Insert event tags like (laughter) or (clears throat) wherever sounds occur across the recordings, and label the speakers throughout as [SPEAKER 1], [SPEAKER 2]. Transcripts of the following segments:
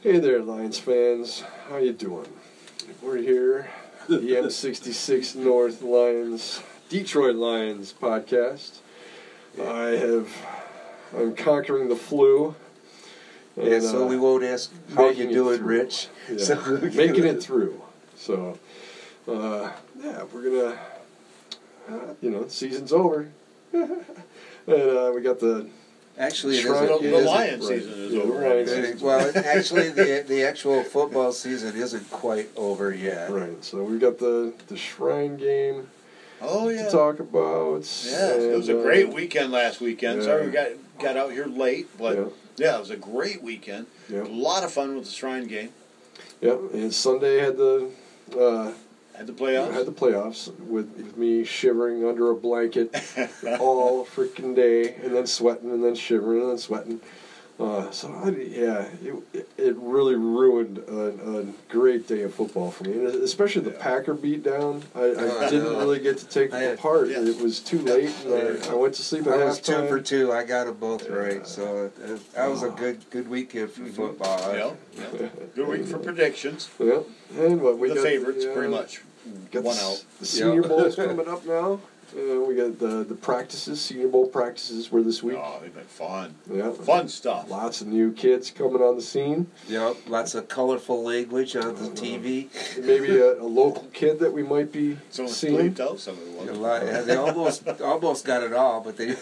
[SPEAKER 1] Hey there, Lions fans. How you doing? We're here, the
[SPEAKER 2] (laughs)
[SPEAKER 1] M66 North Lions, Detroit Lions podcast. I have, I'm conquering the flu.
[SPEAKER 2] Yeah, so
[SPEAKER 1] uh,
[SPEAKER 2] we won't ask how
[SPEAKER 1] making
[SPEAKER 2] you
[SPEAKER 1] it
[SPEAKER 2] doing,
[SPEAKER 1] through.
[SPEAKER 2] Rich.
[SPEAKER 1] yeah,
[SPEAKER 2] (laughs) So-
[SPEAKER 1] making it through. So, uh, yeah, we're gonna, uh, you know, season's over, (laughs) and uh, we got the
[SPEAKER 2] Actually, it
[SPEAKER 1] Toronto-
[SPEAKER 2] isn't,
[SPEAKER 1] it
[SPEAKER 3] The
[SPEAKER 1] isn't-
[SPEAKER 3] Lions
[SPEAKER 1] right.
[SPEAKER 3] season is
[SPEAKER 1] Yeah, the
[SPEAKER 3] over.
[SPEAKER 1] Lions
[SPEAKER 2] it
[SPEAKER 1] season.
[SPEAKER 2] isn't- well, actually, the the actual football season isn't quite over yet.
[SPEAKER 1] Right. So we've got the the Shrine game
[SPEAKER 3] Oh yeah.
[SPEAKER 1] to talk about.
[SPEAKER 3] Yeah, it was a
[SPEAKER 1] and, uh,
[SPEAKER 3] great weekend last weekend.
[SPEAKER 1] yeah.
[SPEAKER 3] Sorry we got got out here late, but
[SPEAKER 1] Yeah.
[SPEAKER 3] yeah, it was a great weekend.
[SPEAKER 1] Yeah.
[SPEAKER 3] A lot of fun with the Shrine game.
[SPEAKER 1] Yep, and Sunday had the uh,
[SPEAKER 3] Had the
[SPEAKER 1] had
[SPEAKER 3] playoffs.
[SPEAKER 1] the playoffs with, with me shivering under a
[SPEAKER 3] (laughs)
[SPEAKER 1] blanket all freaking day, and then sweating, and then shivering, and then sweating. Uh, so I, yeah, it, it really ruined a, a great day of football for me, and especially the
[SPEAKER 3] Yeah.
[SPEAKER 1] Packer beat down. I, I
[SPEAKER 2] Oh,
[SPEAKER 1] didn't
[SPEAKER 2] no.
[SPEAKER 1] really get to take
[SPEAKER 2] I had-
[SPEAKER 1] part.
[SPEAKER 3] yeah.
[SPEAKER 1] It was too late, and I, I went to sleep at
[SPEAKER 2] I was two
[SPEAKER 1] halftime.
[SPEAKER 2] for two. I got them both
[SPEAKER 1] Yeah.
[SPEAKER 2] right, so it- it- that was a good good weekend for football.
[SPEAKER 3] Yeah, yeah. Good week for predictions.
[SPEAKER 1] Yeah, and what (laughs) we
[SPEAKER 3] the
[SPEAKER 1] got
[SPEAKER 3] favorites,
[SPEAKER 1] uh,
[SPEAKER 3] pretty much.
[SPEAKER 1] Got
[SPEAKER 3] One
[SPEAKER 1] the, s-
[SPEAKER 3] out.
[SPEAKER 1] The Senior Bowl
[SPEAKER 3] (laughs)
[SPEAKER 1] is coming up now. Uh, we got the the practices. Senior Bowl practices were this week.
[SPEAKER 3] Oh, they've been fun.
[SPEAKER 1] Yeah,
[SPEAKER 3] Fun stuff.
[SPEAKER 1] Lots of new kids coming on the scene.
[SPEAKER 2] Yep, lots of colorful language on the TV.
[SPEAKER 1] Maybe a, a local kid that we might be
[SPEAKER 3] Someone
[SPEAKER 1] seeing.
[SPEAKER 3] bleeped out some of the
[SPEAKER 2] A
[SPEAKER 3] ones.
[SPEAKER 2] lot- they almost almost got it all, but they (laughs)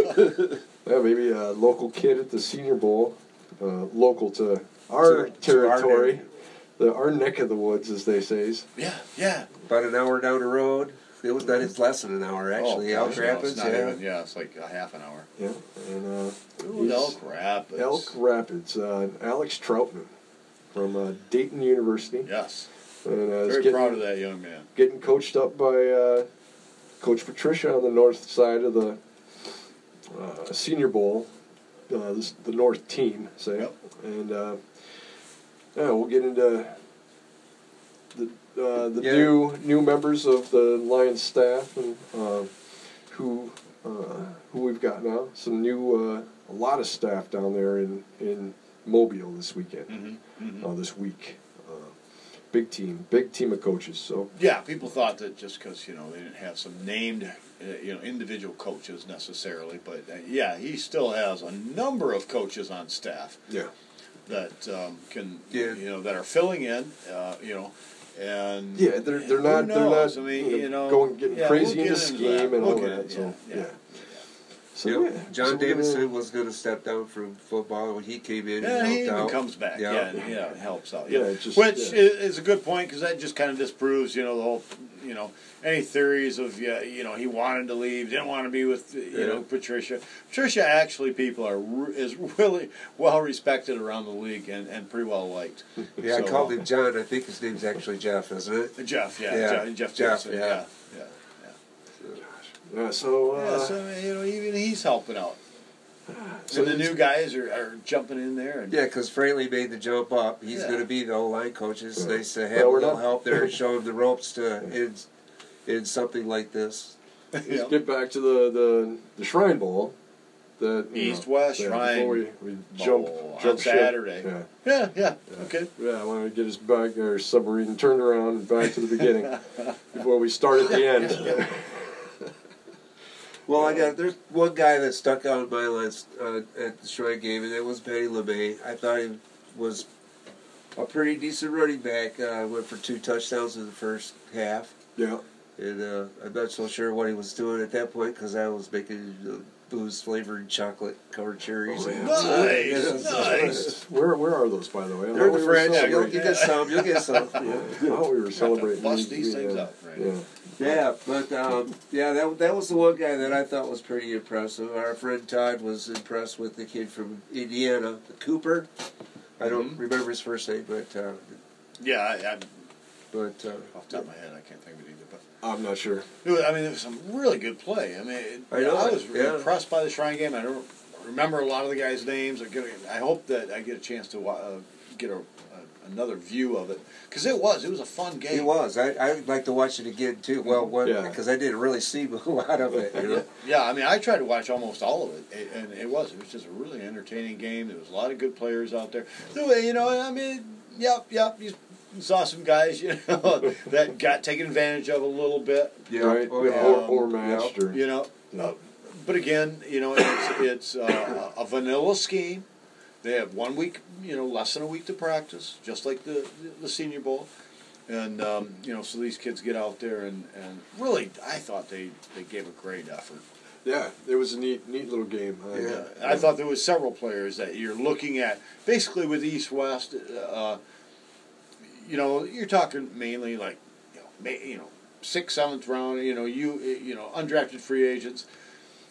[SPEAKER 1] Yeah, maybe a local kid at the Senior Bowl, uh, local to our
[SPEAKER 2] To- to our
[SPEAKER 1] territory,
[SPEAKER 2] area.
[SPEAKER 1] the, our neck of the woods, as they says.
[SPEAKER 3] Yeah, yeah.
[SPEAKER 2] about an hour down the road. It was not. It's less than an hour actually.
[SPEAKER 3] oh,
[SPEAKER 2] Elk
[SPEAKER 3] gosh, no, it's
[SPEAKER 2] Rapids,
[SPEAKER 3] not
[SPEAKER 2] yeah.
[SPEAKER 3] even- yeah, it's like a half an hour.
[SPEAKER 1] Yeah, and uh,
[SPEAKER 3] Ooh,
[SPEAKER 1] he's-
[SPEAKER 3] Elk Rapids.
[SPEAKER 1] Elk Rapids, uh, Alex Troutman from uh, Dayton University.
[SPEAKER 3] Yes.
[SPEAKER 1] And, uh, is
[SPEAKER 3] Very
[SPEAKER 1] getting-
[SPEAKER 3] proud of that young man.
[SPEAKER 1] getting coached up by uh, Coach Patricia on the north side of the uh, Senior Bowl, uh, this, the North team, say.
[SPEAKER 3] Yep.
[SPEAKER 1] And uh, yeah, we'll get into the uh, the
[SPEAKER 2] Yeah.
[SPEAKER 1] new new members of the Lions staff and uh, who uh, who we've got now. Some new uh, a lot of staff down there in in Mobile this weekend,
[SPEAKER 3] Mm-hmm,
[SPEAKER 1] uh, this week. Uh, big team, big team of coaches. So.
[SPEAKER 3] Yeah, people thought that just because you know they didn't have some named, uh, you know, individual coaches necessarily, but uh, yeah, he still has a number of coaches on staff
[SPEAKER 1] Yeah.
[SPEAKER 3] that um, can,
[SPEAKER 2] Yeah.
[SPEAKER 3] you know, that are filling in, uh, you know, and
[SPEAKER 1] Yeah, they're they're
[SPEAKER 3] who
[SPEAKER 1] not they're not
[SPEAKER 3] knows? I mean, you know,
[SPEAKER 1] going getting
[SPEAKER 3] yeah,
[SPEAKER 1] crazy
[SPEAKER 3] we'll
[SPEAKER 1] into
[SPEAKER 3] get that.
[SPEAKER 1] scheme and
[SPEAKER 3] We'll
[SPEAKER 1] all
[SPEAKER 3] get
[SPEAKER 1] that.
[SPEAKER 3] it,
[SPEAKER 1] So yeah.
[SPEAKER 3] yeah, yeah.
[SPEAKER 1] So
[SPEAKER 2] Yep.
[SPEAKER 1] yeah,
[SPEAKER 2] John
[SPEAKER 1] so we're
[SPEAKER 2] Davidson
[SPEAKER 1] gonna-
[SPEAKER 2] was going to step down from football when he came in.
[SPEAKER 3] Yeah,
[SPEAKER 2] and
[SPEAKER 3] he
[SPEAKER 2] helped
[SPEAKER 3] even
[SPEAKER 2] out.
[SPEAKER 3] comes back. Yeah,
[SPEAKER 2] Yeah.
[SPEAKER 3] yeah, and, yeah, it helps out.
[SPEAKER 1] Yeah,
[SPEAKER 3] Yeah,
[SPEAKER 1] it just-
[SPEAKER 3] which
[SPEAKER 1] yeah.
[SPEAKER 3] i is a good point because that just kind of disproves, you know, the whole, you know, any theories of, yeah, you know, he wanted to leave, didn't want to be with, you
[SPEAKER 2] Yeah.
[SPEAKER 3] know, Patricia. Patricia actually, people are re- is (laughs) really well respected around the league and, and pretty well liked.
[SPEAKER 2] (laughs) Yeah,
[SPEAKER 3] So,
[SPEAKER 2] I called him John. I think his name's actually Jeff, isn't it?
[SPEAKER 3] uh, Jeff. Yeah,
[SPEAKER 2] Yeah,
[SPEAKER 3] Jeff, Jeff
[SPEAKER 2] Jeff,
[SPEAKER 3] Jackson.
[SPEAKER 2] yeah.
[SPEAKER 3] yeah, yeah. yeah.
[SPEAKER 1] Yeah, so, uh,
[SPEAKER 3] Yeah, so you know, even he's helping out.
[SPEAKER 1] so
[SPEAKER 3] So the
[SPEAKER 1] it's-
[SPEAKER 3] new guys are, are jumping in there, and
[SPEAKER 2] Yeah, because Fraley made the jump up. He's
[SPEAKER 3] Yeah.
[SPEAKER 2] going to be the O line coach. It's
[SPEAKER 1] Yeah.
[SPEAKER 2] nice to have
[SPEAKER 1] Well,
[SPEAKER 2] a
[SPEAKER 1] we're
[SPEAKER 2] little
[SPEAKER 1] not- (laughs)
[SPEAKER 2] help there and show him the ropes to in, in something like this.
[SPEAKER 3] you know,
[SPEAKER 1] let's get back to the the, the Shrine Bowl. The you
[SPEAKER 3] East West
[SPEAKER 1] yeah,
[SPEAKER 3] Shrine
[SPEAKER 1] Before we, we jump
[SPEAKER 3] Bowl on
[SPEAKER 1] jump ship.
[SPEAKER 3] Saturday.
[SPEAKER 1] Yeah.
[SPEAKER 3] yeah, yeah, okay.
[SPEAKER 1] Yeah, I wanted to get us back our submarine turned around and back to the
[SPEAKER 3] (laughs)
[SPEAKER 1] beginning before we start at the end.
[SPEAKER 2] Well, I got there's one guy that stuck out in my list uh, at the Shrine game, and that was Benny LeMay. I thought he was a pretty decent running back. Uh, went for two touchdowns in the first half.
[SPEAKER 1] yeah.
[SPEAKER 2] And uh, I'm not so sure what he was doing at that point because I was making uh, booze flavored chocolate covered cherries.
[SPEAKER 1] Oh, yeah.
[SPEAKER 2] (laughs)
[SPEAKER 3] Nice,
[SPEAKER 2] Yeah.
[SPEAKER 3] nice.
[SPEAKER 1] Where where are those by the way? I
[SPEAKER 2] They're
[SPEAKER 1] thought
[SPEAKER 2] the
[SPEAKER 1] we were
[SPEAKER 2] French. You'll,
[SPEAKER 1] celebrating-
[SPEAKER 2] you get some. You'll get some.
[SPEAKER 1] I thought we were celebrating.
[SPEAKER 3] bust these
[SPEAKER 1] yeah.
[SPEAKER 3] things up, right?
[SPEAKER 1] Yeah.
[SPEAKER 2] Yeah, but um, yeah, that that was the one guy that I thought was pretty impressive. Our friend Todd was impressed with the kid from Indiana, the Cooper. I don't
[SPEAKER 3] Mhm.
[SPEAKER 2] remember his first name, but uh,
[SPEAKER 3] Yeah, I, I,
[SPEAKER 2] but uh,
[SPEAKER 3] off the top of my head, I can't think of it either. But
[SPEAKER 1] I'm not sure.
[SPEAKER 3] it was- I mean, there was some really good play. I mean, it,
[SPEAKER 2] I know
[SPEAKER 3] I
[SPEAKER 2] it,
[SPEAKER 3] was
[SPEAKER 2] yeah.
[SPEAKER 3] impressed by the Shrine game. I don't remember a lot of the guys' names. I, get, I hope that I get a chance to wa- uh, get a, a another view of it because it was it was a fun game.
[SPEAKER 2] It was. I I would like to watch it again too. Well,
[SPEAKER 1] Yeah.
[SPEAKER 2] because I didn't really see (laughs) a lot of it. You
[SPEAKER 3] (laughs) Yeah,
[SPEAKER 2] know?
[SPEAKER 3] yeah, I mean, I tried to watch almost all of it, a- and it was. It was just a really entertaining game. There was a lot of good players out there. So, you know, I mean, yep, yep. You saw some guys, (laughs) you know, that got taken advantage of a little bit,
[SPEAKER 1] right?
[SPEAKER 2] Oh,
[SPEAKER 1] or,
[SPEAKER 2] yeah.
[SPEAKER 1] or,
[SPEAKER 2] Yeah.
[SPEAKER 1] matched or
[SPEAKER 3] you know. Uh, but again, you know, it's, it's uh, a vanilla scheme. They have one week, you know, less than a week to practice, just like the the Senior Bowl. And um, you know, so these kids get out there and, and really, I thought they, they gave a great effort.
[SPEAKER 1] yeah, it was a neat neat little game. I-
[SPEAKER 2] Yeah.
[SPEAKER 3] I thought there was several players that you're looking at. Basically, with East West, uh, you know, you're talking mainly like, you know, ma- you know, sixth, seventh round. You know, you you know, undrafted free agents.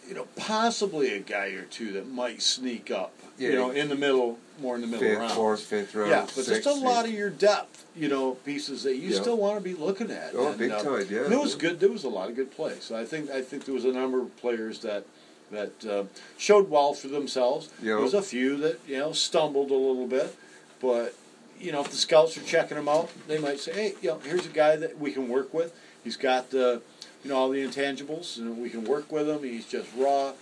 [SPEAKER 3] You know, possibly a guy or two that might sneak up. You
[SPEAKER 2] Yeah.
[SPEAKER 3] know, in the middle, more in the middle
[SPEAKER 2] Fifth,
[SPEAKER 3] round.
[SPEAKER 2] fourth, fifth round.
[SPEAKER 3] yeah, but
[SPEAKER 2] sixth,
[SPEAKER 3] just a lot of your depth. You know, pieces that you
[SPEAKER 1] Yeah.
[SPEAKER 3] still want to be looking at. uh,
[SPEAKER 2] Oh, big time, yeah.
[SPEAKER 3] There was good. There was a lot of good plays. So I think I think there was a number of players that that uh, showed well for themselves. There
[SPEAKER 2] Yeah.
[SPEAKER 3] was a few that you know stumbled a little bit, but you know if the scouts are checking them out, they might say, hey, you know, here's a guy that we can work with. He's got the you know all the intangibles, and we can work with him. He's just raw.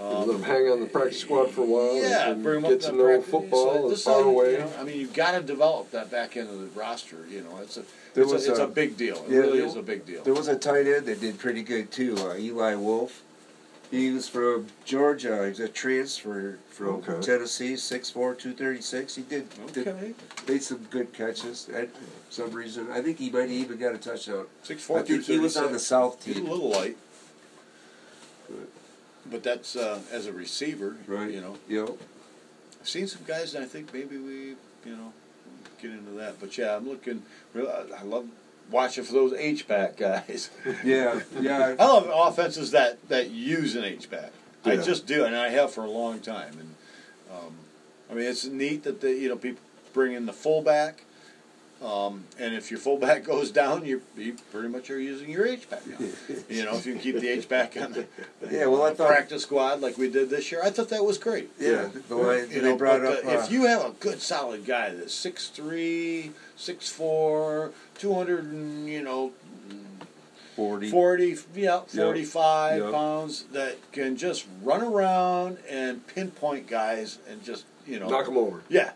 [SPEAKER 3] Um,
[SPEAKER 1] Let them hang on the practice squad for a while
[SPEAKER 3] yeah,
[SPEAKER 1] and,
[SPEAKER 3] bring 'em up
[SPEAKER 1] get to
[SPEAKER 3] that
[SPEAKER 1] know
[SPEAKER 3] practice.
[SPEAKER 1] football
[SPEAKER 3] So
[SPEAKER 1] and
[SPEAKER 3] this
[SPEAKER 1] far
[SPEAKER 3] all, you
[SPEAKER 1] away.
[SPEAKER 3] know, I mean, you've got to develop that back end of the roster. You know, it's a
[SPEAKER 2] There
[SPEAKER 3] it's,
[SPEAKER 2] was
[SPEAKER 3] a, it's
[SPEAKER 2] a-
[SPEAKER 3] a big deal. It
[SPEAKER 2] yeah,
[SPEAKER 3] really
[SPEAKER 2] there-
[SPEAKER 3] is a big deal.
[SPEAKER 2] There was a tight end that did pretty good too. Uh, Eli Wolf. He was from Georgia. He's a transfer from
[SPEAKER 1] Okay.
[SPEAKER 2] Tennessee. 6'4", 236. He did, did
[SPEAKER 3] okay,
[SPEAKER 2] made some good catches. At some reason, I think he might have even got a touchdown.
[SPEAKER 3] six four.
[SPEAKER 2] I think he was on the
[SPEAKER 3] 236.
[SPEAKER 2] South
[SPEAKER 3] He's a
[SPEAKER 2] team.
[SPEAKER 3] little light, but that's uh, as a receiver,
[SPEAKER 2] Right.
[SPEAKER 3] You know,
[SPEAKER 2] You know,
[SPEAKER 3] I've seen some guys, and I think maybe we, you know, get into that. But yeah, I'm looking. I love watching for those H back guys. (laughs)
[SPEAKER 2] yeah, yeah.
[SPEAKER 3] I love offenses that, that use an H back. I
[SPEAKER 1] Yeah.
[SPEAKER 3] just do, and I have for a long time. And um, I mean, it's neat that the you know people bring in the fullback, um, and if your fullback (laughs) goes down, you you pretty much are using your H back. now. you know, if you can keep the H back on the,
[SPEAKER 2] (laughs) Yeah, well, I
[SPEAKER 3] the
[SPEAKER 2] thought-
[SPEAKER 3] practice squad like we did this year, I thought that was great.
[SPEAKER 2] Yeah, the line they
[SPEAKER 3] You know,
[SPEAKER 2] brought
[SPEAKER 3] but
[SPEAKER 2] up.
[SPEAKER 3] the-
[SPEAKER 2] uh,
[SPEAKER 3] if you have a good solid guy that's 6'3", 6'4", 200, and, you know,
[SPEAKER 2] 40.
[SPEAKER 3] 40, yeah, 45
[SPEAKER 2] Yep.
[SPEAKER 3] pounds that can just run around and pinpoint guys and just, you know.
[SPEAKER 1] Knock them
[SPEAKER 3] (laughs)
[SPEAKER 1] over. (laughs)
[SPEAKER 3] Yeah.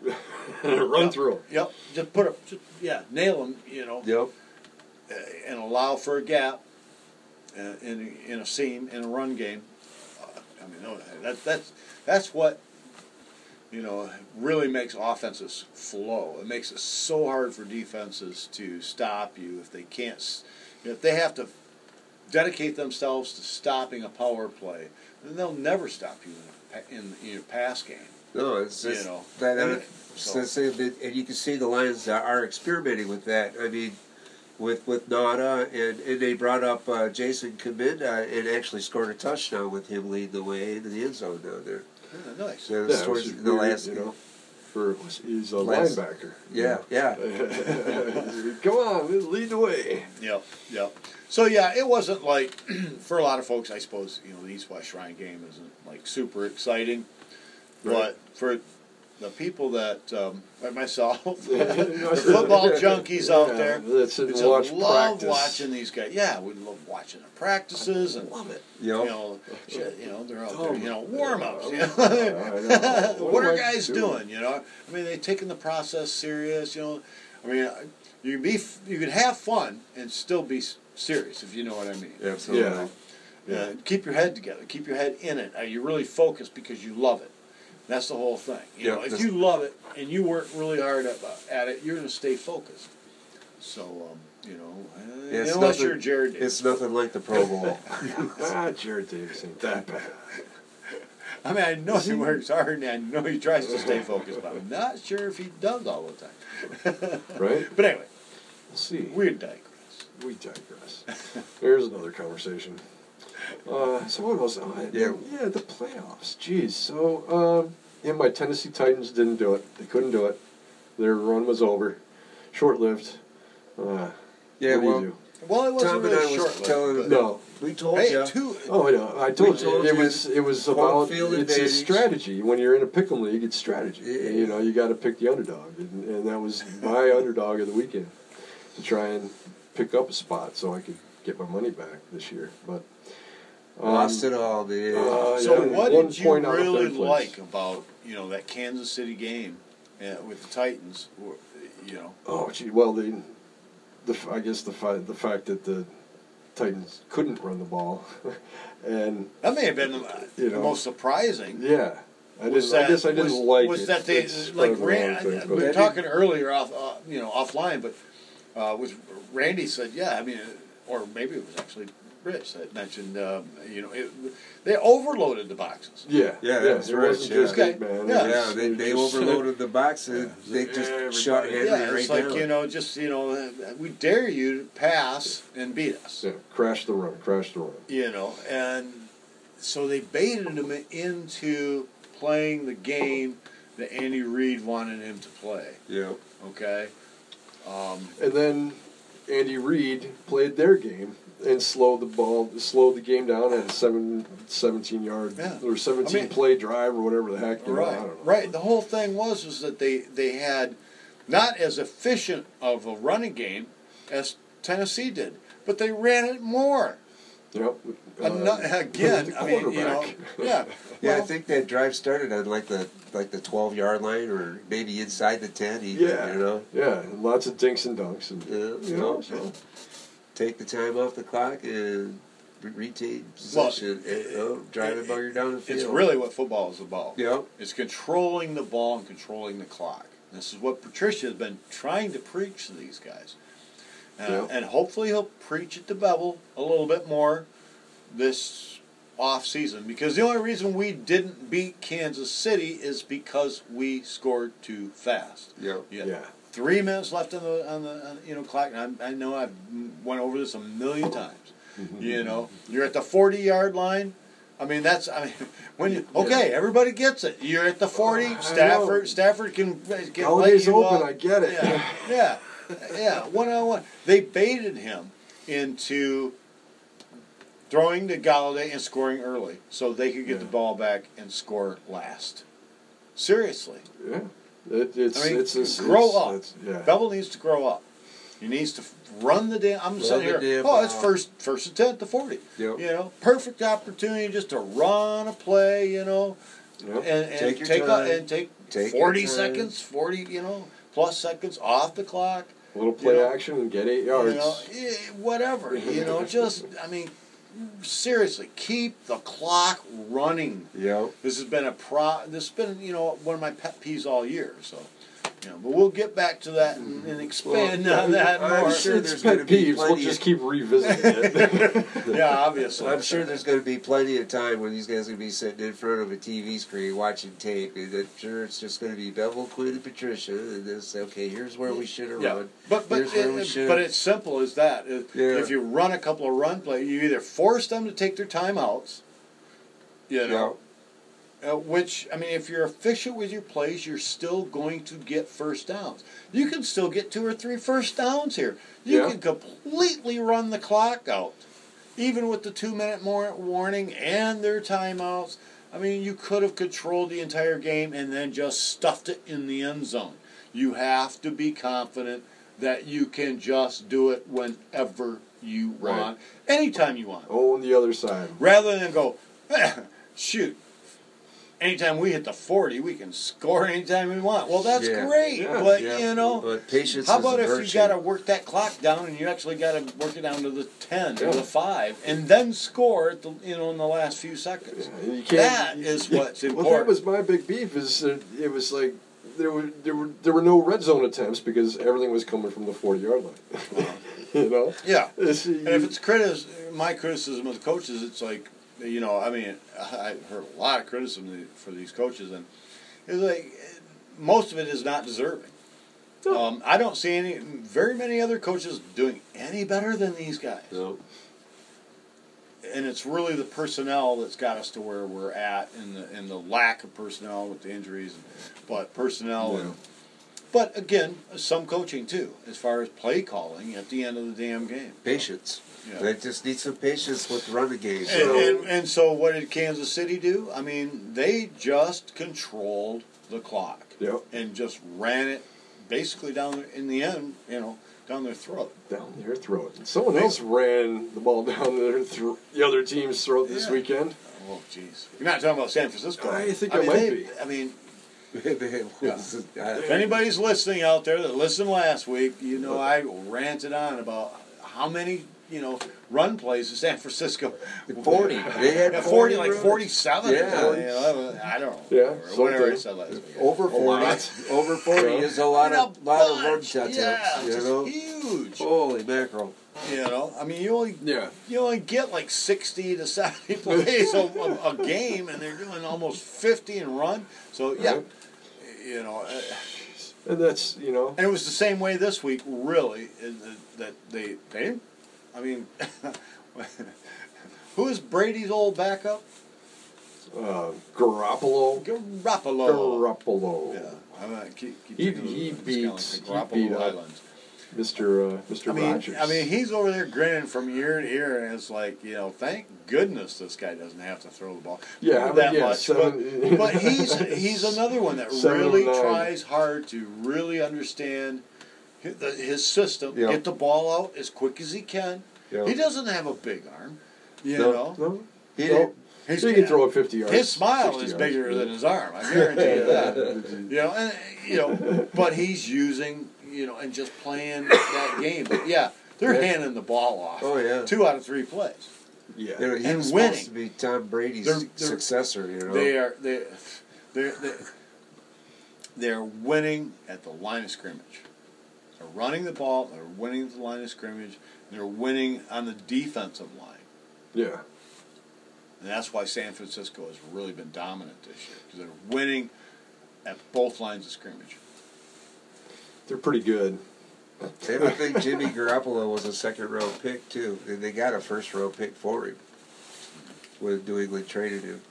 [SPEAKER 1] Run through 'em.
[SPEAKER 3] Yep. Just put up, just, yeah, nail them, you know,
[SPEAKER 2] Yep.
[SPEAKER 3] uh, and allow for a gap uh, in, in a seam, in a run game. Uh, I mean, no, that, that's, that's what, you know, really makes offenses flow. It makes it so hard for defenses to stop you if they can't, s- if they have to dedicate themselves to stopping a power play, then they'll never stop you in, a, pa- in, in your pass game.
[SPEAKER 2] No, it's just uh,
[SPEAKER 3] You know,
[SPEAKER 2] dynamic.
[SPEAKER 3] so-
[SPEAKER 2] Since they- they- and you can see the Lions that are experimenting with that. I mean, with with Nada, and, and they brought up uh, Jason Kaminda and actually scored a touchdown with him leading the way into the end zone down there.
[SPEAKER 3] Yeah, nice.
[SPEAKER 2] So
[SPEAKER 1] Yeah, it
[SPEAKER 2] it's
[SPEAKER 1] was
[SPEAKER 2] towards
[SPEAKER 1] just
[SPEAKER 2] the
[SPEAKER 1] weird,
[SPEAKER 2] last,
[SPEAKER 1] you know. For he's a
[SPEAKER 2] Last-
[SPEAKER 1] linebacker.
[SPEAKER 2] Yeah, yeah.
[SPEAKER 1] (laughs) Come on, lead the (laughs) way.
[SPEAKER 3] Yep, yep. So yeah, it wasn't like (clears throat) for a lot of folks, I suppose you know the East West Shrine game isn't like super exciting,
[SPEAKER 1] Right.
[SPEAKER 3] but for the people that um, like myself, (laughs)
[SPEAKER 1] The
[SPEAKER 3] football junkies out there,
[SPEAKER 1] That's sit
[SPEAKER 3] it's
[SPEAKER 1] and
[SPEAKER 3] a
[SPEAKER 1] watch
[SPEAKER 3] love
[SPEAKER 1] practice.
[SPEAKER 3] watching these guys. Yeah, we love watching their practices and
[SPEAKER 1] Love (laughs) it.
[SPEAKER 2] You know,
[SPEAKER 3] you know, shit, you know they're out
[SPEAKER 1] Oh,
[SPEAKER 3] there, you know, warm ups. You know? (laughs)
[SPEAKER 1] know.
[SPEAKER 3] what,
[SPEAKER 1] What am
[SPEAKER 3] are
[SPEAKER 1] I
[SPEAKER 3] guys
[SPEAKER 1] doing?
[SPEAKER 3] doing? You know, I mean, they taking the process serious. You know, I mean, I- you can be, f- you can have fun and still be s- serious if you know what I mean.
[SPEAKER 2] absolutely.
[SPEAKER 1] Yeah.
[SPEAKER 3] Uh, keep your head together. Keep your head in it. Are you really focused because you love it? That's the whole thing. You
[SPEAKER 2] Yeah,
[SPEAKER 3] know, if
[SPEAKER 2] that's-
[SPEAKER 3] you love it and you work really hard at, at it, you're going to stay focused. So, um, you know, uh,
[SPEAKER 2] Yeah, it's
[SPEAKER 3] unless
[SPEAKER 2] nothing-
[SPEAKER 3] you're Jared, Davis.
[SPEAKER 2] It's nothing like the Pro
[SPEAKER 1] (laughs)
[SPEAKER 2] Bowl.
[SPEAKER 1] Ah, Jared Davis ain't that bad.
[SPEAKER 3] I mean, I know he works hard and I know he tries to stay focused, but I'm not sure if he does all the time.
[SPEAKER 1] Right?
[SPEAKER 3] But anyway,
[SPEAKER 1] We'll see.
[SPEAKER 3] we digress.
[SPEAKER 1] We digress. There's another conversation. Uh, so what else? Oh, I-
[SPEAKER 2] Yeah.
[SPEAKER 1] yeah, the playoffs. Jeez. So, um, yeah, my Tennessee Titans didn't do it. They couldn't do it. Their run was over, short-lived. Uh,
[SPEAKER 2] yeah,
[SPEAKER 1] what do you
[SPEAKER 2] well,
[SPEAKER 1] do?
[SPEAKER 3] Well, it wasn't
[SPEAKER 2] Tom and
[SPEAKER 3] really
[SPEAKER 2] I
[SPEAKER 3] short.
[SPEAKER 2] was telling him.
[SPEAKER 1] No.
[SPEAKER 2] We told
[SPEAKER 3] Hey,
[SPEAKER 2] you.
[SPEAKER 3] two.
[SPEAKER 1] Oh, I know. I told
[SPEAKER 2] We
[SPEAKER 1] you
[SPEAKER 2] told
[SPEAKER 1] it
[SPEAKER 2] you
[SPEAKER 1] was it was
[SPEAKER 2] home
[SPEAKER 1] about
[SPEAKER 2] field
[SPEAKER 1] it's, it's
[SPEAKER 2] advantage.
[SPEAKER 1] strategy. When you're in a pick'em league, it's strategy.
[SPEAKER 2] Yeah.
[SPEAKER 1] You know, you got to pick the underdog, and, and that was my underdog of the weekend to try and pick up a spot so I could get my money back this year. But um,
[SPEAKER 2] Lost it all, dude.
[SPEAKER 1] uh,
[SPEAKER 3] So
[SPEAKER 1] yeah,
[SPEAKER 3] what
[SPEAKER 1] one
[SPEAKER 3] did you
[SPEAKER 1] point out of
[SPEAKER 3] really
[SPEAKER 1] third place.
[SPEAKER 3] like about you know that Kansas City game uh, with the Titans? Or, you know,
[SPEAKER 1] Oh, gee. Well, the, the f- I guess the fi- the fact that the Titans couldn't run the ball, (laughs) and
[SPEAKER 3] that may have been uh,
[SPEAKER 1] You
[SPEAKER 3] the
[SPEAKER 1] know.
[SPEAKER 3] most surprising.
[SPEAKER 1] yeah, I,
[SPEAKER 3] was
[SPEAKER 1] didn't, I guess I didn't
[SPEAKER 3] was,
[SPEAKER 1] like
[SPEAKER 3] was
[SPEAKER 1] it.
[SPEAKER 3] that they
[SPEAKER 1] That's
[SPEAKER 3] like
[SPEAKER 1] probably the
[SPEAKER 3] Ran,
[SPEAKER 1] wrong thing,
[SPEAKER 3] I-
[SPEAKER 1] but-
[SPEAKER 3] we were
[SPEAKER 2] That
[SPEAKER 3] talking earlier off uh, you know offline, but uh, with Randy said, yeah, I mean, or maybe it was actually Rich that mentioned um, you know it, they overloaded the boxes.
[SPEAKER 1] Yeah,
[SPEAKER 2] Yeah,
[SPEAKER 1] yeah.
[SPEAKER 2] that's
[SPEAKER 1] It
[SPEAKER 2] right,
[SPEAKER 1] wasn't
[SPEAKER 2] yeah.
[SPEAKER 1] just
[SPEAKER 3] Okay,
[SPEAKER 1] eight man.
[SPEAKER 3] yeah.
[SPEAKER 1] It
[SPEAKER 2] yeah,
[SPEAKER 1] was,
[SPEAKER 2] they,
[SPEAKER 1] it
[SPEAKER 2] they
[SPEAKER 1] was-
[SPEAKER 2] overloaded the boxes. They just shut
[SPEAKER 1] Everybody.
[SPEAKER 2] Henry
[SPEAKER 3] Yeah,
[SPEAKER 2] right
[SPEAKER 3] it's like
[SPEAKER 2] down.
[SPEAKER 3] you know, just you know, uh, we dare you to pass and beat us.
[SPEAKER 1] (laughs) Yeah, crash the run, crash the run.
[SPEAKER 3] you know, and so they baited him into playing the game that Andy Reid wanted him to play.
[SPEAKER 2] yeah.
[SPEAKER 3] Okay, um,
[SPEAKER 1] And then Andy Reid played their game and slowed the ball, slowed the game down at a seven, 17 yard
[SPEAKER 3] Yeah.
[SPEAKER 1] or seventeen
[SPEAKER 3] I mean-
[SPEAKER 1] play drive or whatever the heck. You know, I
[SPEAKER 3] right,
[SPEAKER 1] don't know.
[SPEAKER 3] right. The whole thing was was that they they had not as efficient of a running game as Tennessee did, but they ran it more.
[SPEAKER 1] Yep.
[SPEAKER 3] Ano-
[SPEAKER 1] Uh,
[SPEAKER 3] again,
[SPEAKER 1] the
[SPEAKER 3] I mean, you know,
[SPEAKER 1] quarterback.
[SPEAKER 3] yeah,
[SPEAKER 2] Yeah, I
[SPEAKER 3] well,
[SPEAKER 2] think that drive started at like the like the twelve yard line or maybe inside the ten. Even,
[SPEAKER 1] Yeah.
[SPEAKER 2] you know,
[SPEAKER 1] Yeah, and lots of dinks and dunks, and
[SPEAKER 2] Yeah,
[SPEAKER 1] you know,
[SPEAKER 2] no,
[SPEAKER 1] so,
[SPEAKER 2] take the time off the clock and re- retain
[SPEAKER 3] Well,
[SPEAKER 2] possession. and, you know, drive
[SPEAKER 3] it-
[SPEAKER 2] the bugger down the field.
[SPEAKER 3] it's really what football is about.
[SPEAKER 2] yeah.
[SPEAKER 3] It's controlling the ball and controlling the clock. This is what Patricia has been trying to preach to these guys. Uh,
[SPEAKER 1] Yeah.
[SPEAKER 3] And hopefully he'll preach it to Bevel a little bit more this off season because the only reason we didn't beat Kansas City is because we scored too fast.
[SPEAKER 2] Yeah.
[SPEAKER 3] You had
[SPEAKER 1] Yeah.
[SPEAKER 3] Three minutes left on the on the on, you know clock, and I, I know I've went over this a million times.
[SPEAKER 1] Mm-hmm.
[SPEAKER 3] You know, you're at the forty yard line. I mean, that's I mean, (laughs) when you okay, everybody gets it. You're at the
[SPEAKER 1] I
[SPEAKER 3] forty.
[SPEAKER 1] know.
[SPEAKER 3] Stafford Stafford can can lay
[SPEAKER 1] Holiday's
[SPEAKER 3] you
[SPEAKER 1] open.
[SPEAKER 3] up.
[SPEAKER 1] I get it.
[SPEAKER 3] Yeah, yeah, yeah. One on one, they baited him into throwing to Galladay and scoring early, so they could get the
[SPEAKER 1] Yeah.
[SPEAKER 3] ball back and score last. Seriously,
[SPEAKER 1] Yeah. It, it's,
[SPEAKER 3] I mean,
[SPEAKER 1] it's, it's
[SPEAKER 3] grow
[SPEAKER 1] it's,
[SPEAKER 3] up.
[SPEAKER 1] It's, yeah.
[SPEAKER 3] Bevel needs to grow up. He needs to f- run the damn. I'm sitting
[SPEAKER 2] the
[SPEAKER 3] here.
[SPEAKER 2] damn
[SPEAKER 3] Oh, it's
[SPEAKER 2] ball."
[SPEAKER 3] first first attempt to forty.
[SPEAKER 2] Yep.
[SPEAKER 3] You know, perfect opportunity just to run a play. You know,
[SPEAKER 1] Yep.
[SPEAKER 3] and, and
[SPEAKER 2] Take
[SPEAKER 3] take,
[SPEAKER 2] your
[SPEAKER 3] a,
[SPEAKER 2] time.
[SPEAKER 3] and take,
[SPEAKER 2] Take your
[SPEAKER 3] forty
[SPEAKER 2] time.
[SPEAKER 3] seconds, forty you know plus seconds off the clock.
[SPEAKER 1] A little play
[SPEAKER 3] you know,
[SPEAKER 1] action and get eight
[SPEAKER 3] You
[SPEAKER 1] yards.
[SPEAKER 3] know, eh, whatever. You
[SPEAKER 2] (laughs)
[SPEAKER 3] know, just I mean, seriously, keep the clock running.
[SPEAKER 2] Yeah.
[SPEAKER 3] This has been a pro. This has been you know one of my pet peeves all year. So, you know, but we'll get back to that and, and expand on that
[SPEAKER 2] I'm
[SPEAKER 3] more.
[SPEAKER 1] It's-
[SPEAKER 2] sure
[SPEAKER 1] it's
[SPEAKER 2] there's
[SPEAKER 1] pet
[SPEAKER 2] gonna be
[SPEAKER 1] peeves. We'll
[SPEAKER 2] plenty
[SPEAKER 1] just
[SPEAKER 2] of-
[SPEAKER 1] keep revisiting it.
[SPEAKER 3] (laughs) Yeah, obviously.
[SPEAKER 2] I'm sure there's going to be plenty of time when these guys are going to be sitting in front of a TV screen watching tape. And I'm sure it's just going to be Bevel, Quinn, and Patricia. And this, okay, here's where we should have
[SPEAKER 3] Yeah,
[SPEAKER 2] run.
[SPEAKER 3] but but
[SPEAKER 2] Here's where
[SPEAKER 3] it-
[SPEAKER 2] we
[SPEAKER 3] it-
[SPEAKER 2] should
[SPEAKER 3] but
[SPEAKER 2] have-
[SPEAKER 3] it's simple as that. If,
[SPEAKER 2] Yeah.
[SPEAKER 3] if you run a couple of run play, you either force them to take their timeouts. You
[SPEAKER 2] Yeah.
[SPEAKER 3] know, uh, which I mean, if you're efficient with your plays, you're still going to get first downs. You can still get two or three first downs here. You
[SPEAKER 1] Yeah.
[SPEAKER 3] can completely run the clock out, even with the two minute more warning and their timeouts. I mean, you could have controlled the entire game and then just stuffed it in the end zone. You have to be confident that you can just do it whenever you
[SPEAKER 1] Right.
[SPEAKER 3] want, anytime you want
[SPEAKER 1] Oh, On the other side.
[SPEAKER 3] rather than go, (clears throat) "Eh, shoot, anytime we hit the 40, we can score anytime we want. Well, that's
[SPEAKER 2] Yeah.
[SPEAKER 3] great,
[SPEAKER 1] Yeah.
[SPEAKER 3] but
[SPEAKER 2] Yeah.
[SPEAKER 3] you know,
[SPEAKER 2] But patience
[SPEAKER 3] how
[SPEAKER 2] is a
[SPEAKER 3] about if you
[SPEAKER 2] virtue.
[SPEAKER 3] got to work that clock down and you actually got to work it down to the 10 or
[SPEAKER 1] Yeah.
[SPEAKER 3] the 5 and then score, at the, you know, in the last few seconds?
[SPEAKER 1] Yeah, you
[SPEAKER 3] That
[SPEAKER 1] can't- (laughs)
[SPEAKER 3] is
[SPEAKER 1] Yeah.
[SPEAKER 3] what's
[SPEAKER 1] Well, that
[SPEAKER 3] important.
[SPEAKER 1] was my big beef. Is that it was like there were there were there were no red zone attempts because everything was coming from the forty yard line. (laughs) you know.
[SPEAKER 3] yeah.
[SPEAKER 1] It's-
[SPEAKER 3] And if it's criti- my criticism of the coaches, it's like, you know, I mean, I've heard a lot of criticism for these coaches, and it's like most of it is not deserving.
[SPEAKER 1] No.
[SPEAKER 3] Um, I don't see any, very many other coaches doing any better than these guys.
[SPEAKER 2] No.
[SPEAKER 3] And it's really the personnel that's got us to where we're at, and the and the lack of personnel with the injuries, but personnel and But again, some coaching too, as far as play calling at the end of the damn game.
[SPEAKER 2] Patience.
[SPEAKER 3] Yeah.
[SPEAKER 2] They just need some patience with the running game.
[SPEAKER 3] And,
[SPEAKER 2] So (laughs)
[SPEAKER 3] and, and so, what did Kansas City do? I mean, they just controlled the clock
[SPEAKER 1] Yep.
[SPEAKER 3] and just ran it basically down their, in the end, you know, down their throat.
[SPEAKER 1] Down their throat. And Someone else ran the ball (laughs) down their thro- the other team's throat this
[SPEAKER 3] Yeah.
[SPEAKER 1] weekend.
[SPEAKER 3] Oh, jeez. You're not talking about San Francisco.
[SPEAKER 1] I think
[SPEAKER 3] I
[SPEAKER 1] it
[SPEAKER 3] mean,
[SPEAKER 1] might
[SPEAKER 3] they-
[SPEAKER 1] be.
[SPEAKER 3] I mean,
[SPEAKER 2] It was-
[SPEAKER 3] if
[SPEAKER 2] I-
[SPEAKER 3] anybody's listening out there that listened last week, you know, I ranted on about how many, you know, run plays in San Francisco.
[SPEAKER 2] forty. They had
[SPEAKER 3] Yeah, 40, like
[SPEAKER 2] runs.
[SPEAKER 3] 47.
[SPEAKER 2] Yeah.
[SPEAKER 3] You know, I don't know.
[SPEAKER 1] Yeah,
[SPEAKER 3] Or Whatever I
[SPEAKER 1] something.
[SPEAKER 3] said last week.
[SPEAKER 2] Over forty.
[SPEAKER 1] lot.
[SPEAKER 2] Over forty
[SPEAKER 1] Yeah.
[SPEAKER 2] is a lot of
[SPEAKER 3] A
[SPEAKER 2] lot of run
[SPEAKER 3] bunch,
[SPEAKER 2] shots.
[SPEAKER 3] Yeah,
[SPEAKER 2] You
[SPEAKER 3] just
[SPEAKER 2] know.
[SPEAKER 3] huge.
[SPEAKER 2] Holy mackerel!
[SPEAKER 3] You know, I mean, you only
[SPEAKER 1] Yeah.
[SPEAKER 3] you only get like sixty to seventy plays a, a, a game, and they're doing almost fifty and run. So yeah,
[SPEAKER 1] Right.
[SPEAKER 3] you know, uh,
[SPEAKER 1] And that's, you know,
[SPEAKER 3] and it was the same way this week. Really, in the, that they they, didn't- I mean, (laughs) who is Brady's old backup?
[SPEAKER 1] uh, Garoppolo.
[SPEAKER 3] Garoppolo.
[SPEAKER 1] Garoppolo.
[SPEAKER 3] Yeah, I mean, I keep, keep
[SPEAKER 1] He-
[SPEAKER 3] thinking
[SPEAKER 1] he
[SPEAKER 3] it's kinda
[SPEAKER 1] beats- he
[SPEAKER 3] the Garoppolo
[SPEAKER 1] beat up
[SPEAKER 3] Islands.
[SPEAKER 1] Mr. Uh, Mr.
[SPEAKER 3] I mean,
[SPEAKER 1] Rogers.
[SPEAKER 3] I mean, he's over there grinning from ear to ear, and it's like, you know, thank goodness this guy doesn't have to throw the ball
[SPEAKER 1] Yeah, I mean,
[SPEAKER 3] that
[SPEAKER 1] yeah,
[SPEAKER 3] much.
[SPEAKER 1] seven- (laughs)
[SPEAKER 3] but, but he's he's another one that
[SPEAKER 1] Seven
[SPEAKER 3] really
[SPEAKER 1] and nine.
[SPEAKER 3] tries hard to really understand hi- the- his system,
[SPEAKER 2] Yeah.
[SPEAKER 3] get the ball out as quick as he can.
[SPEAKER 2] Yeah.
[SPEAKER 3] He doesn't have a big arm, you
[SPEAKER 2] No.
[SPEAKER 3] know.
[SPEAKER 1] no,
[SPEAKER 2] He
[SPEAKER 1] no.
[SPEAKER 2] didn't-
[SPEAKER 3] He's-
[SPEAKER 1] he can throw it 50 yards.
[SPEAKER 3] His smile
[SPEAKER 1] 60
[SPEAKER 3] is
[SPEAKER 1] yards.
[SPEAKER 3] bigger
[SPEAKER 1] (laughs)
[SPEAKER 3] than his arm. I guarantee you that. You know, and you know, but he's using you know and just playing that game. But yeah, they're
[SPEAKER 1] Yeah.
[SPEAKER 3] handing the ball off.
[SPEAKER 2] Oh, yeah.
[SPEAKER 3] two out of three plays.
[SPEAKER 1] Yeah.
[SPEAKER 2] You know, he
[SPEAKER 3] And
[SPEAKER 2] was
[SPEAKER 3] winning.
[SPEAKER 2] supposed to be Tom Brady's
[SPEAKER 3] They're- they're-
[SPEAKER 2] successor. You know.
[SPEAKER 3] They are they, they're they, they're winning at the line of scrimmage. They're running the ball. They're winning at the line of scrimmage. They're winning on the defensive line,
[SPEAKER 1] Yeah.
[SPEAKER 3] and that's why San Francisco has really been dominant this year because they're winning at both lines of scrimmage.
[SPEAKER 1] They're pretty good.
[SPEAKER 2] They would think Jimmy Garoppolo was a second round pick too. They- They got a first round pick for him when New England traded him.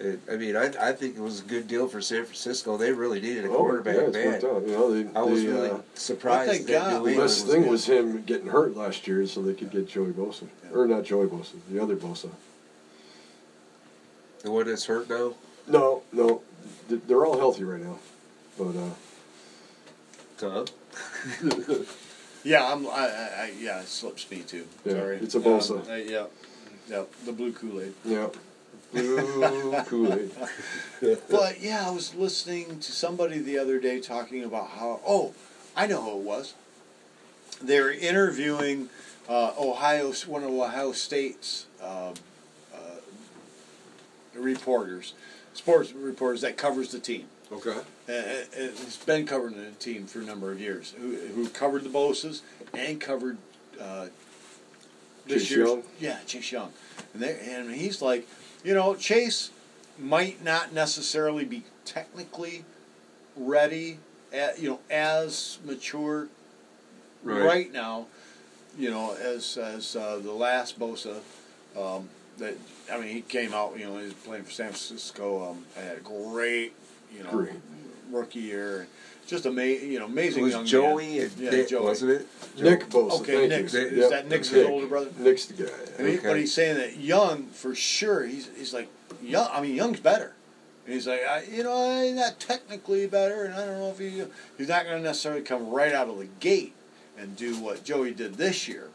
[SPEAKER 2] And, I mean, I I think it was a good deal for San Francisco. They really needed
[SPEAKER 1] (laughs)
[SPEAKER 2] a
[SPEAKER 1] Oh,
[SPEAKER 2] quarterback
[SPEAKER 1] yeah, it's
[SPEAKER 2] bad.
[SPEAKER 1] worked out. You know, they,
[SPEAKER 2] I was
[SPEAKER 1] they,
[SPEAKER 2] really
[SPEAKER 1] uh,
[SPEAKER 2] surprised
[SPEAKER 3] Well, thank
[SPEAKER 2] that
[SPEAKER 3] God.
[SPEAKER 2] New
[SPEAKER 1] the
[SPEAKER 2] England
[SPEAKER 1] best
[SPEAKER 2] was
[SPEAKER 1] thing
[SPEAKER 2] good.
[SPEAKER 1] was him getting hurt last year so they could get Joey Bosa.
[SPEAKER 3] Yeah.
[SPEAKER 1] Or not Joey Bosa, the other Bosa.
[SPEAKER 2] the one that's hurt now.
[SPEAKER 1] No, no. th- They're all healthy right now. But uh,
[SPEAKER 2] Tom.
[SPEAKER 3] Yeah, I'm. I, I, I yeah, it slips me too.
[SPEAKER 1] Yeah,
[SPEAKER 3] Sorry,
[SPEAKER 1] it's a Bosa.
[SPEAKER 3] Um, uh, yeah, yeah, the blue Kool Aid.
[SPEAKER 1] yeah. Blue Kool-Aid.
[SPEAKER 3] But yeah, I was listening to somebody the other day talking about how. Oh, I know who it was. they were interviewing uh, Ohio, one of Ohio State's um, uh, reporters, sports reporters that covers the team.
[SPEAKER 1] (laughs) Okay.
[SPEAKER 3] uh, has been covering the team for a number of years, who, who covered the Boses and covered uh, this
[SPEAKER 1] Chase
[SPEAKER 3] year's-
[SPEAKER 1] Young?
[SPEAKER 3] Yeah, Chase Young. And, they, and he's like, you know, Chase might not necessarily be technically ready, at, you know, as mature right, now, you know, as as uh, the last Bosa, um, that I mean, he came out, you know, he was playing for San Francisco. Um, had a great, you know,
[SPEAKER 1] Great.
[SPEAKER 3] rookie year, and just amazing, you know, amazing
[SPEAKER 2] It was
[SPEAKER 3] young
[SPEAKER 2] Joey
[SPEAKER 3] man.
[SPEAKER 2] and
[SPEAKER 3] yeah,
[SPEAKER 2] Nick,
[SPEAKER 3] Joey.
[SPEAKER 2] wasn't it?
[SPEAKER 1] Nick Bosa.
[SPEAKER 3] Okay,
[SPEAKER 1] thank
[SPEAKER 3] Nick's-
[SPEAKER 1] you.
[SPEAKER 2] is
[SPEAKER 1] Yep.
[SPEAKER 3] that Nick's
[SPEAKER 1] Nick.
[SPEAKER 3] older brother?
[SPEAKER 1] Nick's the guy.
[SPEAKER 3] And he, But
[SPEAKER 2] Okay.
[SPEAKER 3] he's saying that Young, for sure, he's he's like Young. I mean, Young's better. And he's like, I, you know, he's not technically better, and I don't know if he he's not going to necessarily come right out of the gate and do what Joey did this year,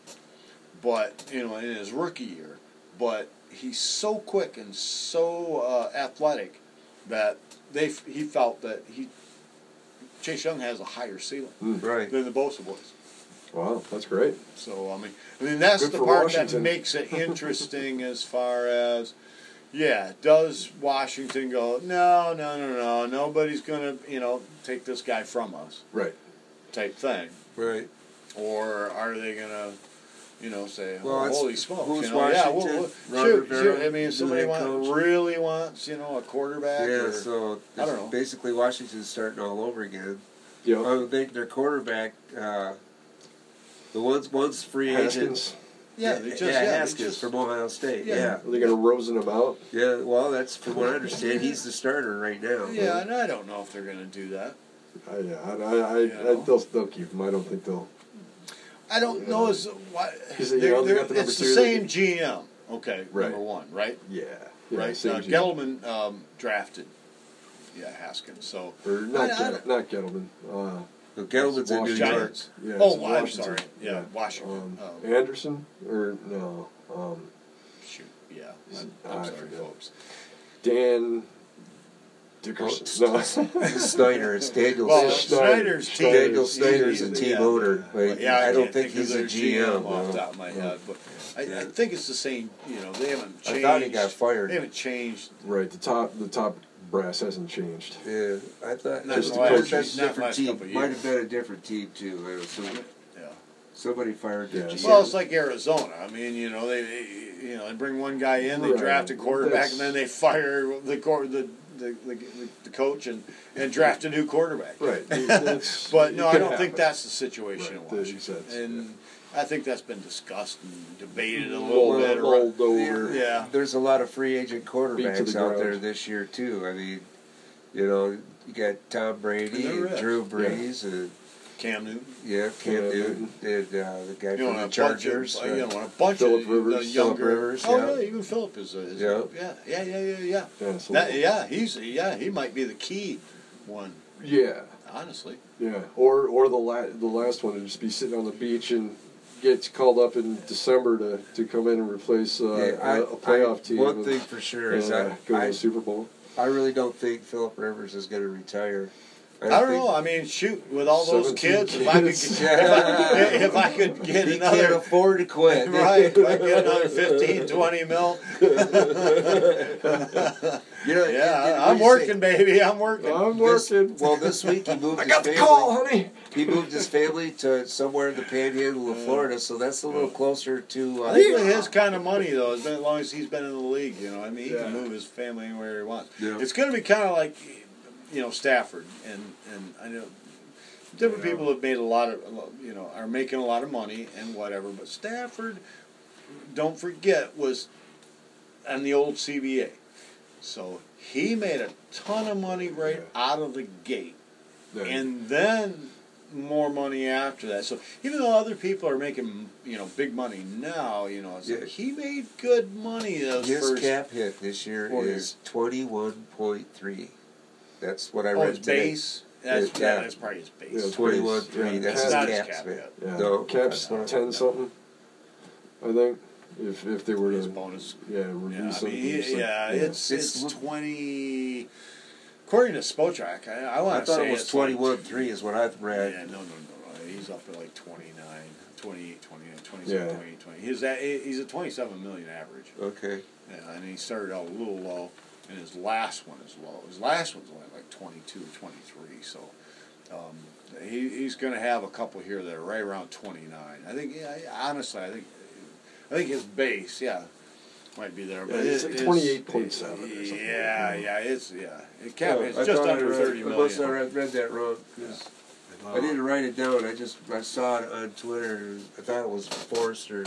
[SPEAKER 3] but you know, in his rookie year. But he's so quick and so uh, athletic that they f- he felt that he Chase Young has a higher ceiling
[SPEAKER 2] Right.
[SPEAKER 3] than the Bosa boys.
[SPEAKER 1] Wow, that's great.
[SPEAKER 3] So I mean, I mean that's
[SPEAKER 1] Good
[SPEAKER 3] the
[SPEAKER 1] for
[SPEAKER 3] part that
[SPEAKER 1] Washington.
[SPEAKER 2] (laughs)
[SPEAKER 3] makes it interesting as far as, yeah, does Washington go? No, no, no, no. Nobody's gonna, you know, take this guy from us,
[SPEAKER 1] Right.
[SPEAKER 3] type thing.
[SPEAKER 2] Right.
[SPEAKER 3] Or are they gonna, you know, say,
[SPEAKER 2] Well,
[SPEAKER 3] oh,
[SPEAKER 2] it's-
[SPEAKER 3] holy smokes,
[SPEAKER 2] who's
[SPEAKER 3] you know, yeah, well,
[SPEAKER 2] Washington?
[SPEAKER 3] well,
[SPEAKER 2] Ron
[SPEAKER 3] shoot,
[SPEAKER 2] Rivera,
[SPEAKER 3] shoot. I mean, if
[SPEAKER 2] the
[SPEAKER 3] somebody
[SPEAKER 2] head
[SPEAKER 3] want,
[SPEAKER 2] coach?
[SPEAKER 3] really wants, you know, a quarterback.
[SPEAKER 2] Yeah.
[SPEAKER 3] or-
[SPEAKER 2] So
[SPEAKER 3] I don't know.
[SPEAKER 2] basically, Washington's starting all over again.
[SPEAKER 1] Yep.
[SPEAKER 2] I would think their quarterback, uh, the one's one's free agent.
[SPEAKER 1] Haskins.
[SPEAKER 3] yeah, they just, yeah, they
[SPEAKER 2] Haskins
[SPEAKER 3] just-
[SPEAKER 2] from Ohio State.
[SPEAKER 3] Yeah.
[SPEAKER 2] Yeah.
[SPEAKER 1] Are they going to rosen him out?
[SPEAKER 2] yeah, Well, that's from what I understand. He's the starter right now.
[SPEAKER 3] yeah, and I don't know if they're gonna do that.
[SPEAKER 1] I, yeah, I, I, I, I, they'll, they'll keep him. I don't think they'll.
[SPEAKER 3] I don't know as why
[SPEAKER 1] Is it, you
[SPEAKER 3] they're-
[SPEAKER 1] know, they
[SPEAKER 3] they're-
[SPEAKER 1] got the number
[SPEAKER 3] it's the
[SPEAKER 1] two, they
[SPEAKER 3] same GM. Okay,
[SPEAKER 1] Right.
[SPEAKER 3] number one, right?
[SPEAKER 1] Yeah. yeah
[SPEAKER 3] right.
[SPEAKER 1] same
[SPEAKER 3] Now,
[SPEAKER 1] GM.
[SPEAKER 3] Gettleman um, drafted, yeah, Haskins. So
[SPEAKER 1] Or not,
[SPEAKER 3] I- I
[SPEAKER 1] Gettle- not Gettleman. Uh,
[SPEAKER 2] But Gettleman's in New
[SPEAKER 1] Washington.
[SPEAKER 2] York.
[SPEAKER 3] Giants.
[SPEAKER 1] yeah,
[SPEAKER 3] oh,
[SPEAKER 1] it's
[SPEAKER 3] well, I'm
[SPEAKER 1] Washington.
[SPEAKER 3] sorry. Yeah, Washington.
[SPEAKER 1] Um,
[SPEAKER 3] Um,
[SPEAKER 1] Anderson? Or no. Um,
[SPEAKER 3] shoot, yeah.
[SPEAKER 1] Is
[SPEAKER 3] I'm,
[SPEAKER 1] it-
[SPEAKER 3] I'm
[SPEAKER 1] I
[SPEAKER 3] sorry,
[SPEAKER 1] forget.
[SPEAKER 3] folks.
[SPEAKER 1] Dan Dickerson. (laughs) No.
[SPEAKER 2] Snyder, it's Daniel
[SPEAKER 3] Well,
[SPEAKER 2] Snyder.
[SPEAKER 3] Snyder's team.
[SPEAKER 2] Daniel
[SPEAKER 1] Snyder's-
[SPEAKER 2] Snyder's a
[SPEAKER 1] he's-
[SPEAKER 2] team
[SPEAKER 3] yeah.
[SPEAKER 2] owner, but
[SPEAKER 3] Yeah,
[SPEAKER 2] I don't
[SPEAKER 3] can't
[SPEAKER 2] think he's
[SPEAKER 3] of
[SPEAKER 2] a
[SPEAKER 3] their
[SPEAKER 2] GM.
[SPEAKER 3] off the
[SPEAKER 2] no.
[SPEAKER 3] top of my head, but I, I
[SPEAKER 2] Yeah.
[SPEAKER 3] think it's the same. You know, they haven't
[SPEAKER 2] I
[SPEAKER 3] changed.
[SPEAKER 2] thought he got fired.
[SPEAKER 3] They haven't changed.
[SPEAKER 1] right. The top, the top brass hasn't changed.
[SPEAKER 2] Yeah, I thought
[SPEAKER 3] Not
[SPEAKER 2] that's
[SPEAKER 1] the
[SPEAKER 2] might
[SPEAKER 1] last-
[SPEAKER 2] have been a
[SPEAKER 3] not
[SPEAKER 2] different
[SPEAKER 3] last
[SPEAKER 2] team.
[SPEAKER 3] couple of
[SPEAKER 2] Might
[SPEAKER 3] years.
[SPEAKER 2] have been a different team too. I was some-
[SPEAKER 3] Yeah.
[SPEAKER 2] somebody fired their
[SPEAKER 1] Yeah.
[SPEAKER 2] GM.
[SPEAKER 3] Well, it's like Arizona. I mean, you know, they, they- you know, they bring one guy in, they
[SPEAKER 1] Right.
[SPEAKER 3] draft a quarterback, and then they fire the cor- the, the, the, the coach and, and draft a new quarterback.
[SPEAKER 1] Right. (laughs) That's-
[SPEAKER 3] But
[SPEAKER 1] it
[SPEAKER 3] no, I
[SPEAKER 1] could
[SPEAKER 3] don't think
[SPEAKER 1] happen.
[SPEAKER 3] that's the situation
[SPEAKER 1] Right,
[SPEAKER 3] in
[SPEAKER 1] that-
[SPEAKER 3] Washington.
[SPEAKER 1] that's-
[SPEAKER 3] And I think that's been discussed and debated a little
[SPEAKER 1] Rolled-
[SPEAKER 3] bit. or-
[SPEAKER 1] rolled over.
[SPEAKER 3] Yeah.
[SPEAKER 2] There's a lot of free agent
[SPEAKER 1] Beat to
[SPEAKER 2] quarterbacks
[SPEAKER 1] the
[SPEAKER 2] out
[SPEAKER 1] ground.
[SPEAKER 2] there this year too. I mean, you know, you got Tom Brady,
[SPEAKER 3] And there
[SPEAKER 2] and
[SPEAKER 3] is.
[SPEAKER 2] Drew Brees, and
[SPEAKER 3] Cam Newton.
[SPEAKER 2] yeah, Cam
[SPEAKER 1] Yeah.
[SPEAKER 2] Newton, and uh, the guy
[SPEAKER 3] You
[SPEAKER 2] from
[SPEAKER 3] know,
[SPEAKER 2] the
[SPEAKER 3] a
[SPEAKER 2] Chargers.
[SPEAKER 3] Bunch of, you
[SPEAKER 2] uh,
[SPEAKER 3] know, a bunch
[SPEAKER 1] Phillip
[SPEAKER 3] of the
[SPEAKER 1] Rivers.
[SPEAKER 3] younger.
[SPEAKER 2] Phillip Rivers,
[SPEAKER 3] oh
[SPEAKER 2] yeah.
[SPEAKER 3] yeah, even Philip is. A, is
[SPEAKER 2] Yeah.
[SPEAKER 3] a, yeah, yeah, yeah, yeah, yeah.
[SPEAKER 1] Yeah, so-
[SPEAKER 3] That, yeah, he's yeah, he might be the key one.
[SPEAKER 1] Yeah.
[SPEAKER 3] Honestly,
[SPEAKER 1] Yeah, or or the la- the last one to just be sitting on the beach and gets called up in December to, to come in and replace uh,
[SPEAKER 2] yeah, I-
[SPEAKER 1] a, a playoff
[SPEAKER 2] I-
[SPEAKER 1] team.
[SPEAKER 2] One
[SPEAKER 1] and,
[SPEAKER 2] thing for sure
[SPEAKER 1] uh,
[SPEAKER 2] is I,
[SPEAKER 1] go to
[SPEAKER 2] I,
[SPEAKER 1] the Super Bowl.
[SPEAKER 2] I really don't think Philip Rivers is going to retire.
[SPEAKER 3] I don't, know. I mean, shoot, with all those
[SPEAKER 1] 17
[SPEAKER 3] kids, if I could,
[SPEAKER 1] kids.
[SPEAKER 3] get- if I could get
[SPEAKER 2] He
[SPEAKER 3] another,
[SPEAKER 2] can't afford to
[SPEAKER 3] (laughs)
[SPEAKER 2] quit.
[SPEAKER 3] right, if I could get another 15, 20 mil,
[SPEAKER 2] You know, you- you-
[SPEAKER 3] yeah, I'm
[SPEAKER 2] you say-
[SPEAKER 3] working, baby, I'm working.
[SPEAKER 1] I'm
[SPEAKER 2] This-
[SPEAKER 1] working.
[SPEAKER 2] well, this week
[SPEAKER 3] (laughs)
[SPEAKER 2] he moved
[SPEAKER 1] I
[SPEAKER 2] his
[SPEAKER 1] got the
[SPEAKER 2] family.
[SPEAKER 1] call, honey.
[SPEAKER 2] He moved his family to somewhere in the Panhandle of Florida, so that's a little closer to.
[SPEAKER 3] I
[SPEAKER 2] Uh,
[SPEAKER 3] think with his kind of money though, as long as he's been in the league, you know, I mean, he
[SPEAKER 1] Yeah.
[SPEAKER 3] can move his family anywhere he wants.
[SPEAKER 2] Yeah.
[SPEAKER 3] It's going to be kind of like, you know, Stafford and and I know different
[SPEAKER 1] Yeah.
[SPEAKER 3] people have made a lot of you know are making a lot of money and whatever, but Stafford, don't forget, was on the old CBA, so he made a ton of money right out of the gate and then more money after that. So even though other people are making you know big money now, you know, it's like
[SPEAKER 2] Yeah.
[SPEAKER 3] he made good money those
[SPEAKER 2] his
[SPEAKER 3] first.
[SPEAKER 2] cap hit this year
[SPEAKER 3] four
[SPEAKER 2] is
[SPEAKER 3] years.
[SPEAKER 2] twenty one point three. That's what I
[SPEAKER 3] oh,
[SPEAKER 2] read
[SPEAKER 3] his
[SPEAKER 2] today.
[SPEAKER 3] base. That's
[SPEAKER 2] His
[SPEAKER 3] yeah,
[SPEAKER 2] cap.
[SPEAKER 3] that's probably his base.
[SPEAKER 1] Yeah, it's
[SPEAKER 2] Twenty one three.
[SPEAKER 1] Yeah,
[SPEAKER 2] That's his
[SPEAKER 3] not his
[SPEAKER 2] cap.
[SPEAKER 3] cap
[SPEAKER 2] man.
[SPEAKER 3] yet.
[SPEAKER 1] yeah.
[SPEAKER 2] No,
[SPEAKER 1] caps
[SPEAKER 2] that's what I-
[SPEAKER 1] ten something. I think if if they were
[SPEAKER 3] His
[SPEAKER 1] to
[SPEAKER 3] bonus.
[SPEAKER 1] yeah review
[SPEAKER 3] Yeah, I
[SPEAKER 1] something.
[SPEAKER 3] mean, he-
[SPEAKER 1] so-
[SPEAKER 3] yeah, it's
[SPEAKER 2] It's
[SPEAKER 3] it's,
[SPEAKER 2] look-
[SPEAKER 3] twenty. According to Spotrack, I, I
[SPEAKER 2] I
[SPEAKER 3] want to
[SPEAKER 2] thought
[SPEAKER 3] say
[SPEAKER 2] it was
[SPEAKER 3] it's
[SPEAKER 2] twenty one
[SPEAKER 3] Like,
[SPEAKER 2] three is what I've
[SPEAKER 3] yeah,
[SPEAKER 2] read.
[SPEAKER 3] no, no, no, no. He's up to like 29, 28, 29, 27,
[SPEAKER 1] Yeah.
[SPEAKER 3] 28, 20. He's at, he's a twenty seven million average.
[SPEAKER 2] Okay.
[SPEAKER 3] Yeah, and he started out a little low, and his last one is low. His last one's only like 22, 23, so um, he, he's going to have a couple here that are right around 29. I think, yeah, honestly, I think I think his base, yeah, might be there. But
[SPEAKER 1] Yeah, it's
[SPEAKER 3] it-
[SPEAKER 1] like 28.7 or something Oh,
[SPEAKER 3] Yeah,
[SPEAKER 1] like that.
[SPEAKER 3] yeah, it's, yeah. It can't,
[SPEAKER 2] Yeah,
[SPEAKER 3] it's
[SPEAKER 2] Oh, I
[SPEAKER 3] just
[SPEAKER 2] thought I
[SPEAKER 3] under
[SPEAKER 2] read- I
[SPEAKER 3] 30
[SPEAKER 2] must have
[SPEAKER 3] million.
[SPEAKER 2] read, read that wrong 'cause I didn't write it down. I just I saw it on Twitter. I thought it was Forrester.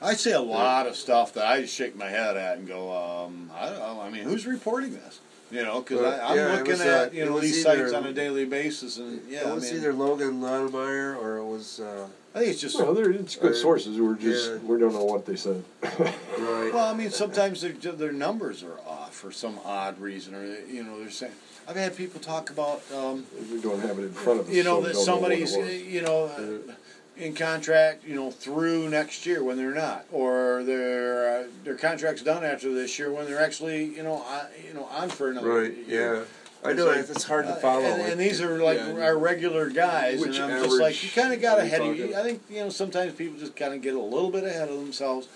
[SPEAKER 3] I see a lot of stuff that I just shake my head at and go, um, I don't know. I mean, who's reporting this? You know, because
[SPEAKER 2] Well,
[SPEAKER 3] I'm
[SPEAKER 2] yeah, it
[SPEAKER 3] looking
[SPEAKER 2] was, uh,
[SPEAKER 3] at you
[SPEAKER 2] it
[SPEAKER 3] know
[SPEAKER 2] was
[SPEAKER 3] these
[SPEAKER 2] either-
[SPEAKER 3] sites on a daily basis, and yeah,
[SPEAKER 2] it was
[SPEAKER 3] I mean,
[SPEAKER 2] either Logan Longmire or it was uh,
[SPEAKER 3] I think it's just
[SPEAKER 1] Well, they're, it's good
[SPEAKER 2] Or-
[SPEAKER 1] sources. We're just
[SPEAKER 2] yeah.
[SPEAKER 1] we don't know what they said.
[SPEAKER 2] right.
[SPEAKER 3] well. I mean, sometimes their their numbers are off for some odd reason, or you know, they're saying. I've had people talk about um,
[SPEAKER 1] we don't have it in front of us.
[SPEAKER 3] you know
[SPEAKER 1] so we
[SPEAKER 3] that
[SPEAKER 1] don't know what it
[SPEAKER 3] somebody's
[SPEAKER 1] was.
[SPEAKER 3] you know uh, in contract you know through next year when they're not, or their uh, their contract's done after this year when they're actually you know on, you know on for another
[SPEAKER 2] Right.
[SPEAKER 3] year.
[SPEAKER 2] Yeah. I
[SPEAKER 3] It's
[SPEAKER 2] know
[SPEAKER 3] like,
[SPEAKER 2] it's it's hard to
[SPEAKER 3] Uh,
[SPEAKER 2] follow.
[SPEAKER 3] And,
[SPEAKER 2] it.
[SPEAKER 3] and these are like
[SPEAKER 1] Yeah.
[SPEAKER 3] our regular guys,
[SPEAKER 1] Which
[SPEAKER 3] and I'm just like, you
[SPEAKER 1] average
[SPEAKER 3] kind of got
[SPEAKER 1] are we
[SPEAKER 3] ahead of you.
[SPEAKER 1] talking?
[SPEAKER 3] I think you know sometimes people just kind of get a little bit ahead of themselves,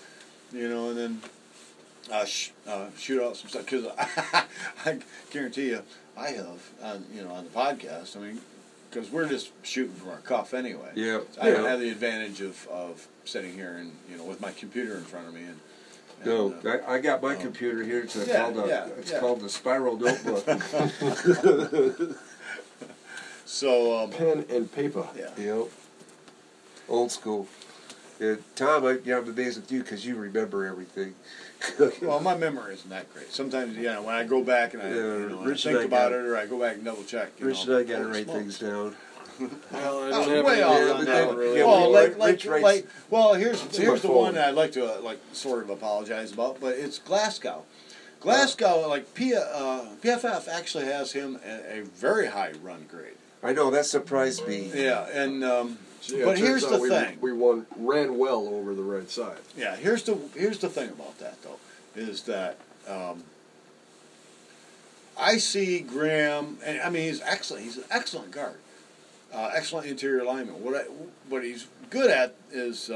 [SPEAKER 3] you know, and then uh, sh- uh, shoot out some stuff because (laughs) I, guarantee you, I have on you know on the podcast. I mean, because we're just shooting from our cuff anyway.
[SPEAKER 2] yeah.
[SPEAKER 3] I don't
[SPEAKER 2] yeah.
[SPEAKER 3] have the advantage of, of sitting here and you know with my computer in front of me and, and
[SPEAKER 2] No,
[SPEAKER 3] uh,
[SPEAKER 2] I, I got my computer here. It's a-
[SPEAKER 3] Yeah,
[SPEAKER 2] called a,
[SPEAKER 3] yeah,
[SPEAKER 2] it's
[SPEAKER 3] yeah.
[SPEAKER 2] called the Spiral
[SPEAKER 3] (laughs)
[SPEAKER 2] Notebook.
[SPEAKER 3] so um,
[SPEAKER 1] pen and paper.
[SPEAKER 3] yeah.
[SPEAKER 2] yep. Old school. And Tom, I, yeah, I'm amazed with you because you remember everything. cooking.
[SPEAKER 3] Well, my memory isn't that great. Sometimes, you know, when I go back and I,
[SPEAKER 2] Yeah,
[SPEAKER 3] you know, I
[SPEAKER 2] Rich and
[SPEAKER 3] think
[SPEAKER 2] I
[SPEAKER 3] about
[SPEAKER 2] got-
[SPEAKER 3] it, or I go back and double check. You
[SPEAKER 2] Rich
[SPEAKER 3] know,
[SPEAKER 2] and I gotta
[SPEAKER 3] holy
[SPEAKER 2] write
[SPEAKER 3] smokes.
[SPEAKER 2] things down.
[SPEAKER 1] Well, I
[SPEAKER 3] I was
[SPEAKER 1] don't have
[SPEAKER 3] way
[SPEAKER 1] any-
[SPEAKER 3] off
[SPEAKER 2] yeah,
[SPEAKER 3] on
[SPEAKER 2] but
[SPEAKER 3] that
[SPEAKER 2] that-
[SPEAKER 3] one,
[SPEAKER 2] yeah,
[SPEAKER 3] really.
[SPEAKER 2] but
[SPEAKER 3] well,
[SPEAKER 2] you
[SPEAKER 3] like,
[SPEAKER 2] write-
[SPEAKER 3] like,
[SPEAKER 2] Rich writes-
[SPEAKER 3] like, well, here's
[SPEAKER 1] It's in my
[SPEAKER 3] here's the
[SPEAKER 1] phone.
[SPEAKER 3] one that I'd like to uh, like sort of apologize about, but it's Glasgow.
[SPEAKER 2] Uh-huh.
[SPEAKER 3] Glasgow, like P, uh, PFF, actually has him a, a very high run grade.
[SPEAKER 2] I know that surprised me.
[SPEAKER 3] Yeah, and um,
[SPEAKER 1] Yeah,
[SPEAKER 3] but
[SPEAKER 1] turns
[SPEAKER 3] here's
[SPEAKER 1] out
[SPEAKER 3] the
[SPEAKER 1] we,
[SPEAKER 3] thing.
[SPEAKER 1] We won, ran well over the right side.
[SPEAKER 3] Yeah, here's the here's the thing about that though, is that um, I see Graham, and I mean he's excellent. He's an excellent guard, uh, excellent interior lineman. What I, what he's good at is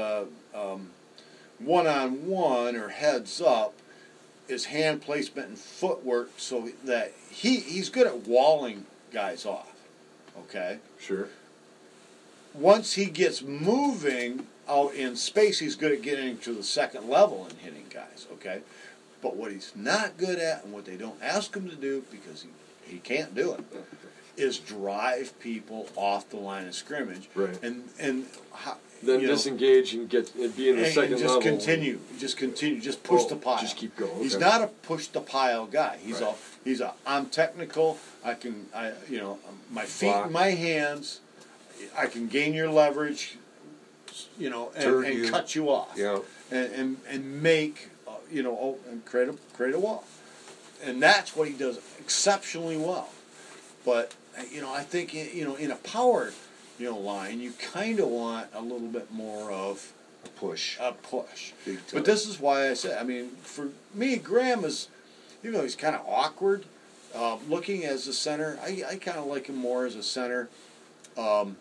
[SPEAKER 3] one on one or heads up, is hand placement and footwork, so that he he's good at walling guys off. Okay,
[SPEAKER 1] Sure.
[SPEAKER 3] once he gets moving out in space, he's good at getting to the second level and hitting guys, okay? But what he's not good at and what they don't ask him to do because he, he can't do it is drive people off the line of scrimmage.
[SPEAKER 1] Right.
[SPEAKER 3] And and how,
[SPEAKER 1] Then
[SPEAKER 3] you know,
[SPEAKER 1] disengage and get and be in the
[SPEAKER 3] and- and
[SPEAKER 1] second
[SPEAKER 3] just
[SPEAKER 1] level.
[SPEAKER 3] continue, just continue, just push
[SPEAKER 1] Oh,
[SPEAKER 3] the pile.
[SPEAKER 1] just keep going,
[SPEAKER 3] He's
[SPEAKER 1] okay.
[SPEAKER 3] not a push the pile guy. He's
[SPEAKER 1] Right.
[SPEAKER 3] a he's a I'm technical. I can I you know my feet
[SPEAKER 1] Block.
[SPEAKER 3] and my hands. I can gain your leverage. You know and,
[SPEAKER 2] Turn
[SPEAKER 3] and
[SPEAKER 2] you.
[SPEAKER 3] cut you off.
[SPEAKER 2] Yeah.
[SPEAKER 3] And and and make uh, you know oh, and create a create a wall, and that's what he does exceptionally well. But uh, you know I think you know in a power you know line you kind of want a little bit more of
[SPEAKER 2] A push.
[SPEAKER 3] a push.
[SPEAKER 2] Big time.
[SPEAKER 3] But this is why I said, I mean, for me, Graham is, even though he's kind of awkward uh, looking as a center, I, I kind of like him more as a center. Um,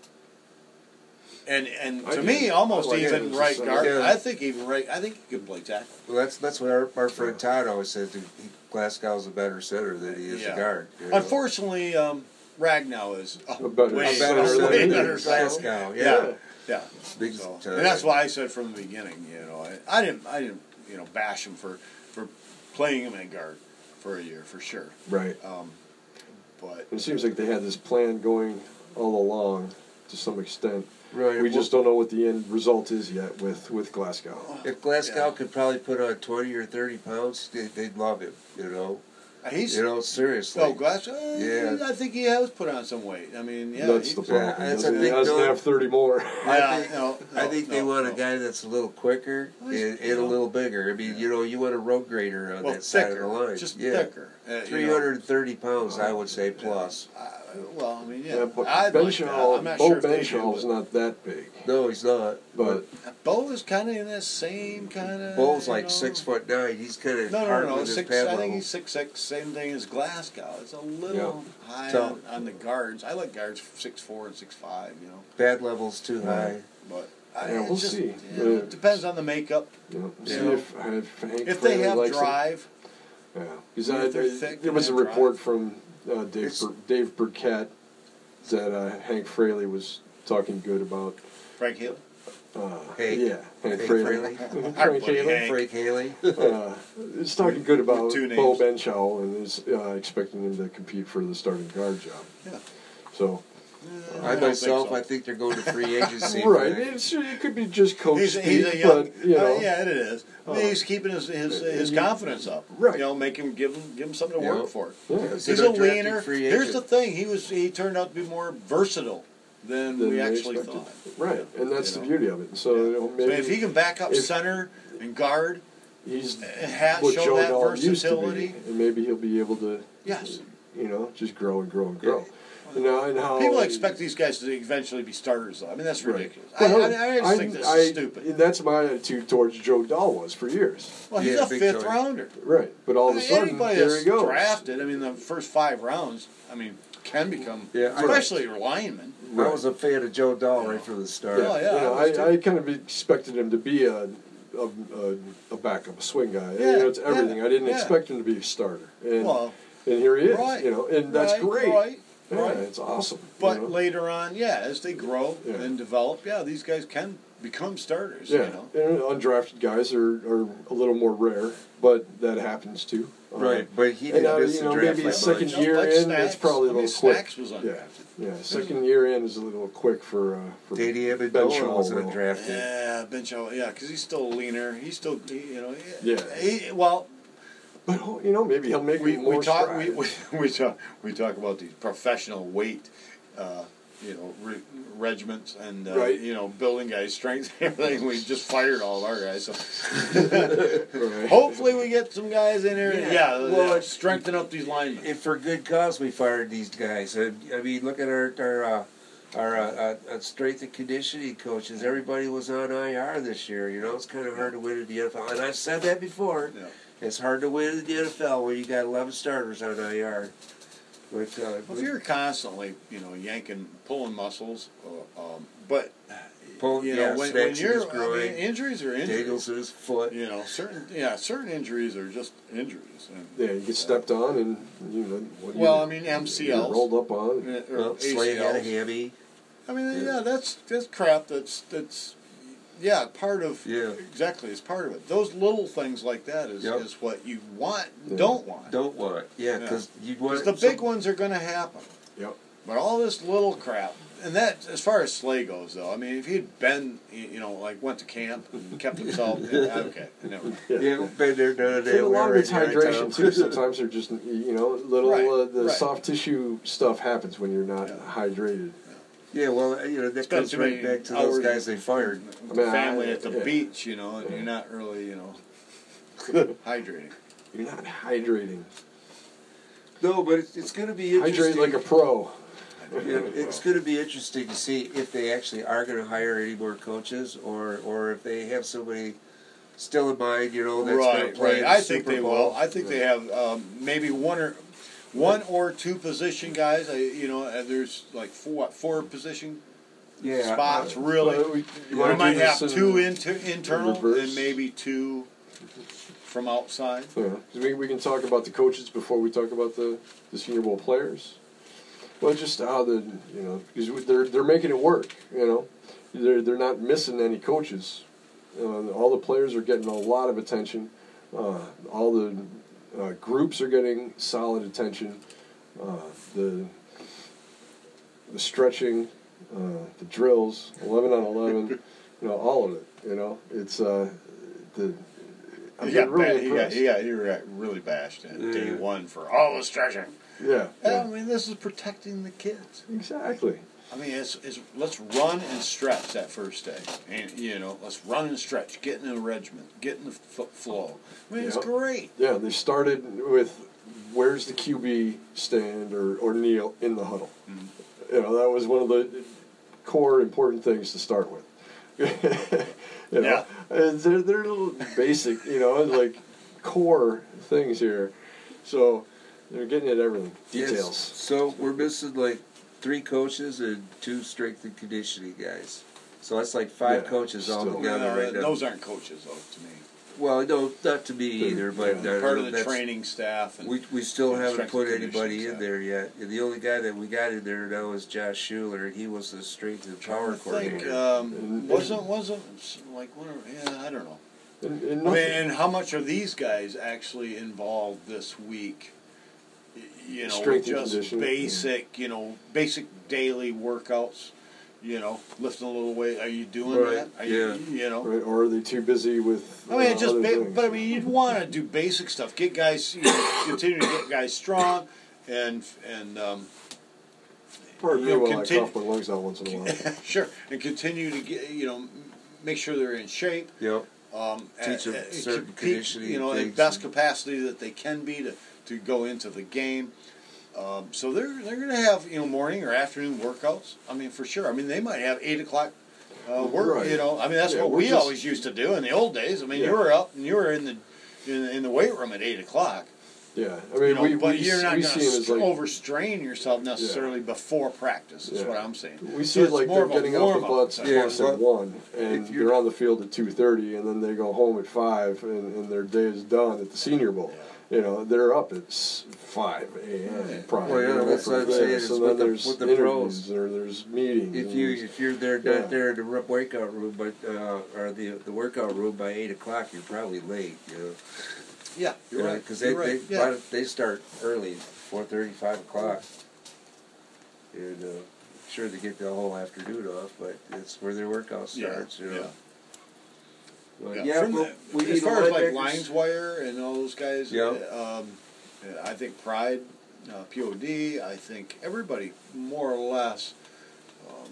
[SPEAKER 3] and and
[SPEAKER 1] I
[SPEAKER 3] to
[SPEAKER 1] do.
[SPEAKER 3] me, almost
[SPEAKER 1] I like him
[SPEAKER 3] even
[SPEAKER 1] as a
[SPEAKER 3] right
[SPEAKER 1] center.
[SPEAKER 3] guard.
[SPEAKER 2] Yeah.
[SPEAKER 3] I think even right. I think he could play tackle.
[SPEAKER 2] Well, that's that's what our, our friend Todd always says. That he, Glasgow's a better center than he is
[SPEAKER 3] Yeah.
[SPEAKER 2] a guard. you know.
[SPEAKER 3] Unfortunately, um, Ragnow is a,
[SPEAKER 1] A better
[SPEAKER 3] way
[SPEAKER 2] a better
[SPEAKER 1] Way
[SPEAKER 2] center than
[SPEAKER 3] better center.
[SPEAKER 2] Glasgow. Yeah.
[SPEAKER 3] Yeah, yeah.
[SPEAKER 2] Big
[SPEAKER 3] So,
[SPEAKER 2] time.
[SPEAKER 3] and that's why I said from the beginning, you know, I, I didn't, I didn't, you know, bash him for for playing him in guard for a year for sure.
[SPEAKER 1] Right.
[SPEAKER 3] Um, but
[SPEAKER 1] It seems like they had this plan going all along to some extent.
[SPEAKER 2] Right.
[SPEAKER 1] We just don't know what the end result is yet with, with
[SPEAKER 3] Oh,
[SPEAKER 1] Glasgow.
[SPEAKER 2] If Glasgow
[SPEAKER 3] Yeah.
[SPEAKER 2] could probably put on twenty or thirty pounds, they, they'd love him. You know.
[SPEAKER 3] he's
[SPEAKER 2] You know. Seriously.
[SPEAKER 3] oh Glasgow.
[SPEAKER 2] Yeah.
[SPEAKER 3] I think he has put on some weight. I mean, yeah,
[SPEAKER 1] That's
[SPEAKER 3] he-
[SPEAKER 1] the problem.
[SPEAKER 2] Yeah, that's
[SPEAKER 1] he doesn't,
[SPEAKER 2] a
[SPEAKER 1] he
[SPEAKER 2] big
[SPEAKER 1] doesn't
[SPEAKER 2] no.
[SPEAKER 1] have 30 more.
[SPEAKER 2] I
[SPEAKER 3] Yeah,
[SPEAKER 2] think,
[SPEAKER 3] no,
[SPEAKER 2] I
[SPEAKER 3] no,
[SPEAKER 2] think they
[SPEAKER 3] no,
[SPEAKER 2] want
[SPEAKER 3] no.
[SPEAKER 2] a guy that's a little quicker
[SPEAKER 3] Well, he's-
[SPEAKER 2] and, and a
[SPEAKER 3] you know.
[SPEAKER 2] little bigger. I mean, you know, you want a road grader on
[SPEAKER 3] well,
[SPEAKER 2] that side of the
[SPEAKER 3] thicker,
[SPEAKER 2] line.
[SPEAKER 3] just
[SPEAKER 2] yeah.
[SPEAKER 3] thicker. Uh, you know,
[SPEAKER 2] 330 pounds, I would say, plus.
[SPEAKER 3] uh, well, I mean, yeah.
[SPEAKER 1] Yeah, but
[SPEAKER 3] I'd like that.
[SPEAKER 1] Benchall,
[SPEAKER 3] I'm not
[SPEAKER 1] Bo
[SPEAKER 3] sure if they
[SPEAKER 1] Benchall's
[SPEAKER 3] do,
[SPEAKER 1] not that big.
[SPEAKER 2] No, he's not.
[SPEAKER 1] But
[SPEAKER 3] but Bo is kind of in that same kind of.
[SPEAKER 2] Bull's like six foot nine. He's kind of
[SPEAKER 3] No,
[SPEAKER 2] hard
[SPEAKER 3] no, no,
[SPEAKER 2] with
[SPEAKER 3] six.
[SPEAKER 2] his pad
[SPEAKER 3] I
[SPEAKER 2] level.
[SPEAKER 3] think he's six six. Same thing as Glasgow. It's a little high
[SPEAKER 2] So-
[SPEAKER 3] on, on the guards. I like guards six four and six five. You know,
[SPEAKER 2] Pad level's too high.
[SPEAKER 3] but I,
[SPEAKER 1] Yeah,
[SPEAKER 3] it
[SPEAKER 1] we'll
[SPEAKER 3] just-
[SPEAKER 1] see.
[SPEAKER 3] yeah,
[SPEAKER 1] Uh,
[SPEAKER 3] it depends on the makeup.
[SPEAKER 1] you know, see
[SPEAKER 3] Yeah.
[SPEAKER 1] if, if Hank
[SPEAKER 3] If they
[SPEAKER 1] Crayley
[SPEAKER 3] have
[SPEAKER 1] likes him.
[SPEAKER 3] drive,
[SPEAKER 1] Yeah, because
[SPEAKER 3] Yeah,
[SPEAKER 1] I,
[SPEAKER 3] if they're
[SPEAKER 1] I-
[SPEAKER 3] thick,
[SPEAKER 1] there was a
[SPEAKER 3] they have
[SPEAKER 1] report from uh, Dave
[SPEAKER 2] It's-
[SPEAKER 1] Bur- Dave Burkett that uh, Hank Fraley was talking good about.
[SPEAKER 3] Frank Hill.
[SPEAKER 1] Uh,
[SPEAKER 2] Hank.
[SPEAKER 1] yeah, Hank
[SPEAKER 2] Hank
[SPEAKER 1] Fraley. (laughs)
[SPEAKER 2] Fraley.
[SPEAKER 1] Frank
[SPEAKER 3] Bloody
[SPEAKER 1] Haley.
[SPEAKER 3] Hank.
[SPEAKER 2] Frank Haley.
[SPEAKER 1] Uh, it's talking good about
[SPEAKER 3] Two names.
[SPEAKER 1] Bo Benchow and is uh, expecting him to compete for the starting guard job.
[SPEAKER 3] Yeah.
[SPEAKER 1] So
[SPEAKER 3] I
[SPEAKER 2] I
[SPEAKER 3] don't
[SPEAKER 2] myself,
[SPEAKER 3] think so.
[SPEAKER 2] I think they're going to free agency. for
[SPEAKER 1] right,
[SPEAKER 2] that.
[SPEAKER 1] it's, it could be just coach
[SPEAKER 3] He's,
[SPEAKER 1] speak,
[SPEAKER 3] he's a young,
[SPEAKER 1] Oh, but you know,
[SPEAKER 3] uh, yeah, it is. I mean, he's keeping his his,
[SPEAKER 1] Uh,
[SPEAKER 3] his
[SPEAKER 1] you-
[SPEAKER 3] confidence up,
[SPEAKER 1] Right.
[SPEAKER 3] You know, make him give him give him something to
[SPEAKER 2] Yeah.
[SPEAKER 3] work for.
[SPEAKER 1] yeah,
[SPEAKER 2] So
[SPEAKER 3] He's
[SPEAKER 2] they're
[SPEAKER 3] a
[SPEAKER 2] drafting
[SPEAKER 3] leaner.
[SPEAKER 2] free
[SPEAKER 3] Here's the
[SPEAKER 2] agent.
[SPEAKER 3] thing: he was he turned out to be more versatile than,
[SPEAKER 1] than
[SPEAKER 3] we
[SPEAKER 1] they
[SPEAKER 3] actually
[SPEAKER 1] expected.
[SPEAKER 3] thought.
[SPEAKER 1] Right, and that's
[SPEAKER 3] You
[SPEAKER 1] the
[SPEAKER 3] know.
[SPEAKER 1] beauty of it. So you know,
[SPEAKER 3] So
[SPEAKER 1] maybe
[SPEAKER 3] if he can back up
[SPEAKER 1] if-
[SPEAKER 3] center and guard,
[SPEAKER 1] he's
[SPEAKER 3] ha-
[SPEAKER 1] what
[SPEAKER 3] show
[SPEAKER 1] Joe
[SPEAKER 3] that
[SPEAKER 1] Dahl used to be,
[SPEAKER 3] versatility.
[SPEAKER 1] and maybe he'll be able to,
[SPEAKER 3] Yes.
[SPEAKER 1] you know, just grow and grow and grow. You know, and how
[SPEAKER 3] People expect these guys to eventually be starters, though. I mean, that's ridiculous.
[SPEAKER 1] But
[SPEAKER 3] I,
[SPEAKER 1] no,
[SPEAKER 3] I, I just think
[SPEAKER 1] I'm-
[SPEAKER 3] this
[SPEAKER 1] I-
[SPEAKER 3] is stupid.
[SPEAKER 1] That's my attitude towards Joe Dahl was for years.
[SPEAKER 3] Well, he's
[SPEAKER 2] Yeah,
[SPEAKER 3] a
[SPEAKER 2] big
[SPEAKER 3] fifth
[SPEAKER 2] time.
[SPEAKER 3] rounder.
[SPEAKER 1] Right, but all
[SPEAKER 3] I
[SPEAKER 1] of a
[SPEAKER 3] mean,
[SPEAKER 1] sudden,
[SPEAKER 3] anybody
[SPEAKER 1] there
[SPEAKER 3] that's
[SPEAKER 1] he goes.
[SPEAKER 3] drafted, I mean, the first five rounds, I mean, can become,
[SPEAKER 2] Yeah, I-
[SPEAKER 3] especially your linemen.
[SPEAKER 2] I was a fan of Joe Dahl right from the start.
[SPEAKER 3] Yeah, Oh, yeah.
[SPEAKER 1] you know,
[SPEAKER 3] I was
[SPEAKER 1] I, I kind of expected him to be a a, a, a backup, a swing guy. You
[SPEAKER 3] Yeah,
[SPEAKER 1] know, it's everything.
[SPEAKER 3] yeah,
[SPEAKER 1] I didn't
[SPEAKER 3] yeah.
[SPEAKER 1] expect him to be a starter, and
[SPEAKER 3] Well,
[SPEAKER 1] and here he is.
[SPEAKER 3] right.
[SPEAKER 1] You know, and that's
[SPEAKER 3] right,
[SPEAKER 1] great.
[SPEAKER 3] Right.
[SPEAKER 1] Yeah,
[SPEAKER 3] Right.
[SPEAKER 1] it's awesome. you
[SPEAKER 3] But
[SPEAKER 1] know?
[SPEAKER 3] later on, yeah, as they grow
[SPEAKER 1] Yeah.
[SPEAKER 3] and develop, yeah, these guys can become starters.
[SPEAKER 1] yeah,
[SPEAKER 3] You know,
[SPEAKER 1] and undrafted guys are, are a little more rare, but that happens too. Um,
[SPEAKER 2] Right, but he
[SPEAKER 1] And now,
[SPEAKER 2] didn't miss
[SPEAKER 1] you
[SPEAKER 2] the
[SPEAKER 1] know,
[SPEAKER 2] draft
[SPEAKER 1] maybe
[SPEAKER 2] by
[SPEAKER 1] his second
[SPEAKER 2] much.
[SPEAKER 3] Don't
[SPEAKER 1] year
[SPEAKER 3] like
[SPEAKER 1] in,
[SPEAKER 3] Snacks.
[SPEAKER 1] it's probably a
[SPEAKER 3] I mean,
[SPEAKER 1] little quick.
[SPEAKER 3] Snacks was
[SPEAKER 1] Yeah,
[SPEAKER 3] undrafted.
[SPEAKER 1] yeah. Second year in is a little quick for uh, for
[SPEAKER 2] Dady
[SPEAKER 1] Ben
[SPEAKER 2] Amendola was
[SPEAKER 1] Sherrill.
[SPEAKER 2] undrafted.
[SPEAKER 3] Yeah, Ben Shaw. Yeah, because he's still leaner. He's still, you know.
[SPEAKER 1] Yeah.
[SPEAKER 3] He, well,
[SPEAKER 1] But oh, you know, maybe he'll make
[SPEAKER 3] we,
[SPEAKER 1] more
[SPEAKER 3] we talk we,
[SPEAKER 1] strides.
[SPEAKER 3] we, we (laughs) talk we talk about these professional weight, uh, you know, re- regiments and uh,
[SPEAKER 1] Right.
[SPEAKER 3] you know building guys' strength and everything. We just fired all of our guys. So
[SPEAKER 1] (laughs)
[SPEAKER 3] (laughs)
[SPEAKER 1] Right.
[SPEAKER 3] hopefully we get some guys in here.
[SPEAKER 2] Yeah.
[SPEAKER 3] Yeah,
[SPEAKER 2] Well,
[SPEAKER 3] yeah,
[SPEAKER 2] it-
[SPEAKER 3] strengthen up these linemen.
[SPEAKER 2] And for good cause, we fired these guys. I, I mean, look at our our uh, our uh, uh, uh, strength and conditioning coaches. Everybody was on IR this year. You know, it's kind of hard to win in the NFL, and I've said that before.
[SPEAKER 3] Yeah.
[SPEAKER 2] It's hard to win in the NFL when you got eleven starters on IR. But uh,
[SPEAKER 3] Well, if you're constantly, you know, yanking, pulling muscles, uh, um, but
[SPEAKER 2] Pull- yeah,
[SPEAKER 3] you know, when, when
[SPEAKER 2] snatching
[SPEAKER 3] you're,
[SPEAKER 2] his
[SPEAKER 3] I
[SPEAKER 2] groin,
[SPEAKER 3] mean, injuries are injuries.
[SPEAKER 2] Daniels in his foot.
[SPEAKER 3] You know, certain yeah, certain injuries are just injuries. And,
[SPEAKER 1] yeah, you get stepped on and you know. what
[SPEAKER 3] Well,
[SPEAKER 1] you-
[SPEAKER 3] I mean,
[SPEAKER 1] you're
[SPEAKER 3] MCLs.
[SPEAKER 1] rolled up on.
[SPEAKER 3] uh, or
[SPEAKER 2] Well, Slay had a
[SPEAKER 3] ACLs.
[SPEAKER 2] hammy.
[SPEAKER 3] I mean, yeah, that's that's crap. That's that's yeah, part of
[SPEAKER 2] Yeah.
[SPEAKER 3] exactly. It's part of it. Those little things like that is
[SPEAKER 2] Yep.
[SPEAKER 3] is what you want,
[SPEAKER 1] Yeah.
[SPEAKER 3] don't want.
[SPEAKER 2] Don't want. Yeah,
[SPEAKER 3] Yeah.
[SPEAKER 2] because you want
[SPEAKER 3] 'Cause the big ones are going to happen.
[SPEAKER 1] Yep.
[SPEAKER 3] But all this little crap, and that as far as Slay goes, though, I mean, if he'd been, y- you know, like went to camp and kept himself, yeah, okay, never. mind.
[SPEAKER 2] Yeah, we've been there, done
[SPEAKER 1] And
[SPEAKER 2] that.
[SPEAKER 1] a
[SPEAKER 2] we
[SPEAKER 1] lot of
[SPEAKER 2] were
[SPEAKER 1] it's
[SPEAKER 2] in there, Tom.
[SPEAKER 1] hydration
[SPEAKER 2] (laughs)
[SPEAKER 1] too. Sometimes they're just you know little
[SPEAKER 3] Right,
[SPEAKER 1] uh, the
[SPEAKER 3] right.
[SPEAKER 1] soft tissue stuff happens when you're not
[SPEAKER 3] Yeah.
[SPEAKER 1] hydrated.
[SPEAKER 2] Yeah, well, you know that
[SPEAKER 3] Spent
[SPEAKER 2] comes
[SPEAKER 3] too
[SPEAKER 2] right
[SPEAKER 3] many
[SPEAKER 2] back to those
[SPEAKER 3] hours-
[SPEAKER 2] guys they fired.
[SPEAKER 1] mean, I-
[SPEAKER 3] family at the
[SPEAKER 1] yeah.
[SPEAKER 3] beach, you know, and you're not really, you
[SPEAKER 1] (laughs)
[SPEAKER 3] know, hydrating.
[SPEAKER 1] You're not hydrating.
[SPEAKER 2] No, but it's, it's going to be
[SPEAKER 1] Hydrate
[SPEAKER 2] interesting.
[SPEAKER 1] like a pro.
[SPEAKER 2] Yeah, it's going to be interesting to see if they actually are going to hire any more coaches, or or if they have somebody still in mind. You know, that's going
[SPEAKER 3] right,
[SPEAKER 2] to play.
[SPEAKER 3] right.
[SPEAKER 2] in the
[SPEAKER 3] I think
[SPEAKER 2] Super
[SPEAKER 3] they
[SPEAKER 2] Bowl.
[SPEAKER 3] will. I think they have um, maybe one or one or two position guys. I, you know, uh, there's like four four position
[SPEAKER 2] yeah,
[SPEAKER 3] spots really.
[SPEAKER 1] Well, we- you wanna
[SPEAKER 3] We
[SPEAKER 1] do
[SPEAKER 3] might
[SPEAKER 1] this
[SPEAKER 3] have
[SPEAKER 1] in-
[SPEAKER 3] two inter- internal
[SPEAKER 1] reverse?
[SPEAKER 3] and maybe two from outside.
[SPEAKER 1] Yeah, 'cause we, we can talk about the coaches before we talk about the, the Senior Bowl players. Well, just how the you know because they're they're making it work. You know, they're they're not missing any coaches. Uh, all the players are getting a lot of attention. Uh, all the uh, groups are getting solid attention. Uh, the the stretching, uh, the drills, eleven on
[SPEAKER 3] (laughs)
[SPEAKER 1] eleven, you know, all of it. You know, it's uh, the. I've
[SPEAKER 3] He
[SPEAKER 1] been
[SPEAKER 3] got,
[SPEAKER 1] really
[SPEAKER 3] ba- he, got,
[SPEAKER 1] impressed.
[SPEAKER 3] he, got, he got really bashed at day
[SPEAKER 2] Yeah.
[SPEAKER 3] one for all the stretching.
[SPEAKER 1] Yeah.
[SPEAKER 3] I mean, this is protecting the kids.
[SPEAKER 1] Exactly.
[SPEAKER 3] I mean, it's, it's let's run and stretch that first day, and you know, let's run and stretch, get in the regiment, get in the f- flow. I mean, it's
[SPEAKER 1] Yep.
[SPEAKER 3] great.
[SPEAKER 1] Yeah, they started with where's the QB stand or, or kneel in the huddle.
[SPEAKER 3] Mm-hmm.
[SPEAKER 1] You know, that was one of the core important things to start with. (laughs) you know, and they're, they're little basic, you know, and like core things here. So they're getting at everything.
[SPEAKER 2] Yes.
[SPEAKER 1] Details.
[SPEAKER 2] So we're missing like three coaches and two strength and conditioning guys. So that's like five
[SPEAKER 1] Yeah,
[SPEAKER 2] coaches all
[SPEAKER 1] still.
[SPEAKER 2] together
[SPEAKER 3] Uh,
[SPEAKER 2] right now.
[SPEAKER 3] Those aren't coaches, though, to me.
[SPEAKER 2] well, no, not to me either, but
[SPEAKER 1] Yeah,
[SPEAKER 2] uh,
[SPEAKER 3] Part of the
[SPEAKER 2] that's-
[SPEAKER 3] training staff. And,
[SPEAKER 2] We, we still
[SPEAKER 3] Yeah,
[SPEAKER 2] haven't
[SPEAKER 3] strength
[SPEAKER 2] put
[SPEAKER 3] and
[SPEAKER 2] anybody
[SPEAKER 3] conditioning
[SPEAKER 2] in
[SPEAKER 3] side.
[SPEAKER 2] there yet. And the only guy that we got in there now is Josh Schuler, and he was the strength and
[SPEAKER 3] I
[SPEAKER 2] power
[SPEAKER 3] think
[SPEAKER 2] coordinator.
[SPEAKER 1] And-
[SPEAKER 3] um, wasn't wasn't like one. of- Yeah, I don't know.
[SPEAKER 1] And, and
[SPEAKER 3] I mean,
[SPEAKER 1] nothing-
[SPEAKER 3] and how much are these guys actually involved this week? Y- You know,
[SPEAKER 1] Strength and
[SPEAKER 3] just
[SPEAKER 1] conditioning.
[SPEAKER 3] basic, you know, basic daily workouts. You know, lifting a little weight. Are you doing
[SPEAKER 2] Right,
[SPEAKER 3] that? Are
[SPEAKER 2] yeah.
[SPEAKER 3] You, you know,
[SPEAKER 1] right, or are they too busy with.
[SPEAKER 3] I mean,
[SPEAKER 1] uh,
[SPEAKER 3] it just,
[SPEAKER 1] other
[SPEAKER 3] ba-
[SPEAKER 1] things?
[SPEAKER 3] but I mean, you'd want to do basic stuff. Get guys, you know, continue to get guys strong, and and um, (laughs)
[SPEAKER 1] Pardon me
[SPEAKER 3] you'll
[SPEAKER 1] while I
[SPEAKER 3] continue-
[SPEAKER 1] cough my lungs out once in a
[SPEAKER 3] (laughs)
[SPEAKER 1] while.
[SPEAKER 3] sure, and continue to get, you know, m- make sure they're in shape.
[SPEAKER 2] Yep.
[SPEAKER 3] Um,
[SPEAKER 2] Teach 'em
[SPEAKER 3] and- and
[SPEAKER 2] certain
[SPEAKER 3] compete,
[SPEAKER 2] conditioning
[SPEAKER 3] you know, in
[SPEAKER 2] things
[SPEAKER 3] best
[SPEAKER 2] and-
[SPEAKER 3] capacity that they can be to, to go into the game. Um, so they're they're going to have you know morning or afternoon workouts. I mean, for sure. I mean, they might have eight o'clock. Uh, work,
[SPEAKER 1] Right.
[SPEAKER 3] you know. I mean, that's
[SPEAKER 1] Yeah,
[SPEAKER 3] what
[SPEAKER 1] we're
[SPEAKER 3] we
[SPEAKER 1] just-
[SPEAKER 3] always used to do in the old days. I mean,
[SPEAKER 1] Yeah.
[SPEAKER 3] you were up and you were in the in, in the weight room at eight o'clock.
[SPEAKER 1] Yeah, I mean,
[SPEAKER 3] You know,
[SPEAKER 1] we,
[SPEAKER 3] but
[SPEAKER 1] we,
[SPEAKER 3] you're not
[SPEAKER 1] we
[SPEAKER 3] going
[SPEAKER 1] see
[SPEAKER 3] to
[SPEAKER 1] him as like
[SPEAKER 3] overstrain yourself necessarily before practice. Is
[SPEAKER 1] Yeah.
[SPEAKER 3] what I'm saying.
[SPEAKER 1] We see
[SPEAKER 3] So it's
[SPEAKER 1] like
[SPEAKER 3] more
[SPEAKER 1] they're
[SPEAKER 3] of a
[SPEAKER 1] getting off the
[SPEAKER 3] warm-up
[SPEAKER 1] butts
[SPEAKER 3] type.
[SPEAKER 2] Yeah,
[SPEAKER 1] plus at
[SPEAKER 2] but
[SPEAKER 1] one, and
[SPEAKER 2] if you're-
[SPEAKER 1] they're on the field at two thirty, and then they go home at five, and, and their day is done at the Senior Bowl.
[SPEAKER 3] Yeah.
[SPEAKER 1] you know, they're up at s- five a.m.
[SPEAKER 3] Right.
[SPEAKER 1] probably.
[SPEAKER 2] Well, yeah,
[SPEAKER 1] you know,
[SPEAKER 2] that's
[SPEAKER 1] for
[SPEAKER 2] what I'm
[SPEAKER 1] that.
[SPEAKER 2] saying,
[SPEAKER 1] So
[SPEAKER 2] it's
[SPEAKER 1] then
[SPEAKER 2] with the-
[SPEAKER 1] there's
[SPEAKER 2] with the
[SPEAKER 1] interviews
[SPEAKER 2] pros.
[SPEAKER 1] or there's meetings.
[SPEAKER 2] If
[SPEAKER 1] and
[SPEAKER 2] you
[SPEAKER 1] there's-
[SPEAKER 2] if you're there
[SPEAKER 1] Yeah.
[SPEAKER 2] not there in the re- workout room, but uh, or the the workout room by eight o'clock, you're probably late. You know,
[SPEAKER 3] Yeah, you're right.
[SPEAKER 2] because
[SPEAKER 3] you're
[SPEAKER 2] they
[SPEAKER 3] right.
[SPEAKER 2] they,
[SPEAKER 3] yeah.
[SPEAKER 2] they start early, four thirty, five o'clock. And uh, sure they get the whole afternoon off, but it's where their workout
[SPEAKER 3] Yeah,
[SPEAKER 2] starts. you know.
[SPEAKER 3] yeah.
[SPEAKER 2] But,
[SPEAKER 3] Yeah,
[SPEAKER 2] yeah,
[SPEAKER 3] from
[SPEAKER 2] well,
[SPEAKER 3] the-
[SPEAKER 2] we
[SPEAKER 3] as
[SPEAKER 2] need
[SPEAKER 3] far as like
[SPEAKER 2] linebackers.
[SPEAKER 3] Lions Wire and all those guys,
[SPEAKER 2] Yeah.
[SPEAKER 3] um, I think Pride, uh, POD, I think everybody more or less um,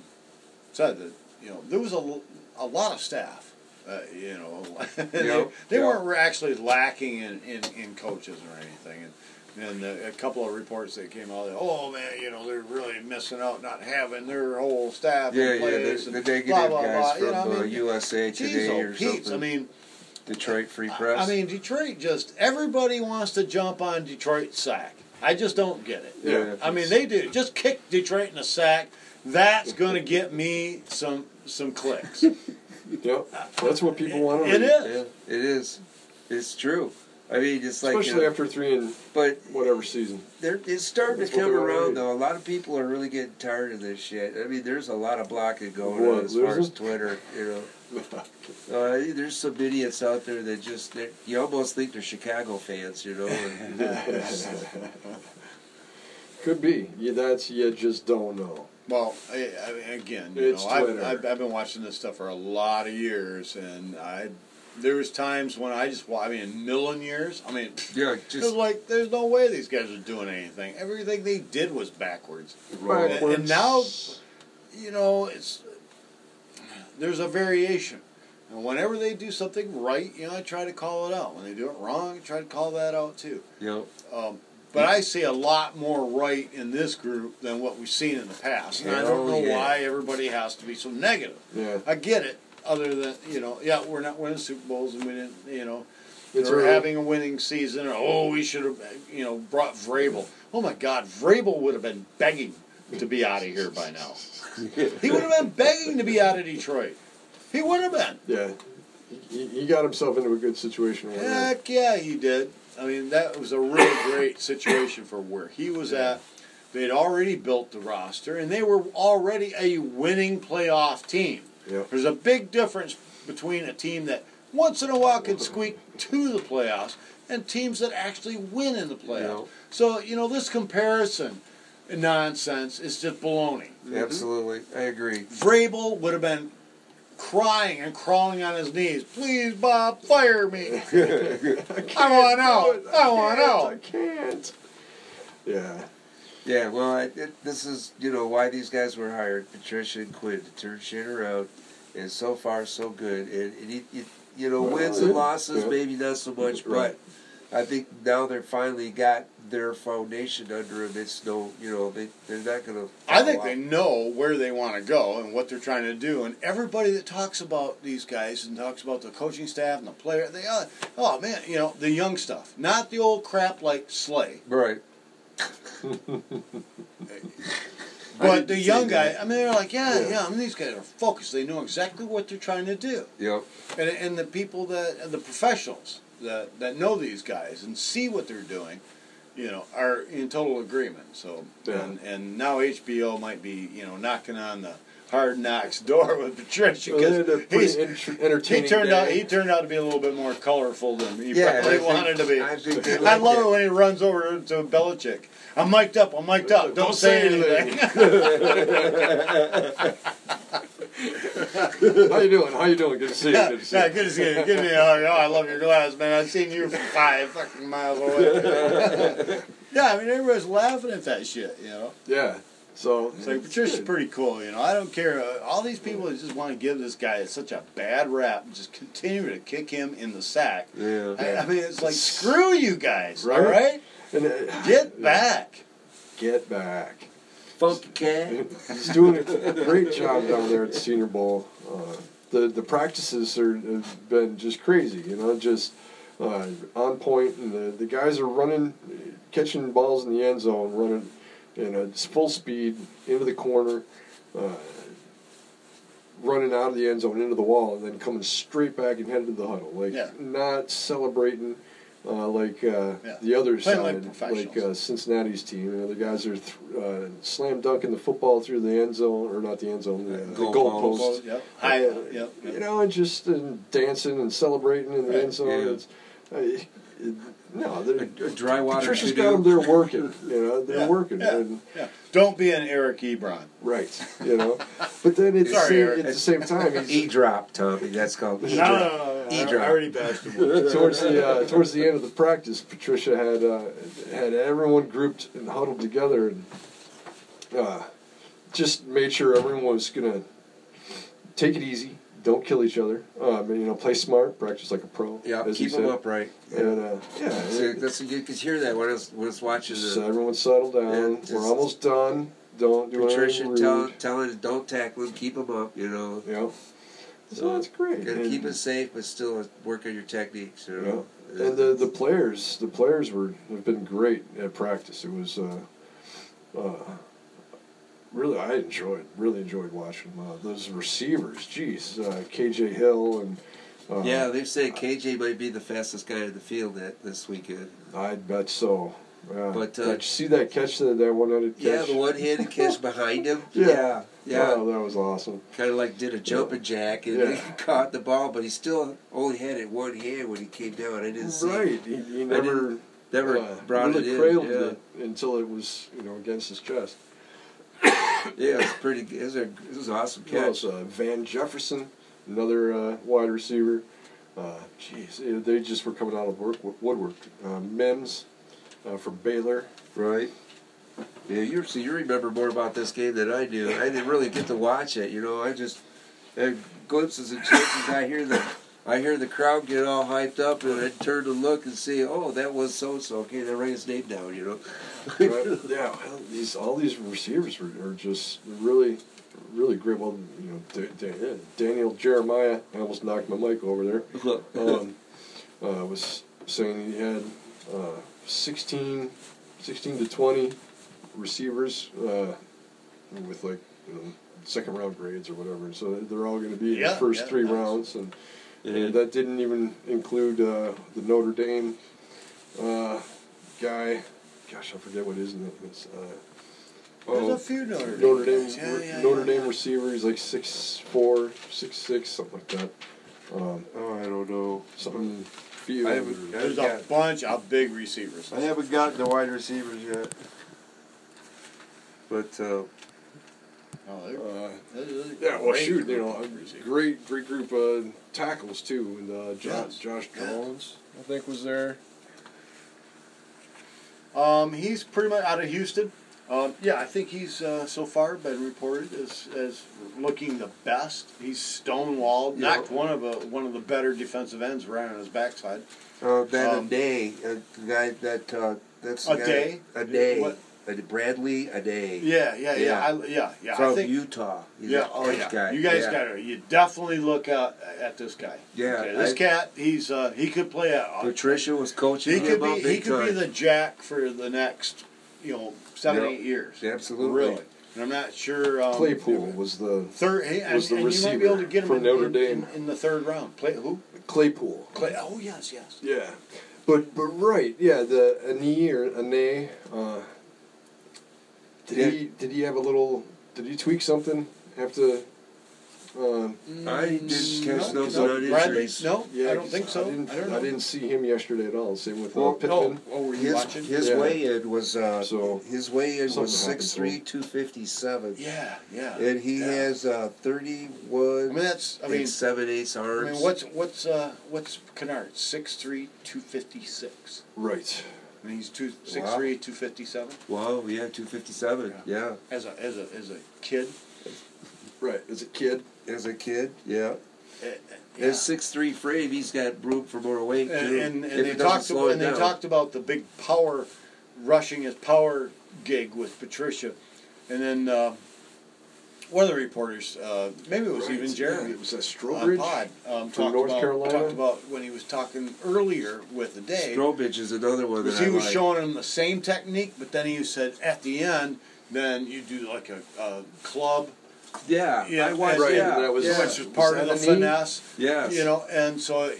[SPEAKER 3] said that you know there was a, l- a lot of staff. Uh, you know, (laughs) they,
[SPEAKER 2] Yeah,
[SPEAKER 3] they
[SPEAKER 2] yeah.
[SPEAKER 3] weren't actually lacking in, in, in coaches or anything. And, and uh, a couple of reports that came out, oh man, you know, they're really missing out not having their whole staff
[SPEAKER 2] Yeah,
[SPEAKER 3] in
[SPEAKER 2] yeah,
[SPEAKER 3] place.
[SPEAKER 2] the,
[SPEAKER 3] and
[SPEAKER 2] the negative
[SPEAKER 3] blah, blah,
[SPEAKER 2] guys
[SPEAKER 3] blah.
[SPEAKER 2] from
[SPEAKER 3] you know, I
[SPEAKER 2] uh,
[SPEAKER 3] mean,
[SPEAKER 2] USA Today
[SPEAKER 3] geez, oh,
[SPEAKER 2] or
[SPEAKER 3] peeps,
[SPEAKER 2] something.
[SPEAKER 3] I mean,
[SPEAKER 2] Detroit Free
[SPEAKER 3] I-
[SPEAKER 2] Press.
[SPEAKER 3] I mean, Detroit just everybody wants to jump on Detroit sack. I just don't get it.
[SPEAKER 1] Yeah.
[SPEAKER 3] I mean, they do. Just kick Detroit in a sack. That's going to get me some
[SPEAKER 2] (laughs)
[SPEAKER 3] some clicks. It
[SPEAKER 1] Yep. That's what people want to read.
[SPEAKER 2] Yeah,
[SPEAKER 3] is.
[SPEAKER 2] it is. It's true. I mean, it's like,
[SPEAKER 1] Especially
[SPEAKER 2] you know,
[SPEAKER 1] after three and
[SPEAKER 2] but
[SPEAKER 1] whatever season. (laughs)
[SPEAKER 2] there, it's starting
[SPEAKER 1] That's
[SPEAKER 2] to
[SPEAKER 1] what
[SPEAKER 2] come
[SPEAKER 1] they're all
[SPEAKER 2] around
[SPEAKER 1] reading.
[SPEAKER 2] though. A lot of people are really getting tired of this shit. I mean, there's a lot of blocking going
[SPEAKER 1] What,
[SPEAKER 2] on as far as
[SPEAKER 1] losing?
[SPEAKER 2] Twitter. You know, uh, there's some idiots out there that just they're- you almost think they're Chicago fans. You know, and,
[SPEAKER 1] Could be. Yeah, that's you just don't know.
[SPEAKER 3] Well, I, I mean, again, you
[SPEAKER 1] It's
[SPEAKER 3] know, I've,
[SPEAKER 1] Twitter.
[SPEAKER 3] I've, I've been watching this stuff for a lot of years, and I there was times when I just, wa- I mean, a million years. I mean,
[SPEAKER 1] (laughs)
[SPEAKER 2] yeah,
[SPEAKER 3] it's
[SPEAKER 2] just
[SPEAKER 3] like there's no way these guys are doing anything. Everything they did was backwards.
[SPEAKER 2] roll.
[SPEAKER 3] Back- and now- you know, it's there's a variation. And whenever they do something right, you know, I try to call it out. When they do it wrong, I try to call that out too.
[SPEAKER 2] You know,
[SPEAKER 3] Um, but I see a lot more right in this group than what we've seen in the past. And I don't
[SPEAKER 2] Hell
[SPEAKER 3] know
[SPEAKER 2] yeah.
[SPEAKER 3] why everybody has to be so negative.
[SPEAKER 1] yeah,
[SPEAKER 3] I get it. Other than you know, yeah, we're not winning Super Bowls, and we didn't, you know,
[SPEAKER 1] It's
[SPEAKER 3] we're
[SPEAKER 1] early.
[SPEAKER 3] having a winning season. Or, oh, we should have, you know, brought Vrabel. Oh my God, Vrabel would have been begging to be out of here by now. He would have been begging to be out of Detroit. He would have been.
[SPEAKER 1] yeah. He, he got himself into a good situation. over there.
[SPEAKER 3] Heck yeah, he did. I mean, that was a really great situation for where he was at. They'd already built the roster, and they were already a winning playoff team.
[SPEAKER 1] Yep.
[SPEAKER 3] There's a big difference between a team that once in a while can squeak to the playoffs and teams that actually win in the playoffs.
[SPEAKER 2] Yeah.
[SPEAKER 3] So, you know, this comparison nonsense is just baloney.
[SPEAKER 1] Mm-hmm.
[SPEAKER 2] absolutely, I agree.
[SPEAKER 3] Vrabel would have been crying and crawling on his knees. Please, Bob, fire me. (laughs)
[SPEAKER 1] (laughs)
[SPEAKER 3] I want out. I want
[SPEAKER 1] I
[SPEAKER 3] out.
[SPEAKER 1] can't. Yeah.
[SPEAKER 2] Yeah, well, I, it, this is you know why these guys were hired, Patricia and Quinn, to turn shit around, and so far so good. And, and it, it, you know,
[SPEAKER 1] Well,
[SPEAKER 2] wins and
[SPEAKER 1] yeah,
[SPEAKER 2] losses
[SPEAKER 1] yeah.
[SPEAKER 2] maybe not so much,
[SPEAKER 1] Right.
[SPEAKER 2] but I think now they're finally got their foundation under them. It's no, you know, they they're not gonna.
[SPEAKER 3] I think
[SPEAKER 2] fall
[SPEAKER 3] they
[SPEAKER 2] off.
[SPEAKER 3] know where they want to go and what they're trying to do. And everybody that talks about these guys and talks about the coaching staff and the player, they are, oh man, you know, the young stuff, not the old crap like Slay.
[SPEAKER 2] right.
[SPEAKER 3] But
[SPEAKER 2] didn't
[SPEAKER 3] the
[SPEAKER 2] see
[SPEAKER 3] young guy,
[SPEAKER 2] that.
[SPEAKER 3] I mean, they're like, yeah, yeah,
[SPEAKER 1] Yeah.
[SPEAKER 3] I mean, these guys are focused. They know exactly what they're trying to do.
[SPEAKER 2] Yep.
[SPEAKER 3] and, and the people that and the professionals that that know these guys and see what they're doing, you know, are in total agreement. So
[SPEAKER 1] Yeah.
[SPEAKER 3] and and now HBO might be you know knocking on the hard knocks (laughs) door with Patricia
[SPEAKER 1] Well, they had a
[SPEAKER 3] because
[SPEAKER 1] pretty inter-
[SPEAKER 3] he
[SPEAKER 1] entertaining.
[SPEAKER 3] turned out
[SPEAKER 1] day.
[SPEAKER 3] he turned out to be a little bit more colorful than he
[SPEAKER 2] Yeah,
[SPEAKER 3] probably
[SPEAKER 2] I think-
[SPEAKER 3] wanted to be.
[SPEAKER 2] I
[SPEAKER 1] (laughs)
[SPEAKER 2] think they
[SPEAKER 3] I
[SPEAKER 2] like
[SPEAKER 3] love
[SPEAKER 2] it.
[SPEAKER 3] it when he runs over to Belichick. I'm mic'd up. I'm mic'd up. Don't, say, anything.
[SPEAKER 1] (laughs) How you doing? How you doing? Good to see you.
[SPEAKER 3] yeah,
[SPEAKER 1] Good to see
[SPEAKER 3] yeah,
[SPEAKER 1] you.
[SPEAKER 3] good to see you. Give me a hug. Oh, I love your glass, man. I've seen you from five fucking miles away.
[SPEAKER 1] (laughs)
[SPEAKER 3] yeah, I mean, everybody's laughing at that shit, you know.
[SPEAKER 1] Yeah. So
[SPEAKER 3] It's like, Patricia's pretty cool, you know. I don't care. Uh, all these people that just want to give this guy such a bad rap and just continue to kick him in the sack.
[SPEAKER 2] Yeah.
[SPEAKER 3] I, I mean, it's like, screw you guys, all
[SPEAKER 1] Right.
[SPEAKER 3] right?
[SPEAKER 1] And, uh, (laughs)
[SPEAKER 3] Get back.
[SPEAKER 1] Get back.
[SPEAKER 2] Funky cat.
[SPEAKER 1] (laughs) He's doing a great job down there at Senior Bowl. Uh, the the practices are have been just crazy, you know, just uh, on point, and the, the guys are running, catching balls in the end zone, running, you know, it's full speed into the corner, uh, running out of the end zone into the wall, and then coming straight back and headed to the huddle, like
[SPEAKER 3] Yeah.
[SPEAKER 1] not celebrating uh, like uh,
[SPEAKER 3] Yeah.
[SPEAKER 1] the other
[SPEAKER 3] Playing like
[SPEAKER 1] side, like,
[SPEAKER 3] professionals.
[SPEAKER 1] uh, Cincinnati's team. You know, the guys are th- uh, slam dunking the football through the end zone, or not the end zone, the, the
[SPEAKER 2] Goal
[SPEAKER 1] goal
[SPEAKER 2] post.
[SPEAKER 1] post.
[SPEAKER 3] Yep.
[SPEAKER 1] I-
[SPEAKER 3] High, yep. yep.
[SPEAKER 1] You know, and just and dancing and celebrating in the
[SPEAKER 3] Right.
[SPEAKER 1] end zone.
[SPEAKER 2] Yeah.
[SPEAKER 1] It's, uh, it- it- no,
[SPEAKER 2] A,
[SPEAKER 1] they're,
[SPEAKER 2] a dry water
[SPEAKER 1] Patricia's
[SPEAKER 2] to
[SPEAKER 1] got them.
[SPEAKER 2] do.
[SPEAKER 1] They're working. You know, they're
[SPEAKER 3] Yeah,
[SPEAKER 1] working.
[SPEAKER 3] yeah.
[SPEAKER 1] And,
[SPEAKER 3] Yeah. Don't be an Eric Ebron.
[SPEAKER 1] right. You know, but then at, the
[SPEAKER 3] Sorry,
[SPEAKER 1] same,
[SPEAKER 3] Eric.
[SPEAKER 1] at the same time, he's,
[SPEAKER 2] E drop, Tommy. That's called E
[SPEAKER 4] No, no,
[SPEAKER 2] drop.
[SPEAKER 4] no, no. I,
[SPEAKER 2] E-drop.
[SPEAKER 4] I already bashed him.
[SPEAKER 1] towards the uh, towards the end of the practice, Patricia had uh, had everyone grouped and huddled together, and uh, just made sure everyone was gonna take it easy, don't kill each other, um, and, you know, play smart, practice like a pro.
[SPEAKER 2] Yeah,
[SPEAKER 1] as
[SPEAKER 2] keep
[SPEAKER 1] he
[SPEAKER 2] them
[SPEAKER 1] said.
[SPEAKER 2] upright.
[SPEAKER 1] And uh, yeah,
[SPEAKER 2] That's,
[SPEAKER 1] it-
[SPEAKER 2] that's you can hear that when it's when it's watching
[SPEAKER 1] just
[SPEAKER 2] the
[SPEAKER 1] everyone settle down.
[SPEAKER 2] Yeah, just-
[SPEAKER 1] We're almost done. Don't do
[SPEAKER 2] Patricia
[SPEAKER 1] anything
[SPEAKER 2] tell,
[SPEAKER 1] rude.
[SPEAKER 2] telling him don't tackle him, keep him up. You know,
[SPEAKER 1] Yeah. So
[SPEAKER 2] So,
[SPEAKER 1] that's great.
[SPEAKER 2] gotta
[SPEAKER 1] And-
[SPEAKER 2] keep it safe, but still work on your techniques. You know,
[SPEAKER 1] Yeah. And Uh, the the players the players were have been great at practice. It was uh, uh, really I enjoyed really enjoyed watching them. Uh, those receivers. Jeez, uh, KJ Hill and uh,
[SPEAKER 2] yeah, they've said KJ might be the fastest guy in the field that this weekend.
[SPEAKER 1] I bet so. Yeah.
[SPEAKER 2] But, uh,
[SPEAKER 1] Did you see that catch that that one handed catch?
[SPEAKER 2] Yeah, the one-handed catch behind him.
[SPEAKER 1] (laughs) Yeah.
[SPEAKER 2] yeah, yeah.
[SPEAKER 1] Wow, that was awesome.
[SPEAKER 2] kind of like did a jumping jack and
[SPEAKER 1] Yeah.
[SPEAKER 2] (laughs) caught the ball, but he still only had it one hand when he came down. I didn't see.
[SPEAKER 1] Right, he, he
[SPEAKER 2] I
[SPEAKER 1] never.
[SPEAKER 2] didn't- Never
[SPEAKER 1] uh,
[SPEAKER 2] brought
[SPEAKER 1] really
[SPEAKER 2] it in.
[SPEAKER 1] cradled
[SPEAKER 2] yeah.
[SPEAKER 1] it until it was you know against his chest.
[SPEAKER 2] Yeah, it was pretty. It was, a, it was an awesome
[SPEAKER 1] Who else?
[SPEAKER 2] catch.
[SPEAKER 1] Uh, Van Jefferson, another uh, wide receiver. Uh, Jeez, uh, they just were coming out of work, woodwork. Uh, Mims uh, from Baylor.
[SPEAKER 2] Right. Yeah, you so you remember more about this game than I do. I didn't really get to watch it. You know, I just had glimpses and chances. I hear the I hear the crowd get all hyped up, and I turn to look and see, oh, that was so and so. Okay, they write his name down. You know.
[SPEAKER 1] Right? yeah, well, these all these receivers were, are just really, really great. Well, you know, da- Da- Daniel Jeremiah. I almost knocked my mic over there.
[SPEAKER 4] (laughs)
[SPEAKER 2] Look,
[SPEAKER 1] um, uh, was saying he had uh, 16, 16 to 20 receivers uh, with like you know, second round grades or whatever. So they're all going to be in
[SPEAKER 3] Yeah,
[SPEAKER 1] the first
[SPEAKER 3] yeah,
[SPEAKER 1] three
[SPEAKER 3] nice.
[SPEAKER 1] rounds. And, and that didn't even include uh, the Notre Dame uh, guy. Gosh, I forget what his name is. Uh,
[SPEAKER 3] There's
[SPEAKER 1] oh,
[SPEAKER 3] a few Notre Dame.
[SPEAKER 1] Notre Dame,
[SPEAKER 3] guys. Yeah, yeah,
[SPEAKER 1] Notre
[SPEAKER 3] yeah,
[SPEAKER 1] Dame
[SPEAKER 3] yeah.
[SPEAKER 1] receiver. He's like six four, six six, something like that. Um,
[SPEAKER 4] Oh, I don't know.
[SPEAKER 1] something field.
[SPEAKER 4] I haven't-
[SPEAKER 1] or-
[SPEAKER 3] There's
[SPEAKER 4] Yeah.
[SPEAKER 3] a bunch of big receivers.
[SPEAKER 4] I haven't gotten the wide receivers yet.
[SPEAKER 2] but uh,
[SPEAKER 3] No, they're-
[SPEAKER 1] uh,
[SPEAKER 3] they're- they're
[SPEAKER 1] yeah, well,
[SPEAKER 3] great
[SPEAKER 1] shoot, you
[SPEAKER 3] group
[SPEAKER 1] know, a
[SPEAKER 3] of receivers.
[SPEAKER 1] great, great group of tackles too, and uh, Josh,
[SPEAKER 3] Yes.
[SPEAKER 1] Josh
[SPEAKER 3] Yeah.
[SPEAKER 1] Jones, I think, was there.
[SPEAKER 3] Um, he's pretty much out of Houston. Um, yeah, I think he's uh, so far been reported as, as looking the best. He's stonewalled,
[SPEAKER 2] Yeah.
[SPEAKER 3] knocked one of a, one of the better defensive ends right on his backside.
[SPEAKER 2] uh, that
[SPEAKER 3] Um,
[SPEAKER 2] a day, a guy that uh, that's the
[SPEAKER 3] A
[SPEAKER 2] guy-
[SPEAKER 3] day?
[SPEAKER 2] a day,
[SPEAKER 3] What?
[SPEAKER 2] a Bradley, a day.
[SPEAKER 3] Yeah, yeah, yeah,
[SPEAKER 2] Yeah.
[SPEAKER 3] yeah, I, yeah, yeah.
[SPEAKER 2] from
[SPEAKER 3] I think,
[SPEAKER 2] Utah. He's
[SPEAKER 3] yeah,
[SPEAKER 2] an
[SPEAKER 3] oh
[SPEAKER 2] edge
[SPEAKER 3] yeah.
[SPEAKER 2] guy.
[SPEAKER 3] You guys
[SPEAKER 2] yeah.
[SPEAKER 3] got to you definitely look out at this guy.
[SPEAKER 2] Yeah,
[SPEAKER 3] Okay, this
[SPEAKER 2] I-
[SPEAKER 3] cat, he's uh, he could play a, a
[SPEAKER 2] Patricia was coaching
[SPEAKER 3] He
[SPEAKER 2] him
[SPEAKER 3] could
[SPEAKER 2] up
[SPEAKER 3] be he
[SPEAKER 2] big
[SPEAKER 3] could be
[SPEAKER 2] time.
[SPEAKER 3] the jack for the next you know seven
[SPEAKER 2] Yeah.
[SPEAKER 3] eight years.
[SPEAKER 2] Yeah, absolutely.
[SPEAKER 3] really. And I'm not sure. Um,
[SPEAKER 1] Claypool was the
[SPEAKER 3] Third, he, and,
[SPEAKER 1] was the
[SPEAKER 3] and you might be able to
[SPEAKER 1] receiver
[SPEAKER 3] get him
[SPEAKER 1] for
[SPEAKER 3] in,
[SPEAKER 1] Notre
[SPEAKER 3] in-
[SPEAKER 1] Dame.
[SPEAKER 3] in, in the third round. Play who?
[SPEAKER 1] Claypool.
[SPEAKER 3] Clay. Oh yes, yes.
[SPEAKER 1] Yeah, but but right, yeah, the Ani or Ane. Uh, did he did he have a little? Did he tweak something after? Uh,
[SPEAKER 2] I didn't catch
[SPEAKER 1] no,
[SPEAKER 2] those
[SPEAKER 1] no,
[SPEAKER 2] on
[SPEAKER 3] Mm, Bradley?
[SPEAKER 2] injuries.
[SPEAKER 3] No,
[SPEAKER 1] yeah,
[SPEAKER 3] I don't
[SPEAKER 1] 'cause
[SPEAKER 3] think so.
[SPEAKER 1] I didn't,
[SPEAKER 3] don't know.
[SPEAKER 1] didn't see him yesterday at all. Same with uh,
[SPEAKER 2] Well,
[SPEAKER 1] Pittman.
[SPEAKER 3] Oh, were you
[SPEAKER 2] His,
[SPEAKER 3] watching?
[SPEAKER 2] his
[SPEAKER 1] Yeah.
[SPEAKER 2] weigh in was uh,
[SPEAKER 1] So,
[SPEAKER 2] his weigh in was
[SPEAKER 1] something happened
[SPEAKER 2] six
[SPEAKER 1] to
[SPEAKER 2] three
[SPEAKER 1] him.
[SPEAKER 2] two fifty seven.
[SPEAKER 3] yeah, yeah.
[SPEAKER 2] And he
[SPEAKER 3] yeah.
[SPEAKER 2] has uh, thirty one
[SPEAKER 3] I mean, that's. I mean,
[SPEAKER 2] seven eighths
[SPEAKER 3] I
[SPEAKER 2] arms.
[SPEAKER 3] mean, what's what's uh what's Kennard? Six three, two fifty six.
[SPEAKER 1] Right.
[SPEAKER 3] I mean, he's two six
[SPEAKER 2] Wow.
[SPEAKER 3] three, two fifty seven.
[SPEAKER 2] Wow, yeah, two fifty seven. Yeah.
[SPEAKER 3] As a as a as a kid.
[SPEAKER 1] Right. As a kid.
[SPEAKER 2] As a kid, yeah.
[SPEAKER 3] Uh, uh, yeah.
[SPEAKER 2] As six three frame, he's got room for more weight too.
[SPEAKER 3] and, and,
[SPEAKER 2] if
[SPEAKER 3] and they
[SPEAKER 2] it doesn't
[SPEAKER 3] talked
[SPEAKER 2] slow
[SPEAKER 3] about, and
[SPEAKER 2] it
[SPEAKER 3] they
[SPEAKER 2] down.
[SPEAKER 3] talked about the big power rushing his power gig with Patricia, and then uh, one of the reporters, uh, maybe it was
[SPEAKER 1] Right,
[SPEAKER 3] even Jeremy,
[SPEAKER 1] yeah, was that
[SPEAKER 3] on
[SPEAKER 1] Strobridge?
[SPEAKER 3] pod, um,
[SPEAKER 1] from
[SPEAKER 3] talked
[SPEAKER 1] North
[SPEAKER 3] about
[SPEAKER 1] Carolina?
[SPEAKER 3] talked about when he was talking earlier with the day.
[SPEAKER 2] Strobich is another one that
[SPEAKER 3] Because he
[SPEAKER 2] I
[SPEAKER 3] was
[SPEAKER 2] like.
[SPEAKER 3] showing him the same technique, but then he said at the end, then you do like a, a club,
[SPEAKER 2] Yeah,
[SPEAKER 3] Yeah,
[SPEAKER 2] I watched.
[SPEAKER 3] right,
[SPEAKER 2] Yeah,
[SPEAKER 1] that was-
[SPEAKER 2] yeah.
[SPEAKER 3] which was part
[SPEAKER 1] Was that
[SPEAKER 3] of the
[SPEAKER 1] a knee?
[SPEAKER 3] finesse.
[SPEAKER 2] Yes.
[SPEAKER 3] You know, and so,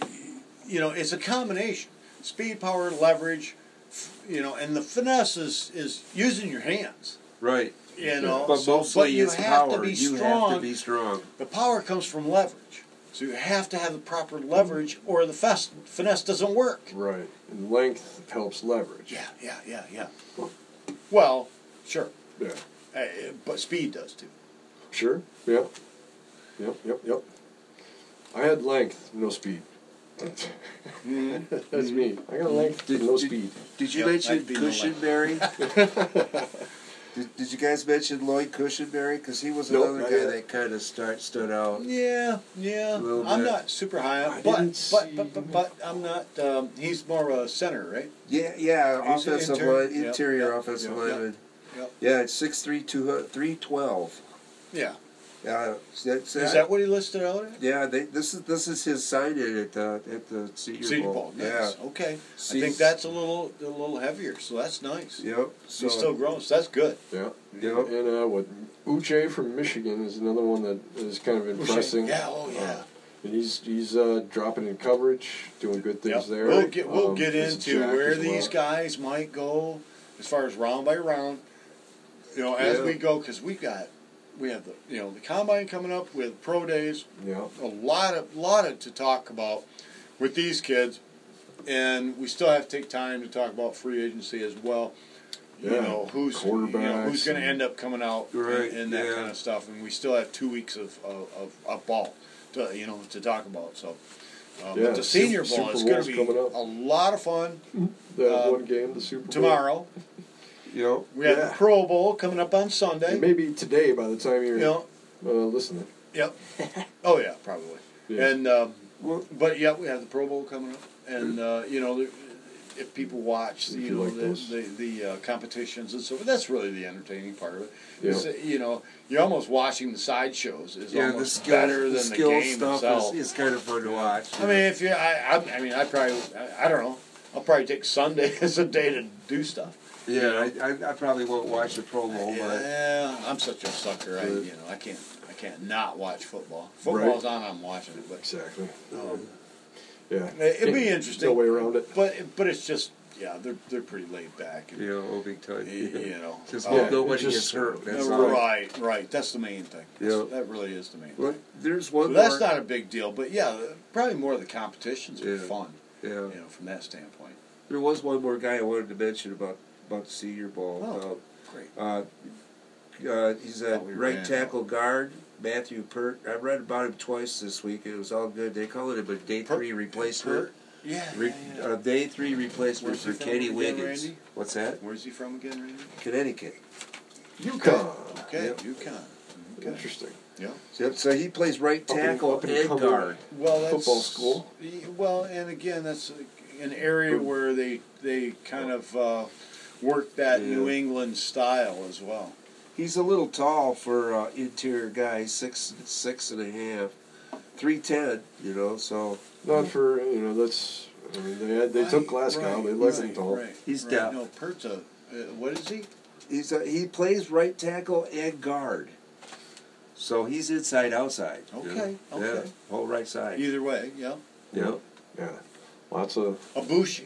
[SPEAKER 3] you know, it's a combination. speed, power, leverage, f- you know, and the finesse is, is using your hands.
[SPEAKER 5] Right.
[SPEAKER 3] You know,
[SPEAKER 5] But
[SPEAKER 3] so,
[SPEAKER 5] mostly
[SPEAKER 3] but you
[SPEAKER 5] it's
[SPEAKER 3] have
[SPEAKER 5] power.
[SPEAKER 3] to be
[SPEAKER 5] you
[SPEAKER 3] strong.
[SPEAKER 5] have to be strong.
[SPEAKER 3] The power comes from leverage. So you have to have the proper leverage or the fest, finesse doesn't work.
[SPEAKER 1] Right. And length helps leverage.
[SPEAKER 3] Yeah, yeah, yeah, yeah. Well, sure.
[SPEAKER 1] Yeah.
[SPEAKER 3] Uh, but speed does too.
[SPEAKER 1] Sure. Yep. Yep. Yep. Yep. I had length, no speed. That's (laughs)
[SPEAKER 3] Mm-hmm.
[SPEAKER 1] me. I got length,
[SPEAKER 2] Did-
[SPEAKER 1] no
[SPEAKER 2] did-
[SPEAKER 1] speed.
[SPEAKER 2] Did you
[SPEAKER 3] Yep,
[SPEAKER 2] mention
[SPEAKER 3] that'd be the last.
[SPEAKER 2] Cushionberry?
[SPEAKER 3] (laughs)
[SPEAKER 2] did, did you guys mention Lloyd Cushionberry? Because he was
[SPEAKER 1] Nope,
[SPEAKER 2] another
[SPEAKER 1] not
[SPEAKER 2] guy
[SPEAKER 1] yet.
[SPEAKER 2] that kind of start stood out.
[SPEAKER 3] Yeah, yeah.
[SPEAKER 2] Little
[SPEAKER 3] I'm
[SPEAKER 2] bit.
[SPEAKER 3] not super high,
[SPEAKER 1] I
[SPEAKER 3] on but
[SPEAKER 1] didn't
[SPEAKER 3] but,
[SPEAKER 1] see
[SPEAKER 3] but but but I'm not. Um, he's more of a center, right?
[SPEAKER 2] Yeah, yeah,
[SPEAKER 3] He's an
[SPEAKER 2] offensive
[SPEAKER 3] interior-
[SPEAKER 2] line,
[SPEAKER 3] yep,
[SPEAKER 2] interior
[SPEAKER 3] yep,
[SPEAKER 2] offensive
[SPEAKER 3] yep,
[SPEAKER 2] lineman.
[SPEAKER 3] yep.
[SPEAKER 2] Yeah, it's six three two uh, three twelve.
[SPEAKER 3] Yeah.
[SPEAKER 2] Yeah, that's
[SPEAKER 3] Is that what he listed earlier?
[SPEAKER 2] Yeah, they, this is this is his sign in at the at the Senior,
[SPEAKER 3] Cedar
[SPEAKER 2] Bowl.
[SPEAKER 3] Bowl.
[SPEAKER 2] Yeah,
[SPEAKER 3] Nice. Okay. I
[SPEAKER 2] See-
[SPEAKER 3] think that's a little a little heavier, so that's nice.
[SPEAKER 2] yep. So
[SPEAKER 3] He's still growing, so that's good.
[SPEAKER 1] Yeah.
[SPEAKER 2] Yep.
[SPEAKER 1] And uh, what Uche from Michigan is another one that is kind of impressing.
[SPEAKER 3] Yeah. Oh yeah.
[SPEAKER 1] Uh, and he's he's uh, dropping in coverage, doing good things
[SPEAKER 3] Yep.
[SPEAKER 1] there.
[SPEAKER 3] We'll get we'll
[SPEAKER 1] Um,
[SPEAKER 3] get
[SPEAKER 1] his
[SPEAKER 3] into
[SPEAKER 1] jack
[SPEAKER 3] where
[SPEAKER 1] as well.
[SPEAKER 3] these guys might go as far as round by round. You know, as
[SPEAKER 2] Yeah.
[SPEAKER 3] we go, because we got we have the you know the combine coming up with pro days,
[SPEAKER 1] Yeah.
[SPEAKER 3] a lot of lot of to talk about with these kids, and we still have to take time to talk about free agency as well. You
[SPEAKER 1] Yeah.
[SPEAKER 3] know who's you know, who's
[SPEAKER 1] Quarterbacks
[SPEAKER 3] going to
[SPEAKER 1] and-
[SPEAKER 3] end up coming out and-
[SPEAKER 2] Right,
[SPEAKER 3] and, that
[SPEAKER 2] yeah.
[SPEAKER 3] kind of stuff, and we still have two weeks of of, of, of ball to you know to talk about. So. Um,
[SPEAKER 1] Yeah,
[SPEAKER 3] but the senior
[SPEAKER 1] Super-
[SPEAKER 3] bowl is
[SPEAKER 1] Super
[SPEAKER 3] going
[SPEAKER 1] Bowl's
[SPEAKER 3] to be
[SPEAKER 1] coming up.
[SPEAKER 3] a lot of fun
[SPEAKER 1] That
[SPEAKER 3] Uh,
[SPEAKER 1] one game, the Super Bowl.
[SPEAKER 3] tomorrow.
[SPEAKER 2] yep.
[SPEAKER 3] We have
[SPEAKER 1] Yeah.
[SPEAKER 3] the Pro Bowl coming up on Sunday.
[SPEAKER 1] And Maybe today by the time you're
[SPEAKER 3] You know,
[SPEAKER 1] uh, listening.
[SPEAKER 3] yep. Oh yeah, probably.
[SPEAKER 1] Yeah.
[SPEAKER 3] And um,
[SPEAKER 2] Well,
[SPEAKER 3] But yeah, we have the Pro Bowl coming up, and uh, you know, the- if people watch,
[SPEAKER 1] If
[SPEAKER 3] you,
[SPEAKER 1] you
[SPEAKER 3] know,
[SPEAKER 1] like
[SPEAKER 3] the
[SPEAKER 1] those.
[SPEAKER 3] the, the uh, competitions and so forth. That's really the entertaining part of it.
[SPEAKER 1] Yeah.
[SPEAKER 3] It's, uh, you know, you're almost watching the sideshows. Is
[SPEAKER 2] yeah, the
[SPEAKER 3] almost
[SPEAKER 2] skill,
[SPEAKER 3] better
[SPEAKER 2] the
[SPEAKER 3] than the,
[SPEAKER 2] skill
[SPEAKER 3] game
[SPEAKER 2] stuff
[SPEAKER 3] itself.
[SPEAKER 2] is, is kind of fun to watch.
[SPEAKER 3] I mean, if you, I, I, I mean, I probably, I, I don't know. I'll probably take Sunday (laughs) as a day to do stuff.
[SPEAKER 2] yeah, I, I, I probably won't watch the Pro Bowl, but
[SPEAKER 3] yeah, I'm such a sucker. I,
[SPEAKER 2] But-
[SPEAKER 3] you know, I can't, I can't not watch football. Football's on, I'm watching it. But
[SPEAKER 1] Exactly.
[SPEAKER 3] um,
[SPEAKER 1] Yeah.
[SPEAKER 3] it'd be
[SPEAKER 1] No
[SPEAKER 3] interesting.
[SPEAKER 1] way around it.
[SPEAKER 3] But but it's just yeah, they're they're pretty laid back. And,
[SPEAKER 2] you know, oh, big time.
[SPEAKER 3] You
[SPEAKER 2] (laughs)
[SPEAKER 3] know,
[SPEAKER 2] Because
[SPEAKER 1] Yeah,
[SPEAKER 2] nobody
[SPEAKER 1] just-
[SPEAKER 2] gets hurt. That's
[SPEAKER 3] uh,
[SPEAKER 2] all.
[SPEAKER 3] right, right. That's the main thing. That's-
[SPEAKER 2] Yeah.
[SPEAKER 3] That really is the main
[SPEAKER 2] Well,
[SPEAKER 3] thing.
[SPEAKER 2] there's
[SPEAKER 3] So
[SPEAKER 2] one.
[SPEAKER 3] that's
[SPEAKER 2] more-
[SPEAKER 3] not a big deal, but yeah, probably more of the competitions are
[SPEAKER 2] Yeah.
[SPEAKER 3] fun.
[SPEAKER 2] Yeah.
[SPEAKER 3] You know, from that standpoint.
[SPEAKER 2] There was one more guy I wanted to mention about about the Senior Bowl.
[SPEAKER 3] Oh.
[SPEAKER 2] Um, Uh,
[SPEAKER 3] Great.
[SPEAKER 2] uh, he's a
[SPEAKER 3] Thought we
[SPEAKER 2] right
[SPEAKER 3] ran
[SPEAKER 2] tackle guard, Matthew Pert. I read about him twice this week. It was all good. They call it a day
[SPEAKER 3] Pert-
[SPEAKER 2] three replacement.
[SPEAKER 3] Yeah.
[SPEAKER 2] Re,
[SPEAKER 3] yeah, yeah.
[SPEAKER 2] uh, day three replacement
[SPEAKER 3] Where's he
[SPEAKER 2] for
[SPEAKER 3] from
[SPEAKER 2] Kenny
[SPEAKER 3] again,
[SPEAKER 2] Wiggins.
[SPEAKER 3] Randy?
[SPEAKER 2] What's that?
[SPEAKER 3] Where's he from again, Randy?
[SPEAKER 2] Connecticut.
[SPEAKER 1] UConn.
[SPEAKER 3] Okay,
[SPEAKER 2] Yep.
[SPEAKER 3] UConn. Okay.
[SPEAKER 1] Interesting.
[SPEAKER 3] Yeah.
[SPEAKER 2] Yep, so he plays right
[SPEAKER 1] Up and-
[SPEAKER 2] tackle
[SPEAKER 1] up and
[SPEAKER 2] and
[SPEAKER 1] coming.
[SPEAKER 2] guard.
[SPEAKER 3] Well, that's,
[SPEAKER 1] Football school.
[SPEAKER 3] y- Well, and again, that's a- an area where they they kind of uh, work that
[SPEAKER 2] Yeah.
[SPEAKER 3] New England style as well.
[SPEAKER 2] He's a little tall for uh, interior guy. He's six six and a half, three ten. You know, so
[SPEAKER 1] Not for you know. That's I mean, they had, they took Glasgow.
[SPEAKER 3] Right,
[SPEAKER 1] they left
[SPEAKER 3] right,
[SPEAKER 1] him tall.
[SPEAKER 3] Right,
[SPEAKER 2] He's
[SPEAKER 3] right.
[SPEAKER 2] down.
[SPEAKER 3] No, Pert's a- uh, what is he?
[SPEAKER 2] he's a, he plays right tackle and guard. So he's inside outside. you know?
[SPEAKER 3] Okay, okay.
[SPEAKER 2] Yeah, whole right side.
[SPEAKER 3] Either way, yeah.
[SPEAKER 2] Yep.
[SPEAKER 1] Yeah, lots of.
[SPEAKER 3] Abushi,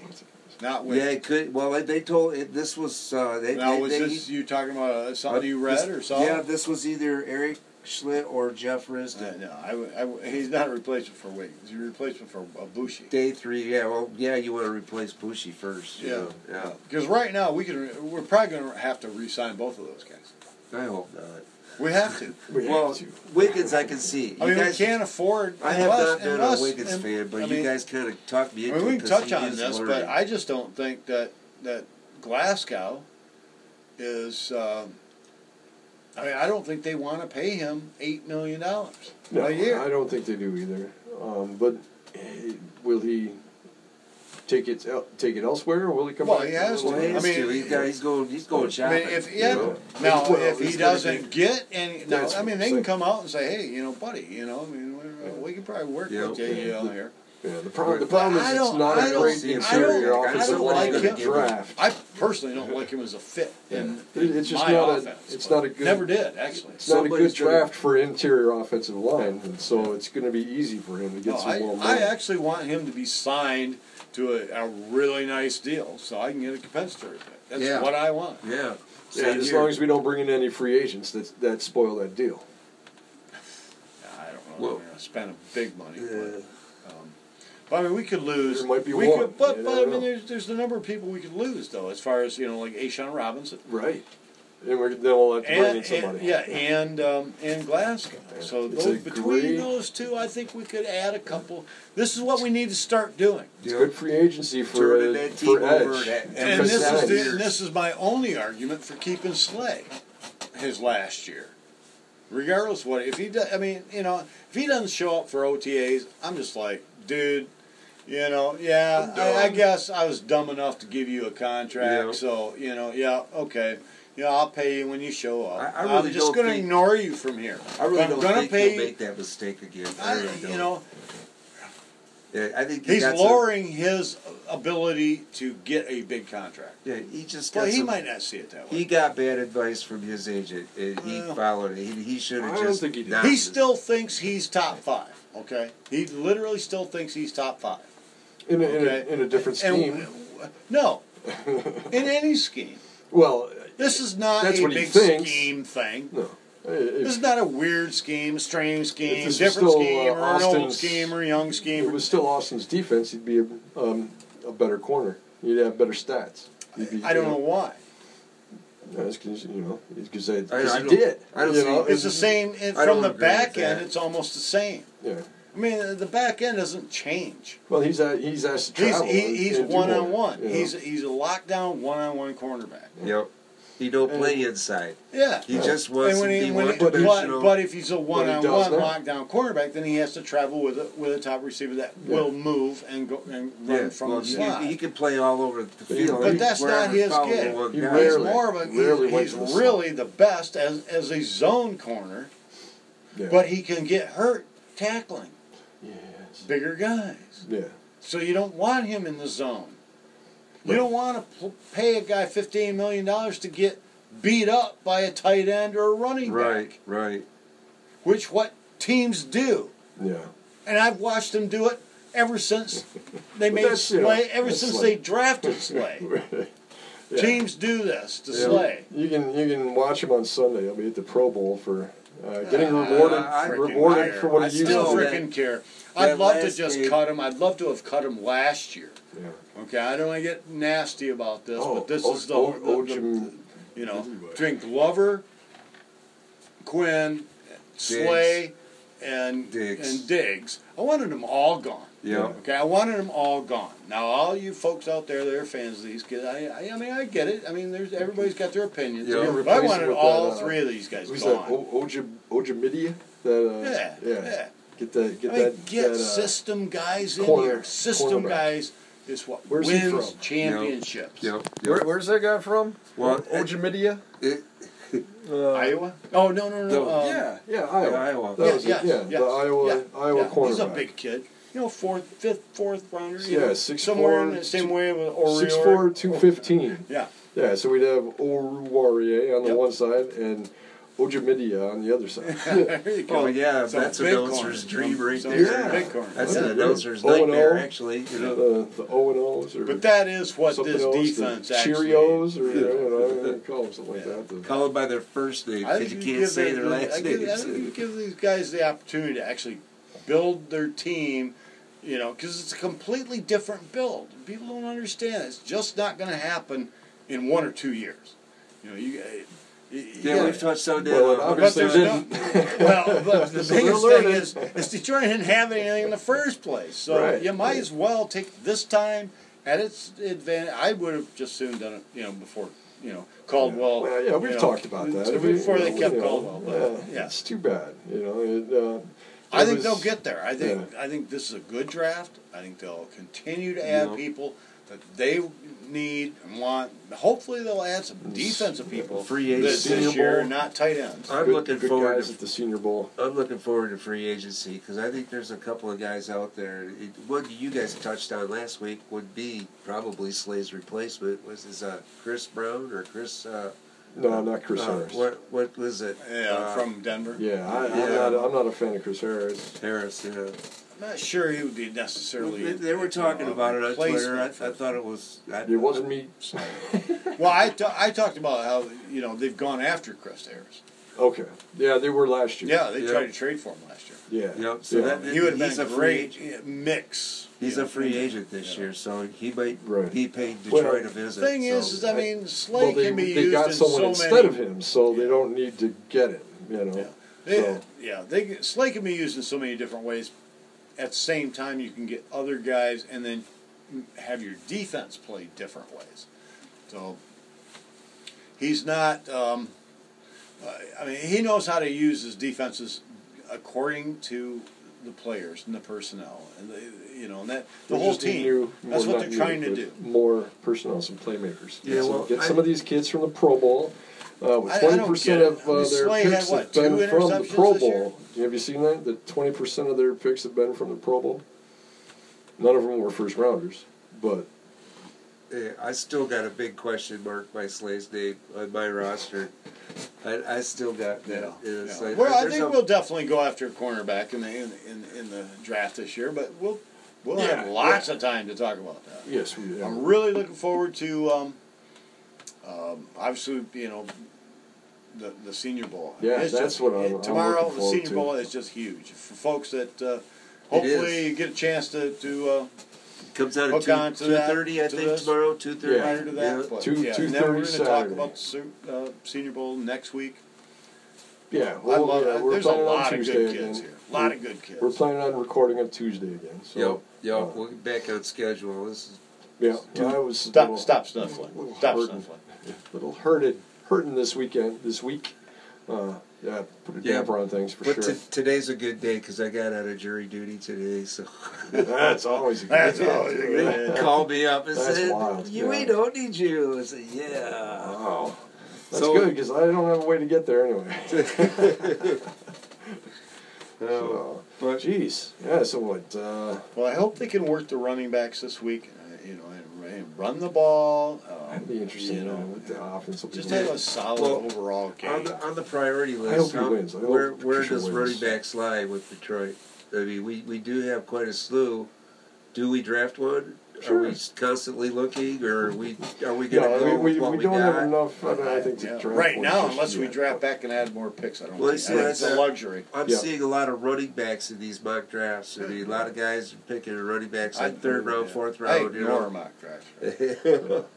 [SPEAKER 3] not
[SPEAKER 2] Yeah,
[SPEAKER 3] with.
[SPEAKER 2] it could. Well, they told it, this was uh, they.
[SPEAKER 3] now
[SPEAKER 2] they,
[SPEAKER 3] was
[SPEAKER 2] they-
[SPEAKER 3] this you talking about uh, something
[SPEAKER 2] uh,
[SPEAKER 3] you read
[SPEAKER 2] this-
[SPEAKER 3] or saw?
[SPEAKER 2] Yeah, this was either Eric Schlitt or Jeff
[SPEAKER 3] Uh,
[SPEAKER 2] Risden.
[SPEAKER 3] no, I w- I w- he's not a replacement for Wade. He's a replacement for Abushi.
[SPEAKER 2] Day three. Yeah. Well, yeah. You want to replace Bushy first. You
[SPEAKER 3] Yeah.
[SPEAKER 2] Know? Yeah.
[SPEAKER 3] Because right now we can, we're probably going to have to re-sign both of those guys.
[SPEAKER 2] I hope not.
[SPEAKER 3] We
[SPEAKER 2] (laughs)
[SPEAKER 3] have to.
[SPEAKER 1] We have
[SPEAKER 2] Uh, well,
[SPEAKER 1] to.
[SPEAKER 2] Wiggins, I can see.
[SPEAKER 3] I
[SPEAKER 2] You
[SPEAKER 3] mean,
[SPEAKER 2] guys-
[SPEAKER 3] we can't afford.
[SPEAKER 2] I have
[SPEAKER 3] unless-
[SPEAKER 2] not been
[SPEAKER 3] unless-
[SPEAKER 2] a Wiggins
[SPEAKER 3] and-
[SPEAKER 2] fan, but
[SPEAKER 3] I
[SPEAKER 2] you
[SPEAKER 3] mean,
[SPEAKER 2] guys kind of talked me
[SPEAKER 3] I
[SPEAKER 2] into
[SPEAKER 3] mean,
[SPEAKER 2] it.
[SPEAKER 3] we can
[SPEAKER 2] 'cause
[SPEAKER 3] touch
[SPEAKER 2] he
[SPEAKER 3] on
[SPEAKER 2] is
[SPEAKER 3] this,
[SPEAKER 2] learning.
[SPEAKER 3] but I just don't think that that Glasgow is. Um, I mean, I don't think they want to pay him eight million dollars
[SPEAKER 1] No,
[SPEAKER 3] a year.
[SPEAKER 1] I don't think they do either. Um, but eh, will he take it el- take it elsewhere, or will he come
[SPEAKER 3] Well,
[SPEAKER 1] back?
[SPEAKER 3] he
[SPEAKER 1] to
[SPEAKER 3] has
[SPEAKER 1] the
[SPEAKER 2] Well, he
[SPEAKER 1] league?
[SPEAKER 2] has
[SPEAKER 3] I mean,
[SPEAKER 2] to. He's, got, he's going. He's going
[SPEAKER 3] I
[SPEAKER 2] shopping.
[SPEAKER 3] mean, if
[SPEAKER 2] you
[SPEAKER 3] yeah,
[SPEAKER 2] know?
[SPEAKER 3] now
[SPEAKER 1] Well,
[SPEAKER 3] if he
[SPEAKER 1] he's gonna
[SPEAKER 3] doesn't get any, no,
[SPEAKER 1] That's
[SPEAKER 3] I
[SPEAKER 1] what
[SPEAKER 3] mean they
[SPEAKER 1] I'm
[SPEAKER 3] can
[SPEAKER 1] saying.
[SPEAKER 3] come out and say, hey, you know, buddy, you know, I mean, we, uh, we could probably work
[SPEAKER 2] Yeah,
[SPEAKER 3] with you,
[SPEAKER 2] okay.
[SPEAKER 3] you know, here.
[SPEAKER 1] Yeah, the problem, the
[SPEAKER 2] But
[SPEAKER 1] problem
[SPEAKER 3] I
[SPEAKER 1] is it's
[SPEAKER 3] don't-
[SPEAKER 1] not
[SPEAKER 3] I
[SPEAKER 1] a
[SPEAKER 3] don't-
[SPEAKER 1] great
[SPEAKER 2] I
[SPEAKER 1] interior
[SPEAKER 2] don't- I
[SPEAKER 1] offensive
[SPEAKER 2] don't
[SPEAKER 1] line
[SPEAKER 2] like
[SPEAKER 1] in the
[SPEAKER 2] him.
[SPEAKER 1] draft.
[SPEAKER 3] I personally don't like him as a fit in,
[SPEAKER 1] Yeah. It- it's just
[SPEAKER 3] my
[SPEAKER 1] not a-
[SPEAKER 3] offense.
[SPEAKER 1] it's
[SPEAKER 3] but
[SPEAKER 1] not a good-
[SPEAKER 3] Never did actually.
[SPEAKER 1] It's not a good
[SPEAKER 2] somebody's gonna-
[SPEAKER 1] draft for interior offensive line, and so it's going to be easy for him to get
[SPEAKER 3] No,
[SPEAKER 1] some
[SPEAKER 3] I,
[SPEAKER 1] more
[SPEAKER 3] I
[SPEAKER 1] money.
[SPEAKER 3] actually want him to be signed to a, a really nice deal, so I can get a competitor. at that. That's
[SPEAKER 2] Yeah.
[SPEAKER 3] what I want.
[SPEAKER 2] Yeah.
[SPEAKER 1] Yeah,
[SPEAKER 2] Same
[SPEAKER 1] as
[SPEAKER 2] here.
[SPEAKER 1] long as we don't bring in any free agents that that spoil that deal.
[SPEAKER 3] I don't know.
[SPEAKER 2] Well-
[SPEAKER 3] I'm gonna spend a big money.
[SPEAKER 2] Yeah.
[SPEAKER 3] But, um, but I mean, we could lose.
[SPEAKER 1] There might be
[SPEAKER 3] we
[SPEAKER 1] one,
[SPEAKER 3] Could, but
[SPEAKER 1] you
[SPEAKER 3] but I
[SPEAKER 1] never
[SPEAKER 3] mean,
[SPEAKER 1] know.
[SPEAKER 3] there's there's the number of people we could lose though, as far as you know, like Ashawn Robinson.
[SPEAKER 1] Right. And we're, then we'll have to bring
[SPEAKER 3] And,
[SPEAKER 1] in somebody.
[SPEAKER 3] and- yeah, and um, and Glasgow. So
[SPEAKER 1] It's
[SPEAKER 3] those,
[SPEAKER 1] a
[SPEAKER 3] between
[SPEAKER 1] great-
[SPEAKER 3] those two, I think we could add a couple. This is what we need to start doing.
[SPEAKER 1] It's good free agency for,
[SPEAKER 4] Turning
[SPEAKER 1] uh,
[SPEAKER 4] that team
[SPEAKER 1] for
[SPEAKER 4] over
[SPEAKER 1] Edge.
[SPEAKER 4] that-
[SPEAKER 1] For
[SPEAKER 3] And
[SPEAKER 4] for
[SPEAKER 3] this is
[SPEAKER 1] Edge.
[SPEAKER 3] the, and this is my only argument for keeping Slay his last year. Regardless what if he does, I mean, you know, if he doesn't show up for OTAs, I'm just like, dude, you know, yeah,
[SPEAKER 4] I'm
[SPEAKER 3] I, I
[SPEAKER 4] done.
[SPEAKER 3] guess I was dumb enough to give you a contract,
[SPEAKER 4] Yeah.
[SPEAKER 3] so you know, yeah, okay. You know, I'll pay you when you show up.
[SPEAKER 2] I- I really
[SPEAKER 3] am just
[SPEAKER 2] don't
[SPEAKER 3] going to
[SPEAKER 2] think-
[SPEAKER 3] ignore you from here.
[SPEAKER 2] I really
[SPEAKER 3] I'm
[SPEAKER 2] don't
[SPEAKER 3] gonna
[SPEAKER 2] think
[SPEAKER 3] pay-
[SPEAKER 2] he'll make that mistake again. I,
[SPEAKER 3] I,
[SPEAKER 2] really don't.
[SPEAKER 3] you know,
[SPEAKER 2] yeah, I think he
[SPEAKER 3] he's
[SPEAKER 2] got some-
[SPEAKER 3] lowering his ability to get a big contract.
[SPEAKER 2] yeah, he just got
[SPEAKER 3] Well, he
[SPEAKER 2] some-
[SPEAKER 3] might not see it that way.
[SPEAKER 2] He got bad advice from his agent, and he
[SPEAKER 3] Well,
[SPEAKER 2] followed it. He, he should
[SPEAKER 1] I
[SPEAKER 2] have
[SPEAKER 1] don't
[SPEAKER 2] just.
[SPEAKER 1] think he did.
[SPEAKER 2] not-
[SPEAKER 3] He still thinks he's top five. Okay, he literally still thinks he's top five.
[SPEAKER 1] in, a, in,
[SPEAKER 3] Okay,
[SPEAKER 1] a, in a different
[SPEAKER 3] And-
[SPEAKER 1] scheme.
[SPEAKER 3] no, in any scheme.
[SPEAKER 1] well,
[SPEAKER 3] This is not
[SPEAKER 1] That's
[SPEAKER 3] a
[SPEAKER 1] what he
[SPEAKER 3] big
[SPEAKER 1] thinks.
[SPEAKER 3] scheme thing.
[SPEAKER 1] no. Uh,
[SPEAKER 3] This is
[SPEAKER 1] If,
[SPEAKER 3] not a weird scheme, strange scheme,
[SPEAKER 1] If this was
[SPEAKER 3] different
[SPEAKER 1] still, uh,
[SPEAKER 3] scheme, or an old
[SPEAKER 1] Austin's-
[SPEAKER 3] scheme, or a young scheme.
[SPEAKER 1] if it was still Austin's defense, he'd be a, um, a better corner. He'd have better stats. He'd be,
[SPEAKER 3] I don't know why.
[SPEAKER 1] No, it's 'cause, you know, because he
[SPEAKER 2] I- I don't-
[SPEAKER 1] did.
[SPEAKER 2] I don't
[SPEAKER 1] you
[SPEAKER 2] see-
[SPEAKER 1] know,
[SPEAKER 3] It's the same and
[SPEAKER 2] I
[SPEAKER 3] from
[SPEAKER 2] don't
[SPEAKER 3] the
[SPEAKER 2] agree with
[SPEAKER 3] back end.
[SPEAKER 2] that.
[SPEAKER 3] It's almost the same.
[SPEAKER 1] yeah.
[SPEAKER 3] I mean, the back end doesn't change.
[SPEAKER 1] Well, he's a, he's asked to
[SPEAKER 3] He's
[SPEAKER 1] travel.
[SPEAKER 3] he,
[SPEAKER 1] and-
[SPEAKER 3] he's
[SPEAKER 1] and do
[SPEAKER 3] one
[SPEAKER 1] more,
[SPEAKER 3] on one.
[SPEAKER 1] you know.
[SPEAKER 3] He's he's a lockdown one on one cornerback.
[SPEAKER 2] Yep. He don't play inside.
[SPEAKER 3] Yeah.
[SPEAKER 2] He just wants
[SPEAKER 3] and
[SPEAKER 2] to
[SPEAKER 3] when
[SPEAKER 2] be
[SPEAKER 3] he, when
[SPEAKER 2] one
[SPEAKER 3] he, but,
[SPEAKER 2] dimensional.
[SPEAKER 3] but if he's a
[SPEAKER 1] But
[SPEAKER 3] one
[SPEAKER 1] he
[SPEAKER 3] on
[SPEAKER 1] does
[SPEAKER 3] one
[SPEAKER 1] that.
[SPEAKER 3] lockdown quarterback, then he has to travel with a with a top receiver that
[SPEAKER 1] Yeah.
[SPEAKER 3] will move and go and run
[SPEAKER 2] yeah,
[SPEAKER 3] from
[SPEAKER 2] well,
[SPEAKER 3] the
[SPEAKER 2] he,
[SPEAKER 3] slot.
[SPEAKER 2] he can play all over the
[SPEAKER 1] But he-
[SPEAKER 2] field.
[SPEAKER 1] but
[SPEAKER 2] He-
[SPEAKER 3] that's
[SPEAKER 2] wherever
[SPEAKER 3] not his
[SPEAKER 2] followable
[SPEAKER 3] gig.
[SPEAKER 2] one
[SPEAKER 1] He
[SPEAKER 2] guy.
[SPEAKER 3] he's
[SPEAKER 1] rarely-
[SPEAKER 3] more of a
[SPEAKER 1] rarely
[SPEAKER 3] he's,
[SPEAKER 1] went
[SPEAKER 3] he's
[SPEAKER 1] to the slot.
[SPEAKER 3] really the best as as a zone corner,
[SPEAKER 1] yeah.
[SPEAKER 3] but he can get hurt tackling
[SPEAKER 1] Yes.
[SPEAKER 3] bigger guys.
[SPEAKER 1] Yeah.
[SPEAKER 3] So you don't want him in the zone. You
[SPEAKER 1] Right.
[SPEAKER 3] don't want to pl- pay a guy fifteen million dollars to get beat up by a tight end or a running
[SPEAKER 2] Right,
[SPEAKER 3] back,
[SPEAKER 2] right.
[SPEAKER 3] which what teams do.
[SPEAKER 1] Yeah.
[SPEAKER 3] and I've watched them do it ever since they made
[SPEAKER 1] that's, you know,
[SPEAKER 3] Slay. ever
[SPEAKER 1] that's
[SPEAKER 3] since
[SPEAKER 1] Slay.
[SPEAKER 3] they drafted
[SPEAKER 1] (laughs)
[SPEAKER 3] Slay,
[SPEAKER 1] Yeah.
[SPEAKER 3] teams do this to
[SPEAKER 1] Yeah.
[SPEAKER 3] Slay.
[SPEAKER 1] You can you can watch him on Sunday. He'll be at the Pro Bowl for uh, getting
[SPEAKER 3] Uh,
[SPEAKER 1] rewarded
[SPEAKER 2] I
[SPEAKER 3] freaking
[SPEAKER 1] rewarded
[SPEAKER 3] care.
[SPEAKER 1] for what
[SPEAKER 2] I
[SPEAKER 1] he
[SPEAKER 3] I
[SPEAKER 1] used
[SPEAKER 3] don't
[SPEAKER 2] still
[SPEAKER 1] to.
[SPEAKER 2] that-
[SPEAKER 3] freaking care.
[SPEAKER 2] that
[SPEAKER 3] I'd love to
[SPEAKER 2] last
[SPEAKER 3] just
[SPEAKER 2] game-
[SPEAKER 3] cut him. I'd love to have cut him last year.
[SPEAKER 1] Yeah.
[SPEAKER 3] Okay, I don't want to get nasty about this,
[SPEAKER 1] Oh,
[SPEAKER 3] but this
[SPEAKER 1] O-
[SPEAKER 3] is the,
[SPEAKER 1] O-
[SPEAKER 3] the- the-
[SPEAKER 1] Ojim-
[SPEAKER 3] you know
[SPEAKER 1] Everybody.
[SPEAKER 3] between Glover, Quinn, Slay, and
[SPEAKER 2] Diggs.
[SPEAKER 3] and Diggs. I wanted them all gone.
[SPEAKER 2] Yeah.
[SPEAKER 3] Okay, I wanted them all gone. Now, all you folks out there that are fans of these kids, I, I, I mean, I get it. I mean, there's everybody's got their opinions.
[SPEAKER 2] Yeah.
[SPEAKER 3] But I
[SPEAKER 1] Replace it
[SPEAKER 3] wanted
[SPEAKER 1] with
[SPEAKER 3] all
[SPEAKER 1] that, uh,
[SPEAKER 3] three of these guys
[SPEAKER 1] Who's that?
[SPEAKER 3] gone.
[SPEAKER 1] O- Ojib Ojimidia? That uh,
[SPEAKER 3] yeah, yeah.
[SPEAKER 1] yeah. Get that. Get
[SPEAKER 3] I mean,
[SPEAKER 1] that.
[SPEAKER 3] get
[SPEAKER 1] that, uh,
[SPEAKER 3] system guys in
[SPEAKER 1] corner-
[SPEAKER 3] here. System
[SPEAKER 1] cornerback.
[SPEAKER 3] guys is what
[SPEAKER 1] Where's he
[SPEAKER 3] wins
[SPEAKER 1] from?
[SPEAKER 3] championships.
[SPEAKER 2] Yep. yep.
[SPEAKER 1] where, where's that guy from?
[SPEAKER 2] Well,
[SPEAKER 1] Ojimidia.
[SPEAKER 2] it,
[SPEAKER 1] Uh,
[SPEAKER 3] Iowa? Oh no no no.
[SPEAKER 2] No,
[SPEAKER 3] no. uh,
[SPEAKER 1] Yeah. Yeah. Iowa.
[SPEAKER 2] Yeah, Iowa.
[SPEAKER 1] That
[SPEAKER 3] Yeah,
[SPEAKER 1] was
[SPEAKER 3] yes,
[SPEAKER 1] it. Yeah.
[SPEAKER 3] yes,
[SPEAKER 1] the Iowa
[SPEAKER 3] yeah,
[SPEAKER 1] Iowa
[SPEAKER 3] yeah.
[SPEAKER 1] cornerback.
[SPEAKER 3] He's a big kid. You know, fourth, fifth, fourth rounder. you
[SPEAKER 1] Yeah,
[SPEAKER 3] know,
[SPEAKER 1] six
[SPEAKER 3] somewhere
[SPEAKER 1] four,
[SPEAKER 3] in the same
[SPEAKER 1] two-
[SPEAKER 3] way with Oriole.
[SPEAKER 1] Six four two fifteen.
[SPEAKER 3] Yeah.
[SPEAKER 1] Yeah, so we'd have Oruwariye on the
[SPEAKER 3] Yep.
[SPEAKER 1] one side and Ojimidia on the other
[SPEAKER 3] (laughs)
[SPEAKER 1] side.
[SPEAKER 3] There you go.
[SPEAKER 2] oh yeah,
[SPEAKER 3] Some
[SPEAKER 2] that's a
[SPEAKER 3] big
[SPEAKER 2] announcer's
[SPEAKER 3] corners.
[SPEAKER 2] dream right
[SPEAKER 3] Some
[SPEAKER 2] there.
[SPEAKER 1] Yeah.
[SPEAKER 3] big corners.
[SPEAKER 2] That's
[SPEAKER 1] Yeah.
[SPEAKER 2] an announcer's
[SPEAKER 1] Oh, no.
[SPEAKER 2] nightmare, actually. You know.
[SPEAKER 1] the, the O and O's or
[SPEAKER 3] But that is what
[SPEAKER 1] something
[SPEAKER 3] this
[SPEAKER 1] else, the
[SPEAKER 3] defense actually.
[SPEAKER 1] Cheerios or you know, I don't know, they call them something like that. The-
[SPEAKER 2] Call them by their first name
[SPEAKER 3] I
[SPEAKER 2] because
[SPEAKER 3] think
[SPEAKER 2] you
[SPEAKER 3] you
[SPEAKER 2] can't
[SPEAKER 3] give
[SPEAKER 2] say
[SPEAKER 3] their-
[SPEAKER 2] their last
[SPEAKER 3] I think- I
[SPEAKER 2] names.
[SPEAKER 3] think you give these guys the opportunity to actually build their team, you know, because it's a completely different build. People don't understand. It's just not going to happen in one or two years. You know, you. uh, you
[SPEAKER 2] (laughs) Yeah,
[SPEAKER 3] you-
[SPEAKER 2] we've touched on that.
[SPEAKER 1] Well, it
[SPEAKER 2] on
[SPEAKER 3] but
[SPEAKER 1] obviously
[SPEAKER 3] there's
[SPEAKER 1] didn't.
[SPEAKER 3] no, (laughs) well, but the
[SPEAKER 1] So
[SPEAKER 3] biggest
[SPEAKER 1] we're
[SPEAKER 3] thing
[SPEAKER 1] learning.
[SPEAKER 3] is, is Detroit didn't have anything in the first place, so
[SPEAKER 1] Right.
[SPEAKER 3] you might as well take this time at its advantage. I would have just soon done it, you know, before you know Caldwell.
[SPEAKER 1] Well, yeah, we've
[SPEAKER 3] you know,
[SPEAKER 1] talked about that.
[SPEAKER 3] t-
[SPEAKER 1] We-
[SPEAKER 3] before
[SPEAKER 1] you
[SPEAKER 3] they
[SPEAKER 1] know,
[SPEAKER 3] kept
[SPEAKER 1] you know,
[SPEAKER 3] Caldwell. But, yeah,
[SPEAKER 1] it's too bad. You know, it, uh,
[SPEAKER 3] I
[SPEAKER 1] it
[SPEAKER 3] think
[SPEAKER 1] was-
[SPEAKER 3] they'll get there. I think I think this is a good draft. I think they'll continue to add
[SPEAKER 2] Yeah.
[SPEAKER 3] people that they need and want. Hopefully, they'll add some defensive people
[SPEAKER 2] Free
[SPEAKER 3] this,
[SPEAKER 1] Senior
[SPEAKER 3] this year,
[SPEAKER 1] Bowl. Uh,
[SPEAKER 3] not tight ends.
[SPEAKER 2] I'm
[SPEAKER 1] good,
[SPEAKER 2] looking
[SPEAKER 1] good
[SPEAKER 2] forward
[SPEAKER 1] guys
[SPEAKER 2] to
[SPEAKER 1] at the Senior Bowl.
[SPEAKER 2] I'm looking forward to free agency because I think there's a couple of guys out there. It, what you guys touched on last week would be probably Slay's replacement. Was is uh, Chris Brown or Chris? Uh,
[SPEAKER 1] No, not Chris
[SPEAKER 2] Uh,
[SPEAKER 1] Harris.
[SPEAKER 2] what what was it?
[SPEAKER 3] Yeah,
[SPEAKER 2] Uh,
[SPEAKER 3] from Denver.
[SPEAKER 1] Yeah, I, I'm,
[SPEAKER 2] Yeah.
[SPEAKER 1] not, I'm not a fan of Chris Harris.
[SPEAKER 2] Harris. Yeah.
[SPEAKER 3] I'm not sure he would be necessarily.
[SPEAKER 2] Uh, They, they were talking
[SPEAKER 3] uh,
[SPEAKER 2] about it on Twitter. I, I
[SPEAKER 3] replacement for-
[SPEAKER 2] thought it was. I,
[SPEAKER 1] It wasn't me.
[SPEAKER 3] Well, I, ta- I talked about how you know they've gone after Chris Harris.
[SPEAKER 1] Okay. Yeah, they were last year.
[SPEAKER 3] Yeah, they
[SPEAKER 2] Yeah.
[SPEAKER 3] tried to trade for him last year.
[SPEAKER 1] Yeah.
[SPEAKER 2] Yep. So
[SPEAKER 1] Yeah.
[SPEAKER 2] that
[SPEAKER 3] He would have
[SPEAKER 2] he's
[SPEAKER 3] been
[SPEAKER 2] a
[SPEAKER 3] a
[SPEAKER 2] free
[SPEAKER 3] great
[SPEAKER 2] agent.
[SPEAKER 3] mix.
[SPEAKER 2] He's
[SPEAKER 3] you
[SPEAKER 2] a
[SPEAKER 3] know,
[SPEAKER 2] free
[SPEAKER 3] in-
[SPEAKER 2] agent this
[SPEAKER 3] yeah.
[SPEAKER 2] year, so he might
[SPEAKER 1] Right.
[SPEAKER 2] he paid
[SPEAKER 1] Well,
[SPEAKER 2] Detroit a visit.
[SPEAKER 3] Thing is,
[SPEAKER 2] so-
[SPEAKER 3] is I mean, Slay
[SPEAKER 1] well, they,
[SPEAKER 3] can be
[SPEAKER 1] they
[SPEAKER 3] used
[SPEAKER 1] got
[SPEAKER 3] in
[SPEAKER 1] someone
[SPEAKER 3] so
[SPEAKER 1] instead
[SPEAKER 3] many.
[SPEAKER 1] of him, so they don't need to get it. You know.
[SPEAKER 3] Yeah. They,
[SPEAKER 1] So-
[SPEAKER 3] Yeah, they Slay can be used in so many different ways. At the same time, you can get other guys, and then have your defense play different ways. So he's not. Um, I mean, he knows how to use his defenses according to the players and the personnel, and the, you know, and that the
[SPEAKER 1] They
[SPEAKER 3] whole
[SPEAKER 1] just need
[SPEAKER 3] team.
[SPEAKER 1] new-
[SPEAKER 3] That's
[SPEAKER 1] well,
[SPEAKER 3] what
[SPEAKER 1] not
[SPEAKER 3] they're trying
[SPEAKER 1] new,
[SPEAKER 3] to do.
[SPEAKER 1] but More personnel, some playmakers.
[SPEAKER 2] Yeah,
[SPEAKER 1] Get some-
[SPEAKER 2] well,
[SPEAKER 1] get some
[SPEAKER 2] I-
[SPEAKER 1] of these kids from the Pro Bowl. Uh,
[SPEAKER 3] I- I
[SPEAKER 1] with
[SPEAKER 3] don't
[SPEAKER 1] twenty percent
[SPEAKER 3] get it.
[SPEAKER 1] of
[SPEAKER 3] I
[SPEAKER 1] uh,
[SPEAKER 3] mean,
[SPEAKER 1] their
[SPEAKER 3] Slay had,
[SPEAKER 1] picks
[SPEAKER 3] what,
[SPEAKER 1] have
[SPEAKER 3] two
[SPEAKER 1] been from the
[SPEAKER 3] interceptions
[SPEAKER 1] Pro
[SPEAKER 3] this year?
[SPEAKER 1] Bowl. Have you seen that? That twenty percent of their picks have been from the Pro Bowl. None of them were first rounders, but
[SPEAKER 2] Yeah, I still got a big question mark by Slay's name on my roster. I, I still got that.
[SPEAKER 3] Yeah,
[SPEAKER 2] It's
[SPEAKER 3] yeah.
[SPEAKER 2] like-
[SPEAKER 3] well, I
[SPEAKER 2] there's
[SPEAKER 3] think
[SPEAKER 2] a-
[SPEAKER 3] we'll definitely go after a cornerback in the in, in, in the draft this year, but we'll we'll have
[SPEAKER 1] Yeah,
[SPEAKER 3] lots of time to talk about that.
[SPEAKER 1] yes, we.
[SPEAKER 3] I'm really looking forward to um, um, obviously you know the the Senior Bowl. I mean,
[SPEAKER 1] Yeah,
[SPEAKER 3] it's
[SPEAKER 1] that's
[SPEAKER 3] just,
[SPEAKER 1] what I'm-
[SPEAKER 3] it-
[SPEAKER 1] I'm
[SPEAKER 3] tomorrow.
[SPEAKER 1] looking
[SPEAKER 3] the
[SPEAKER 1] forward
[SPEAKER 3] Senior
[SPEAKER 1] to.
[SPEAKER 3] Bowl is just huge for folks that uh, hopefully
[SPEAKER 2] is.
[SPEAKER 3] get a chance to to uh,
[SPEAKER 2] comes out
[SPEAKER 3] hook on
[SPEAKER 2] at
[SPEAKER 3] to
[SPEAKER 2] two thirty, I
[SPEAKER 3] that, to
[SPEAKER 2] think
[SPEAKER 3] this.
[SPEAKER 2] tomorrow two thirty.
[SPEAKER 1] Yeah.
[SPEAKER 3] prior to that. but,
[SPEAKER 1] Two-
[SPEAKER 3] yeah, and then
[SPEAKER 1] 2:30
[SPEAKER 3] we're going to talk
[SPEAKER 1] Saturday.
[SPEAKER 3] about the Su- uh, Senior Bowl next week.
[SPEAKER 1] yeah,
[SPEAKER 3] I
[SPEAKER 1] well,
[SPEAKER 3] love
[SPEAKER 1] yeah,
[SPEAKER 3] it.
[SPEAKER 1] we're
[SPEAKER 3] There's a
[SPEAKER 1] planning
[SPEAKER 3] lot
[SPEAKER 1] on
[SPEAKER 3] of
[SPEAKER 1] Tuesday
[SPEAKER 3] good
[SPEAKER 1] again.
[SPEAKER 3] kids here. A lot of good kids.
[SPEAKER 1] We're planning on recording on Tuesday again. So
[SPEAKER 2] Yep, yep.
[SPEAKER 1] uh,
[SPEAKER 2] we'll get back on schedule. This is,
[SPEAKER 1] yeah, I was a
[SPEAKER 3] Stop,
[SPEAKER 1] little-
[SPEAKER 3] stop sniffling.
[SPEAKER 1] little
[SPEAKER 3] Stop
[SPEAKER 1] hurting.
[SPEAKER 3] sniffling.
[SPEAKER 1] little hurted, hurting this weekend, this week. Uh, yeah, put a
[SPEAKER 2] Yeah.
[SPEAKER 1] damper on things for
[SPEAKER 2] but
[SPEAKER 1] sure.
[SPEAKER 2] t- today's a good day because I got out of jury duty today. So
[SPEAKER 1] (laughs)
[SPEAKER 2] (laughs)
[SPEAKER 1] That's always a good
[SPEAKER 3] That's
[SPEAKER 1] idea.
[SPEAKER 3] always a good idea.
[SPEAKER 2] called me up and
[SPEAKER 1] That's
[SPEAKER 2] said,
[SPEAKER 1] wild,
[SPEAKER 2] "You-
[SPEAKER 1] yeah.
[SPEAKER 2] "We don't need you." I said, "Yeah."
[SPEAKER 1] Wow. That's
[SPEAKER 2] So-
[SPEAKER 1] good 'cause good because I don't have a way to get there
[SPEAKER 3] (laughs)
[SPEAKER 1] anyway.
[SPEAKER 2] So,
[SPEAKER 1] But
[SPEAKER 2] but
[SPEAKER 1] Jeez, yeah. So what? Uh,
[SPEAKER 3] Well, I hope they can work the running backs this week. Uh, you know, and, and run the ball. Um,
[SPEAKER 1] that'd be interesting.
[SPEAKER 3] You know,
[SPEAKER 1] with the offense, will be
[SPEAKER 3] just
[SPEAKER 1] great.
[SPEAKER 3] have a solid
[SPEAKER 2] Well,
[SPEAKER 3] overall
[SPEAKER 2] on
[SPEAKER 3] game.
[SPEAKER 2] the on the priority
[SPEAKER 1] hope
[SPEAKER 2] list,
[SPEAKER 1] he
[SPEAKER 2] how-
[SPEAKER 1] wins. I hope
[SPEAKER 2] where where
[SPEAKER 1] Patricia
[SPEAKER 2] does
[SPEAKER 1] wins.
[SPEAKER 2] running backs lie with Detroit? I mean, we, we do have quite a slew. Do we draft one? Are we constantly looking, or are we are we
[SPEAKER 1] yeah,
[SPEAKER 2] going to
[SPEAKER 1] I
[SPEAKER 2] go
[SPEAKER 1] mean,
[SPEAKER 2] with
[SPEAKER 1] we,
[SPEAKER 2] what
[SPEAKER 1] we,
[SPEAKER 2] we,
[SPEAKER 1] don't
[SPEAKER 2] got?
[SPEAKER 1] have enough. I, don't, I think
[SPEAKER 3] Yeah.
[SPEAKER 1] to draft
[SPEAKER 3] Right
[SPEAKER 1] one
[SPEAKER 3] now,
[SPEAKER 1] just
[SPEAKER 3] unless we
[SPEAKER 1] yet.
[SPEAKER 3] draft back and add more picks, I don't
[SPEAKER 2] Well,
[SPEAKER 3] think,
[SPEAKER 2] see,
[SPEAKER 3] I think it's
[SPEAKER 2] that's
[SPEAKER 3] a
[SPEAKER 2] a-
[SPEAKER 3] luxury.
[SPEAKER 2] I'm
[SPEAKER 1] Yeah.
[SPEAKER 2] seeing a lot of running backs in these mock drafts. I mean, a lot of guys are picking running backs
[SPEAKER 3] I-
[SPEAKER 2] in third round,
[SPEAKER 3] yeah.
[SPEAKER 2] fourth
[SPEAKER 3] I
[SPEAKER 2] round. You
[SPEAKER 3] ignore
[SPEAKER 2] know,
[SPEAKER 3] mock drafts.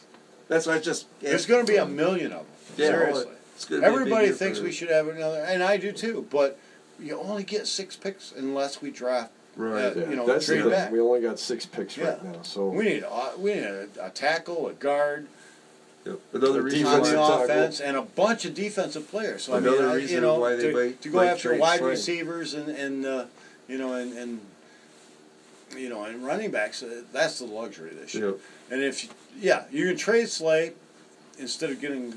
[SPEAKER 2] (laughs) that's why I just
[SPEAKER 3] There's going to be a million of them.
[SPEAKER 2] Yeah,
[SPEAKER 3] Seriously,
[SPEAKER 2] it's gonna be a big
[SPEAKER 3] everybody
[SPEAKER 2] year for
[SPEAKER 3] thinks
[SPEAKER 2] the-
[SPEAKER 3] we should have another, and I do too. But you only get six picks unless we draft.
[SPEAKER 2] Right.
[SPEAKER 1] Yeah,
[SPEAKER 3] you know,
[SPEAKER 1] that's the
[SPEAKER 3] trade
[SPEAKER 1] thing.
[SPEAKER 3] back.
[SPEAKER 1] We only got six picks right
[SPEAKER 3] Yeah.
[SPEAKER 1] now, so
[SPEAKER 3] We need a, we need a, a tackle, a guard,
[SPEAKER 2] Yep. Another
[SPEAKER 1] The
[SPEAKER 2] reason
[SPEAKER 3] on
[SPEAKER 1] defense
[SPEAKER 2] why-
[SPEAKER 3] the
[SPEAKER 1] tackle.
[SPEAKER 3] offense and a bunch of defensive players. So I
[SPEAKER 2] Another
[SPEAKER 3] mean, I-
[SPEAKER 2] reason
[SPEAKER 3] you know,
[SPEAKER 2] why they
[SPEAKER 3] to,
[SPEAKER 2] might-
[SPEAKER 3] to go
[SPEAKER 2] might
[SPEAKER 3] after
[SPEAKER 2] trade
[SPEAKER 3] wide
[SPEAKER 2] Slay.
[SPEAKER 3] receivers and and uh, you know and and you know and running backs. Uh, that's the luxury this year.
[SPEAKER 2] Yep.
[SPEAKER 3] And if you, yeah, you can trade Slay instead of getting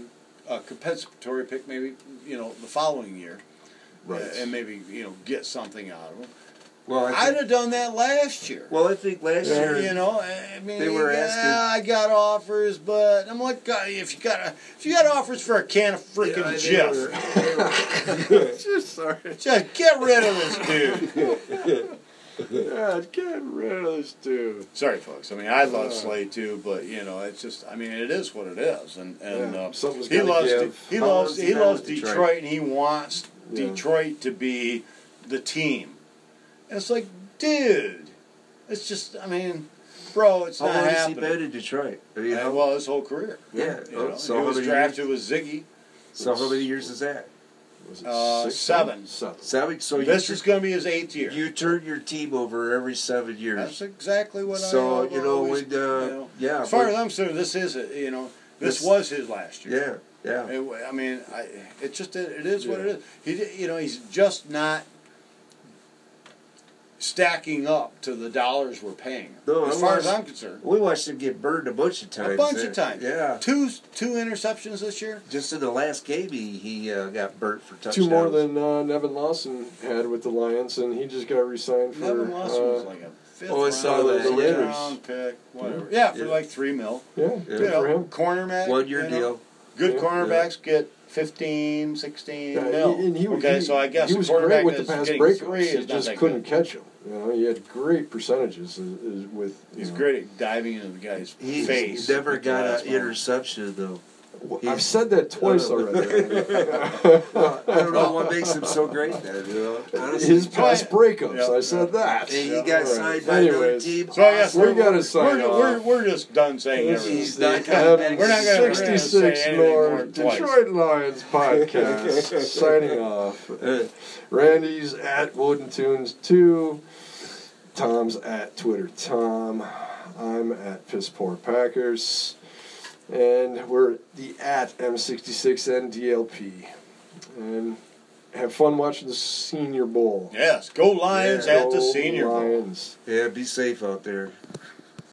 [SPEAKER 3] a compensatory pick, maybe you know the following year,
[SPEAKER 1] (laughs) right.
[SPEAKER 3] uh,
[SPEAKER 1] (laughs)
[SPEAKER 3] and maybe you know get something out of him.
[SPEAKER 2] Well, I
[SPEAKER 3] I'd
[SPEAKER 2] think,
[SPEAKER 3] have done that last year.
[SPEAKER 2] well, I think last year
[SPEAKER 3] You know, I I mean,
[SPEAKER 2] They were
[SPEAKER 3] yeah,
[SPEAKER 2] asking-
[SPEAKER 3] I got offers, but I'm like, God, if you got a, if you got offers for a can of freaking
[SPEAKER 2] Yeah, they
[SPEAKER 3] Jeff,
[SPEAKER 2] were- they were-
[SPEAKER 1] sorry.
[SPEAKER 3] just get rid of this dude.
[SPEAKER 1] Yeah, get rid of this dude.
[SPEAKER 3] (laughs) Sorry, folks. I mean, I love Slade too, but you know, it's just, I mean, it is what it is, and and
[SPEAKER 1] Yeah,
[SPEAKER 3] uh,
[SPEAKER 1] something's
[SPEAKER 3] he
[SPEAKER 1] gotta
[SPEAKER 3] loves
[SPEAKER 1] give.
[SPEAKER 3] he
[SPEAKER 2] How
[SPEAKER 3] loves
[SPEAKER 2] long's he
[SPEAKER 3] he
[SPEAKER 2] been
[SPEAKER 3] loves
[SPEAKER 2] with Detroit?
[SPEAKER 3] Detroit. and he wants
[SPEAKER 1] Yeah.
[SPEAKER 3] Detroit to be the team. And it's like, dude, it's just, I mean, bro, (laughs) it's
[SPEAKER 2] How
[SPEAKER 3] not
[SPEAKER 2] long has he
[SPEAKER 3] happening.
[SPEAKER 2] been in Detroit? I mean, how,
[SPEAKER 3] well, his whole career.
[SPEAKER 2] yeah.
[SPEAKER 3] You
[SPEAKER 2] oh,
[SPEAKER 3] know,
[SPEAKER 2] so,
[SPEAKER 3] he
[SPEAKER 2] how
[SPEAKER 3] was
[SPEAKER 2] many
[SPEAKER 3] drafted with Ziggy.
[SPEAKER 2] Years, so how many years is that?
[SPEAKER 1] Was it
[SPEAKER 3] Uh,
[SPEAKER 1] six?
[SPEAKER 3] seven.
[SPEAKER 1] Seven.
[SPEAKER 2] Seven. So you
[SPEAKER 3] this
[SPEAKER 2] tur-
[SPEAKER 3] is going to be his eighth year.
[SPEAKER 2] you turn your team over every seven
[SPEAKER 3] That's
[SPEAKER 2] years.
[SPEAKER 3] exactly what I.
[SPEAKER 2] So you know
[SPEAKER 3] always-
[SPEAKER 2] when uh,
[SPEAKER 3] you know.
[SPEAKER 2] yeah
[SPEAKER 3] As far
[SPEAKER 2] when-
[SPEAKER 3] as I'm concerned, this is a, you know this,
[SPEAKER 2] This-
[SPEAKER 3] was his last year.
[SPEAKER 2] yeah yeah.
[SPEAKER 3] It, I mean, I, it just it, it is what it is. He di- you know he's just not stacking up to the dollars we're paying. him.
[SPEAKER 2] No,
[SPEAKER 3] as
[SPEAKER 2] I
[SPEAKER 3] far
[SPEAKER 2] was-
[SPEAKER 3] as I'm concerned,
[SPEAKER 2] We watched him get burned a bunch of times.
[SPEAKER 3] a bunch
[SPEAKER 2] there.
[SPEAKER 3] of times.
[SPEAKER 2] Yeah.
[SPEAKER 3] two two interceptions this year.
[SPEAKER 2] Just in the last game, he, he uh, got burnt for touchdowns.
[SPEAKER 1] Two more than uh, Nevin Lawson had with the Lions, and he just got re-signed for.
[SPEAKER 3] Nevin Lawson was
[SPEAKER 1] uh,
[SPEAKER 3] like a fifth
[SPEAKER 2] oh, I
[SPEAKER 3] round,
[SPEAKER 2] saw that,
[SPEAKER 3] sixth
[SPEAKER 1] yeah.
[SPEAKER 3] round pick, whatever. Yeah, for
[SPEAKER 2] Yeah.
[SPEAKER 3] like three mil.
[SPEAKER 1] yeah,
[SPEAKER 2] Yeah.
[SPEAKER 1] good
[SPEAKER 3] you know,
[SPEAKER 1] for him.
[SPEAKER 3] cornerman.
[SPEAKER 2] one year
[SPEAKER 3] you know.
[SPEAKER 2] deal.
[SPEAKER 3] Good
[SPEAKER 1] Yeah.
[SPEAKER 3] cornerbacks get 15, 16
[SPEAKER 1] Yeah,
[SPEAKER 3] nil.
[SPEAKER 1] and he,
[SPEAKER 3] okay,
[SPEAKER 1] he-
[SPEAKER 3] so I guess
[SPEAKER 1] he
[SPEAKER 3] a
[SPEAKER 1] was
[SPEAKER 3] quarterback
[SPEAKER 1] great with the
[SPEAKER 3] that's
[SPEAKER 1] pass
[SPEAKER 3] getting
[SPEAKER 1] breakups.
[SPEAKER 3] three
[SPEAKER 1] He
[SPEAKER 3] is not
[SPEAKER 1] just
[SPEAKER 3] that
[SPEAKER 1] couldn't
[SPEAKER 3] good.
[SPEAKER 1] catch him. You know, he had great percentages is, is with. You
[SPEAKER 3] He's
[SPEAKER 1] know.
[SPEAKER 3] great at diving into the guy's
[SPEAKER 2] He's
[SPEAKER 3] face.
[SPEAKER 2] never
[SPEAKER 3] with the
[SPEAKER 2] got
[SPEAKER 3] last
[SPEAKER 2] an
[SPEAKER 3] one.
[SPEAKER 2] interception though.
[SPEAKER 1] Well, I've
[SPEAKER 2] He's-
[SPEAKER 1] said that twice
[SPEAKER 2] Oh, no.
[SPEAKER 1] already. (laughs)
[SPEAKER 2] Well, I don't know what makes him so great. Then, you know, honestly.
[SPEAKER 1] His pass breakups.
[SPEAKER 3] Yeah.
[SPEAKER 1] I said that.
[SPEAKER 2] And he
[SPEAKER 3] Yeah,
[SPEAKER 2] got
[SPEAKER 1] All right.
[SPEAKER 2] signed by another
[SPEAKER 1] Anyways,
[SPEAKER 2] team.
[SPEAKER 3] So I guess
[SPEAKER 1] We
[SPEAKER 3] we're,
[SPEAKER 1] gotta
[SPEAKER 3] we're-
[SPEAKER 1] sign
[SPEAKER 3] we're, we're,
[SPEAKER 1] off.
[SPEAKER 3] we're just done saying
[SPEAKER 1] This
[SPEAKER 3] everything.
[SPEAKER 1] is
[SPEAKER 2] He's
[SPEAKER 1] the
[SPEAKER 2] not coming back.
[SPEAKER 3] We're not gonna- we're not gonna say
[SPEAKER 1] 66
[SPEAKER 3] anything more
[SPEAKER 1] North
[SPEAKER 3] twice.
[SPEAKER 1] Detroit
[SPEAKER 2] (laughs)
[SPEAKER 1] Lions podcast signing off.
[SPEAKER 2] Uh,
[SPEAKER 1] Randy's at Wooden Tunes 2. Tom's at Twitter Tom. I'm at Piss Poor Packers. And we're the at M66NDLP. And have fun watching the Senior Bowl.
[SPEAKER 3] Yes, go Lions
[SPEAKER 2] Yeah.
[SPEAKER 3] at the
[SPEAKER 1] Go
[SPEAKER 3] Senior Bowl.
[SPEAKER 1] Lions.
[SPEAKER 2] yeah, be safe out there.